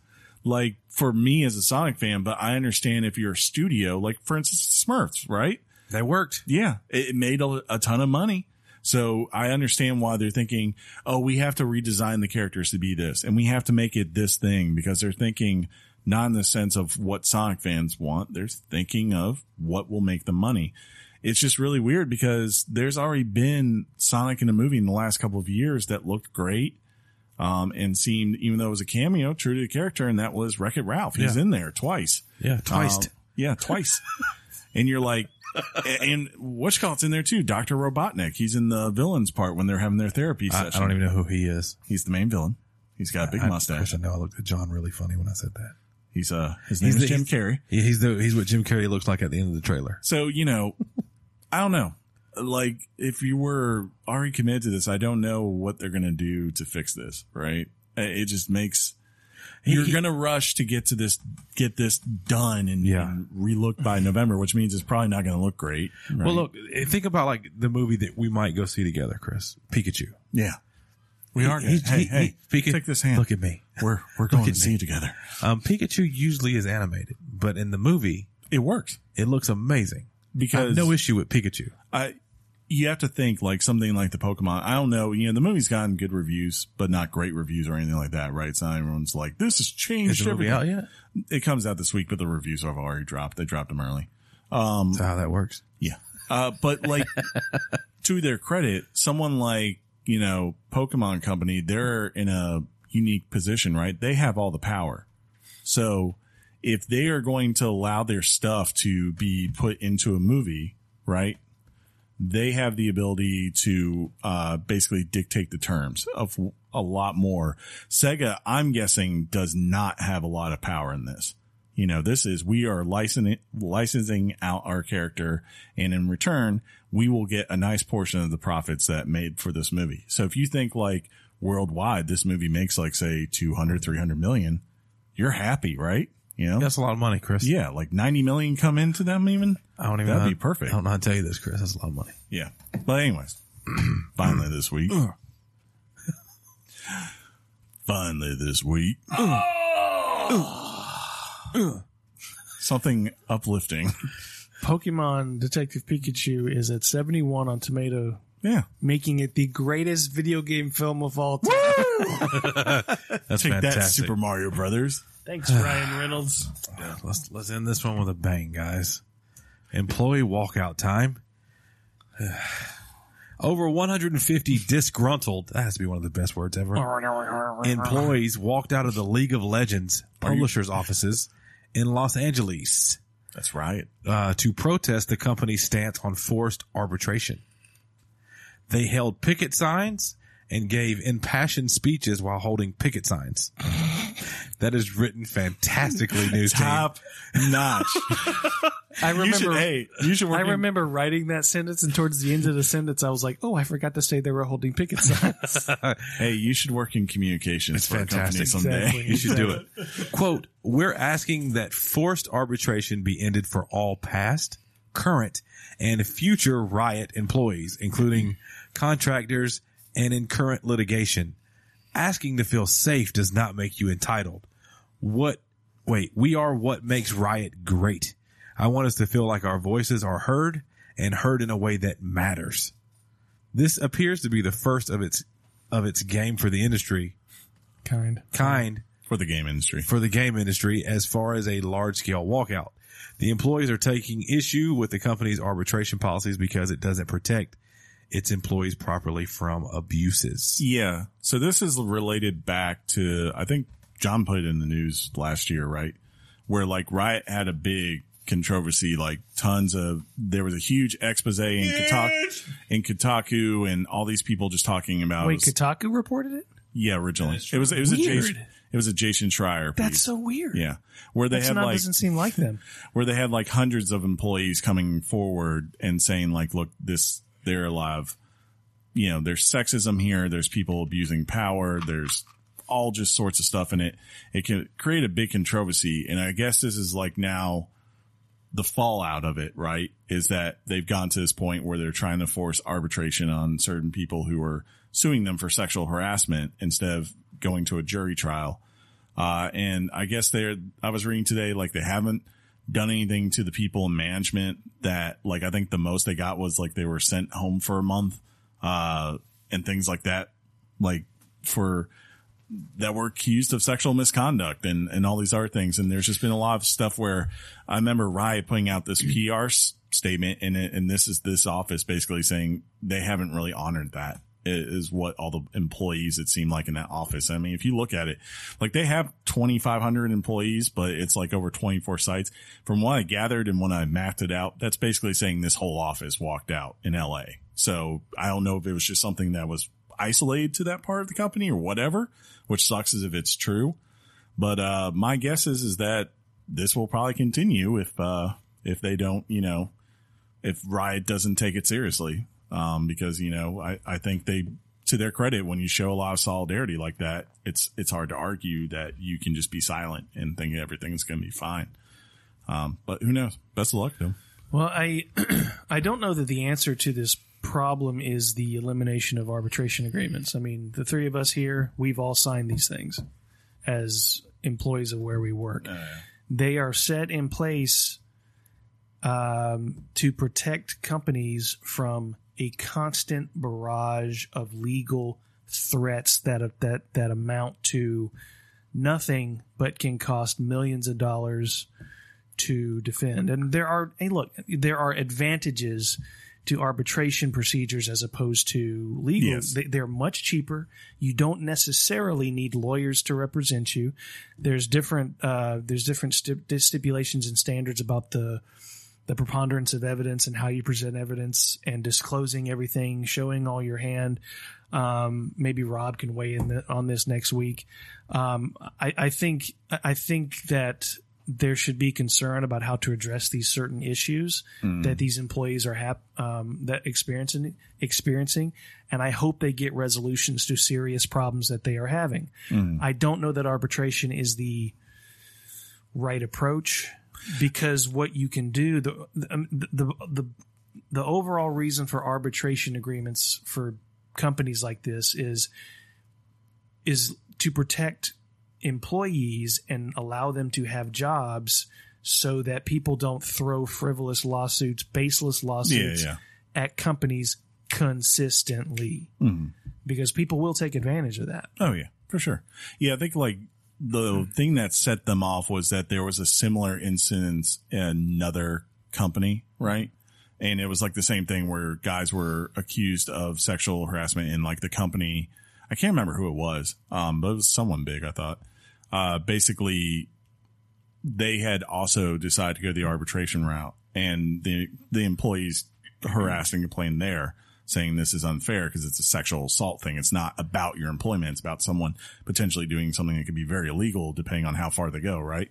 Like for me as a Sonic fan, but I understand if you're a studio, like for instance, Smurfs, right?
they worked
Yeah. It, it made a, a ton of money. So I understand why they're thinking, oh, we have to redesign the characters to be this and we have to make it this thing because they're thinking not in the sense of what Sonic fans want. They're thinking of what will make the money it's just really weird because there's already been Sonic in a movie in the last couple of years that looked great. Um, and seemed, even though it was a cameo, true to the character, and that was Wreck It Ralph. He's
Yeah.
in there twice.
yeah twice
Um, yeah,
[laughs]
twice. and you're like, a- and whatchcallit's in there too. Dr. Robotnik. He's in the villains part when they're having their therapy
I,
session.
I don't even know who he is
He's the main villain. He's got a big
I- of course
mustache.
I, know i looked at john really funny when i said that
He's, uh, his name
He's
is
the-
Jim Carrey.
Yeah, he's the he's what jim carrey looks like at the end of the trailer
So, you
[laughs]
know, I don't know. Like, if you were already committed to this, I don't know what they're going to do to fix this, right? Uh, It just makes, you're gonna rush to get to this, get this done, and,
Yeah.
and relook by November, which means it's probably not gonna look great. right?
Well, look, eh, think about like the movie that we might go see together, Chris. Pikachu.
yeah, we are.
He-
hey,
he-
hey,
he- Pika-
take this hand.
Look at me.
we're we're going
at
to see
me.
you together.
Um, Pikachu usually is animated, but in the movie,
It works
it looks amazing. I
because
have no issue with Pikachu.
I you have to think like something like the Pokemon. I don't know. You know, the movie's gotten good reviews, but not great reviews or anything like that, right? So everyone's like, "This has
Is
changed
the movie
everything."
out yet?
It comes out this week, but the reviews have already dropped. They dropped them early.
That's how that works.
Yeah. Uh, but like to their credit, someone like, you know, Pokemon company, they're in a unique position, right? They have all the power. So if they are going to allow their stuff to be put into a movie, right? They have the ability to uh, basically dictate the terms of a lot more. Sega, I'm guessing, does not have a lot of power in this you know this is we are licensing licensing out our character and in return we will get a nice portion of the profits that made for this movie so if you think like worldwide this movie makes like say 200 300 million you're happy right you know
That's a lot of money, Chris.
yeah like 90 million come into them even
I don't even.
That'd
know-
be perfect.
I don't know how to tell you this, Chris. That's a lot of money.
yeah but anyways [clears throat] finally this week finally this week something uplifting [laughs]
Pokemon Detective Pikachu is at 71 on Tomato,
yeah
making it the greatest video game film of all time.
That's
Take
fantastic.
that, Super Mario Brothers.
Thanks, Ryan Reynolds.
Yeah, let's let's end this one with a bang, guys. Employee walkout time. [sighs] Over 150 disgruntled. That has to be one of the best words ever. Employees walked out of the League of Legends publishers' offices in Los Angeles
That's right.
uh, to protest the company's stance on forced arbitration. They held picket signs and gave impassioned speeches while holding picket signs. [laughs] that is written fantastically, news team.
Top notch.
I
[sighs] [laughs] you should,
remember.
hey, you should work.
I
in-
remember writing that sentence, and towards the end of the sentence, I was like, "Oh, I forgot to say they were holding
[laughs]
picket signs."
hey, you should work in communications for a company
fantastic.
someday. [laughs]
Exactly.
You should do it. Quote, we're asking that forced arbitration be ended for all past, current, and future riot employees, including contractors and in current litigation. Asking to feel safe does not make you entitled. What, wait, we are what makes riot great. I want us to feel like our voices are heard and heard in a way that matters. This appears to be the first of its, of its game for the industry
kind.
kind
For the game industry.
for the game industry as far as a large scale walkout. The employees are taking issue with the company's arbitration policies because it doesn't protect its employees properly from abuses.
Yeah. So this is related back to, I think John put it in the news last year, right? Where like Riot had a big controversy, like tons of, there was a huge expose in, Kotaku, in Kotaku and all these people just talking about,
Wait, Kotaku reported it.
yeah, originally. It was, it was a
Weird.
Jason, it was a Jason Schreier. Piece.
That's so weird.
yeah. Where they
That's
had
not
like,
doesn't seem like them.
where they had like hundreds of employees coming forward and saying like look this they're alive you know there's sexism here there's people abusing power there's all just sorts of stuff in it it can create a big controversy and i guess this is like now the fallout of it right is that they've gone to this point where they're trying to force arbitration on certain people who are suing them for sexual harassment instead of going to a jury trial uh, and I guess they're, I was reading today, like they haven't done anything to the people in management that, like, I think the most they got was like they were sent home for a month, uh, and things like that, like for that were accused of sexual misconduct and, and all these other things. And there's just been a lot of stuff where I remember Riot putting out this PR s- statement and, it- and this is this office basically saying they haven't really honored that i- is what all the employees it seemed like in that office. I mean, if you look at it, like they have 2,500 employees, but it's like over 24 sites. From what I gathered and when I mapped it out, that's basically saying this whole office walked out in LA. So I don't know if it was just something that was isolated to that part of the company or whatever, which sucks as if it's true. But uh, my guess is is that this will probably continue if uh, if they don't, you know, if Riot doesn't take it seriously, um, because you know I I think they to their credit, when you show a lot of solidarity like that, it's it's hard to argue that you can just be silent and think everything's going to be fine. Um, but who knows? Best of luck to them.
Well, I [clears throat] I don't know that the answer to this problem is the elimination of arbitration agreements. I mean, the three of us here, we've all signed these things as employees of where we work. They are set in place um, to protect companies from a constant barrage of legal threats that that that amount to nothing but can cost millions of dollars to defend. And there are, hey, look, there are advantages to arbitration procedures as opposed to legal.
Yes.
They, they're much cheaper. You don't necessarily need lawyers to represent you. There's different, uh, there's different stip- stipulations and standards about the the preponderance of evidence and how you present evidence and disclosing everything, showing all your hand. Um, maybe Rob can weigh in the, on this next week. Um, I, I think I think that there should be concern about how to address these certain issues that these employees are hap- um, that experiencing experiencing, and I hope they get resolutions to serious problems that they are having.
Mm.
I don't know that arbitration is the right approach because what you can do the um, the the the, the overall reason for arbitration agreements for companies like this is is to protect employees and allow them to have jobs so that people don't throw frivolous lawsuits, baseless lawsuits
yeah.
at companies consistently
Mm.
because people will take advantage of that.
Oh yeah, for sure. Yeah, I think like the thing that set them off was that there was a similar incident in another company, right? And it was like the same thing where guys were accused of sexual harassment in like the company. I can't remember who it was, um, but it was someone big, I thought. Uh, basically, they had also decided to go the arbitration route, and the the employees harassed and complained there, saying this is unfair because it's a sexual assault thing. It's not about your employment; it's about someone potentially doing something that could be very illegal, depending on how far they go. Right,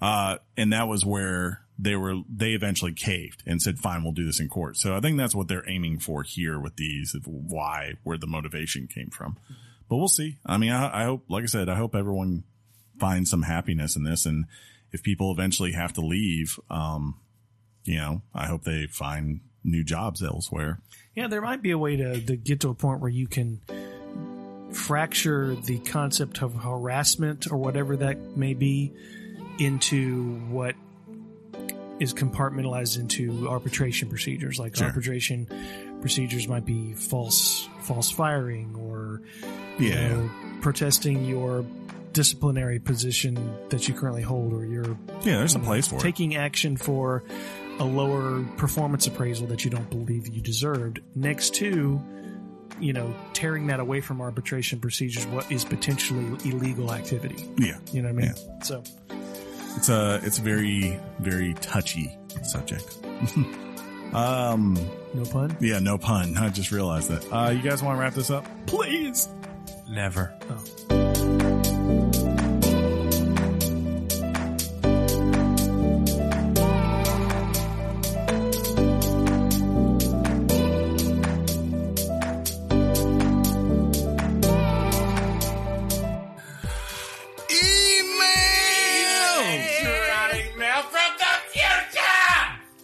uh, and that was where they were. They eventually caved and said, "Fine, we'll do this in court." So I think that's what they're aiming for here with these. Of why where the motivation came from. But we'll see. I mean, I, I hope, like I said, I hope everyone find some happiness in this. And if people eventually have to leave, um, you know, I hope they find new jobs elsewhere.
Yeah, there might be a way to, to get to a point where you can fracture the concept of harassment or whatever that may be into what is compartmentalized into arbitration procedures. Like
Sure.
arbitration procedures might be false false firing or you know, protesting your disciplinary position that you currently hold or your
Yeah, there's a place for
Mm-hmm. taking action for a lower performance appraisal that you don't believe you deserved next to you know tearing that away from arbitration procedures what is potentially illegal activity
it. Yeah.
you know what i mean so
It's a, it's a very, very touchy subject. [laughs] um,
no pun
yeah, no pun. I just realized that. Uh, you guys want to wrap this up? Please.
Never.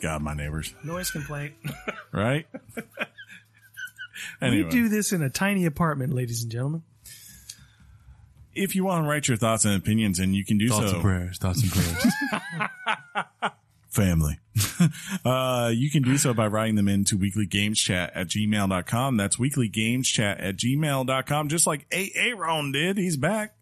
God, my neighbors. [laughs]
noise complaint
Right? anyway.
we do this in a tiny apartment ladies and gentlemen
if you want to write your thoughts and opinions, and you can do
Thoughts
so.
and prayers. Thoughts and [laughs] prayers.
family. [laughs] uh, you can do so by writing them into weeklygameschat at gmail.com. That's weeklygameschat at gmail.com, just like Aaron did. He's back.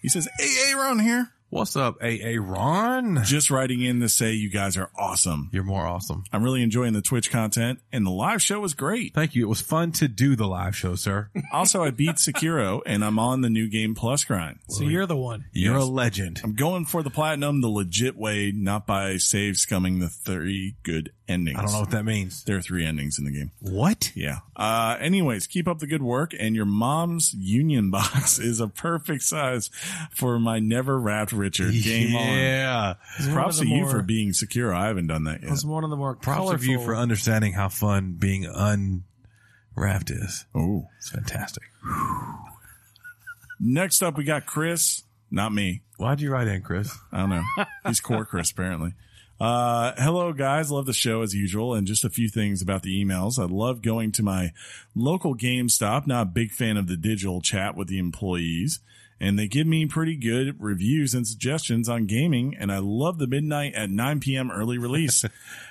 He says, Hey, Aaron here.
What's up, AA Ron?
Just writing in to say you guys are awesome.
You're more awesome.
I'm really enjoying the Twitch content, and the live show was great.
Thank you. It was fun to do the live show, sir.
Also, I beat Sekiro, and I'm on the new game plus grind.
so you're the one
You're
Yes.
a legend.
I'm going for the platinum the legit way, not by save scumming the three good endings.
I don't know what that means.
There are three endings in the game.
What?
Yeah. Uh, anyways, keep up the good work, and your mom's union [laughs] box is a perfect size for my never wrapped Richard. Game on.
yeah.
Props to
One of the
you for
more-
being secure. I haven't done that yet.
was one of the more
Props
colorful
of you for understanding how fun being un Raft is.
Oh.
It's fantastic.
Next up, we got Chris. Not me.
Why'd you write in, Chris?
I don't know. He's core
[laughs]
Chris, apparently. Uh, hello guys. Love the show as usual. And just a few things about the emails. I love going to my local GameStop. Not a big fan of the digital chat with the employees. And they give me pretty good reviews and suggestions on gaming. And I love the midnight at 9 p.m. early
[laughs]
release.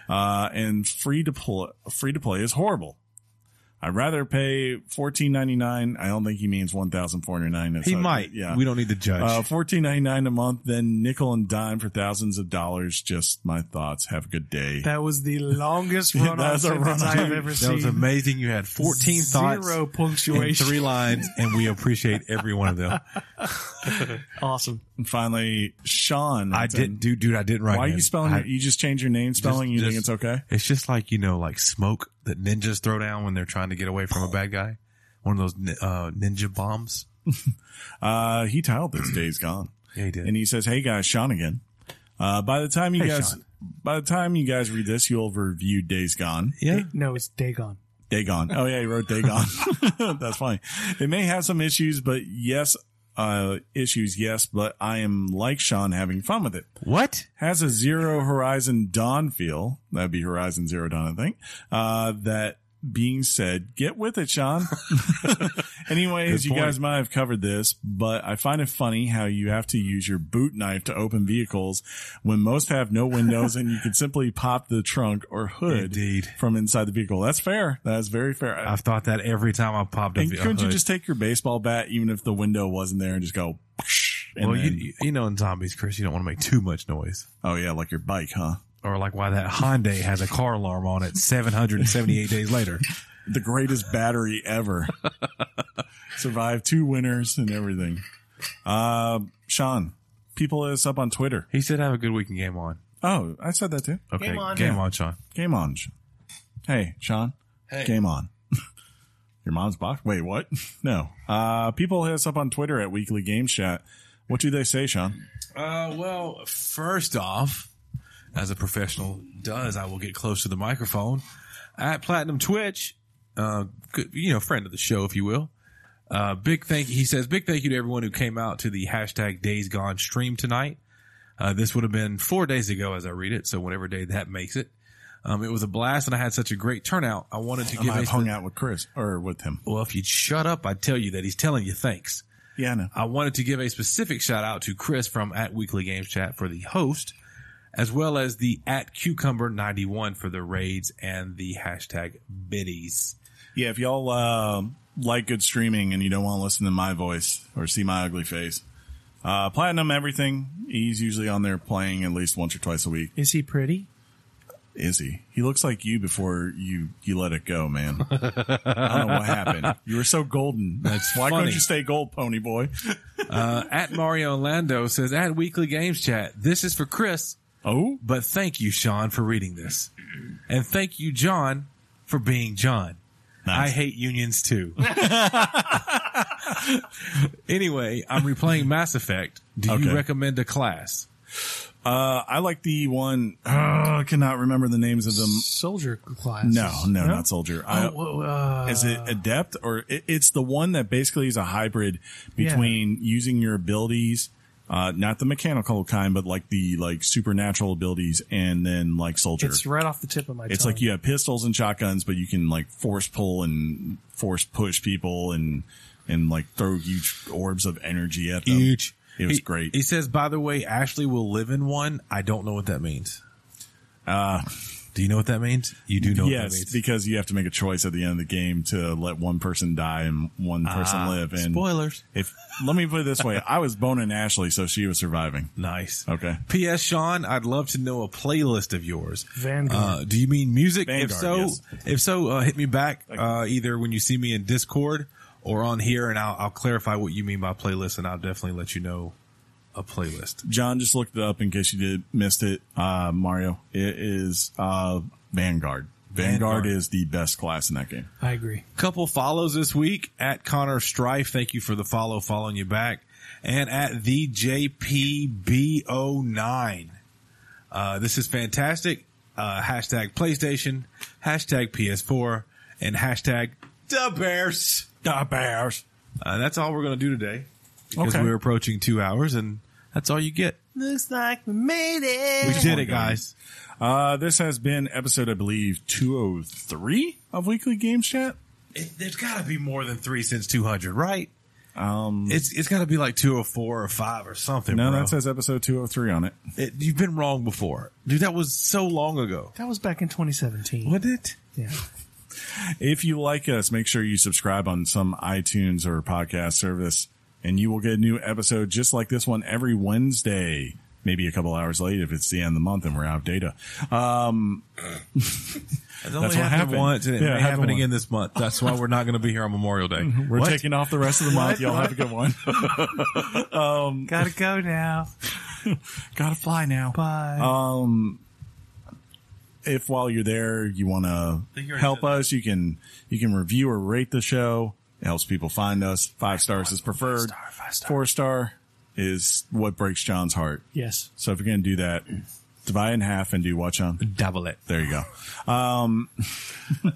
uh, and free to play, free to play is horrible. I'd rather pay fourteen ninety nine. I don't think he means one thousand four hundred nine.
He might.
Yeah.
We don't need to judge.
Uh, fourteen ninety nine a month, then nickel and dime for thousands of dollars. Just my thoughts. Have a good day.
That was the
[laughs]
longest
Yeah,
run on
that's a
sentence
run-on.
I've ever
that
seen.
was amazing. You had 14 thoughts.
Zero
in
punctuation.
three lines, and we appreciate every one
[laughs]
of them.
Awesome.
and finally, Sean.
I
writes in,
did, dude, dude. I didn't write.
Why are you
in.
spelling?
I-
your, you just change your name spelling. you
Just-
think it's okay?
It's just like you know, like smoke that ninjas throw down when they're trying to get away from a bad guy. One of those nin- uh, ninja bombs.
Uh, he titled this "Days Gone,"
Yeah, he did.
and he says, "Hey guys, Sean again." Uh, by the time you
Hey,
guys,
Sean.
by the time you guys read this, you'll have reviewed "Days Gone."
yeah,
No, it's Dagon.
Dagon. Oh yeah, he wrote Dagon. [laughs] That's funny. It may have some issues, but yes, uh, issues, yes, but I am like Sean having fun with it.
what?
Has a zero horizon dawn feel. That'd be horizon zero dawn, I think. Uh, that being said, get with it, Sean. [laughs] Anyways,
Good
you
point.
guys might have covered this, but I find it funny how you have to use your boot knife to open vehicles when most have no windows and you can simply pop the trunk or hood
Indeed.
from inside the vehicle. That's fair. That's very fair.
I've thought that every time I popped up.
and
the-
couldn't you
uh,
just take your baseball bat, even if the window wasn't there, and just go? "Psh," And
well, you-
then-
you, you know, in zombies, Chris, you don't want to make too much noise,
oh yeah, like your bike, huh?
or like why that Hyundai has a car alarm on it 778 days later.
The greatest battery ever. Survived two winters and everything. Uh, Sean, people hit us up on Twitter.
He said, "Have a good weekend. Game on."
Oh, I said that too.
Okay,
Game on.
Sean.
Game on. Sh- Hey, Sean. Hey. Game on. [laughs] Your mom's box? Wait, what? [laughs] No. Uh, people hit us up on Twitter at Weekly Game Chat. What do they say, Sean?
Uh, well, first off, as a professional does, I will get close to the microphone at Platinum Twitch. Uh, good, you know, friend of the show, if you will. Uh, big thank he says big thank you to everyone who came out to the hashtag Days Gone stream tonight. Uh, this would have been four days ago as I read it, so whatever day that makes it. Um, it was a blast, and I had such a great turnout. I wanted to
I
give
might have
a
hung out with Chris or with him.
well. If you'd shut up, I'd tell you that he's telling you thanks.
Yeah, I know.
I wanted to give a specific shout out to Chris from at Weekly Games Chat for the host, as well as the at Cucumber ninety one for the raids and the hashtag biddies.
Yeah, if y'all uh, like good streaming and you don't want to listen to my voice or see my ugly face, uh, platinum everything. He's usually on there playing at least once or twice a week.
Is he pretty?
Is he? He looks like you before you you let it go, man. I don't know what happened. You were so golden. That's why
funny.
couldn't you stay gold, Pony Boy?
Uh, at Mario Orlando says at Weekly Games Chat, this is for Chris,
Oh,
but thank you Sean for reading this, and thank you John for being John. I
Nice.
hate unions too. [laughs] anyway, I'm replaying Mass Effect. Do
Okay.
you recommend a class?
uh, I like the one. Oh, I cannot remember the names of them.
Soldier class.
No, no, not soldier. I,
Oh, whoa, uh,
Is it adept or it, it's the one that basically is a hybrid between using your abilities, uh, not the mechanical kind, but like the like supernatural abilities, and then like soldier.
It's
It's,
right off the tip of my tongue.
like you have pistols and shotguns, but you can like force pull and force push people and and like throw huge orbs of energy at them. It was
He-
great.
He says, by the way, Ashley will live in one. I don't know what that means. Uh, do you know what that means? You do know what that
Yes,
means.
because you have to make a choice at the end of the game to let one person die and one person
Ah,
live. And
spoilers.
if let me put it this way, I was boning Ashley, so she was surviving.
Nice.
Okay.
P.S. Sean, I'd love to know a playlist of yours.
Vanguard.
Uh, do you mean music?
Vanguard,
if so,
yes.
if so, uh, hit me back uh, either when you see me in Discord or on here, and I'll, I'll clarify what you mean by playlist, and I'll definitely let you know a playlist.
John just looked it up in case you did missed it. Uh, Mario, it is uh, Vanguard. Vanguard.
Vanguard.
is the best class in that game.
I agree.
couple follows this week at Connor Strife. Thank you for the follow, following you back, and at the JPB09. Uh, this is fantastic. Uh, hashtag PlayStation, hashtag PS4, and hashtag The Bears.
The Bears.
Uh, that's all we're going to do today because
Okay.
we're approaching two hours, and that's all you get.
Looks like we made it.
We did it, guys.
Uh, this has been episode, I believe, 203 of Weekly Games Chat.
It, there's got to be more than three since 200, right?
Um,
It's it's got to be like 204 or five or something.
no,
bro.
that says episode 203 on it.
It- you've been wrong before, dude. That was so long ago.
That was back in 2017.
Wasn't it?
[laughs]
Yeah.
If you like us, make sure you subscribe on some iTunes or podcast service, and you will get a new episode just like this one every Wednesday. Maybe a couple hours late if it's the end of the month and we're out of data. Um,
It only
what
happened,
happened.
once, Mm-hmm. and it
Yeah, it
may
happened
happen
once.
again this month. That's why we're not going to be here on Memorial Day.
We're
What?
taking off the rest of the month. Y'all have a good one.
Gotta go now.
[laughs] Gotta fly now.
Bye.
Uh, If while you're there, you want
think
to
you already
help
said that.
us, you can you can review or rate the show. It helps people find us. Five stars is preferred. Four star is what breaks John's heart.
yes.
So if you're going to do that, divide in half and do watch on.
Double it.
There you go. Um,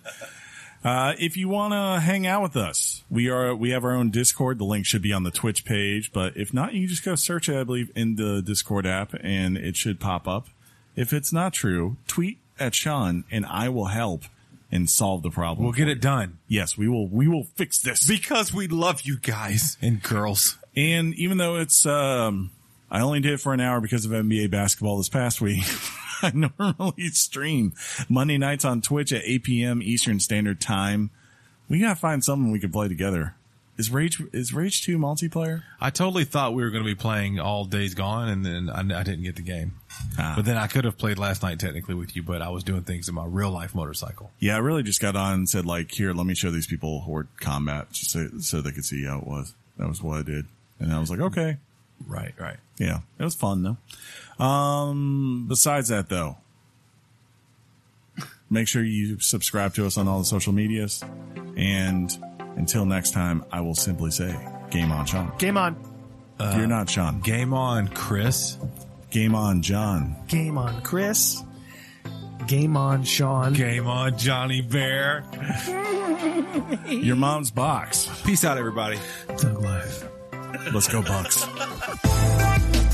[laughs] uh, if you want to hang out with us, we are we have our own Discord. The link should be on the Twitch page, but if not, you can just go search it. I believe in the Discord app, and it should pop up. If it's not true, tweet at Sean, and I will help and solve the problem.
We'll get it done
yes, we will. We will fix this.
because we love you guys and girls.
And even though it's, um, I only did it for an hour because of NBA basketball this past week. [laughs] I normally stream Monday nights on Twitch at 8 p.m. Eastern Standard Time. We gotta find something we can play together. Is Rage is Rage Two multiplayer?
I totally thought we were going to be playing all days gone, and then I, I didn't get the game. But then I could have played last night technically with you, but I was doing things in my real life motorcycle.
Yeah, I really just got on and said like, here, let me show these people Horde combat just so, so they could see how it was. That was what I did, and I was like, okay,
Right, right.
yeah, it was fun though. Um, besides that though, make sure you subscribe to us on all the social medias. And until next time, I will simply say, game on, Sean.
Game on.
You're not Sean.
Game on, Chris.
Game on, John.
Game on, Chris. Game on, Sean.
Game on, Johnny Bear.
Your mom's box.
Peace out, everybody.
Thug life.
Let's go, Bucks.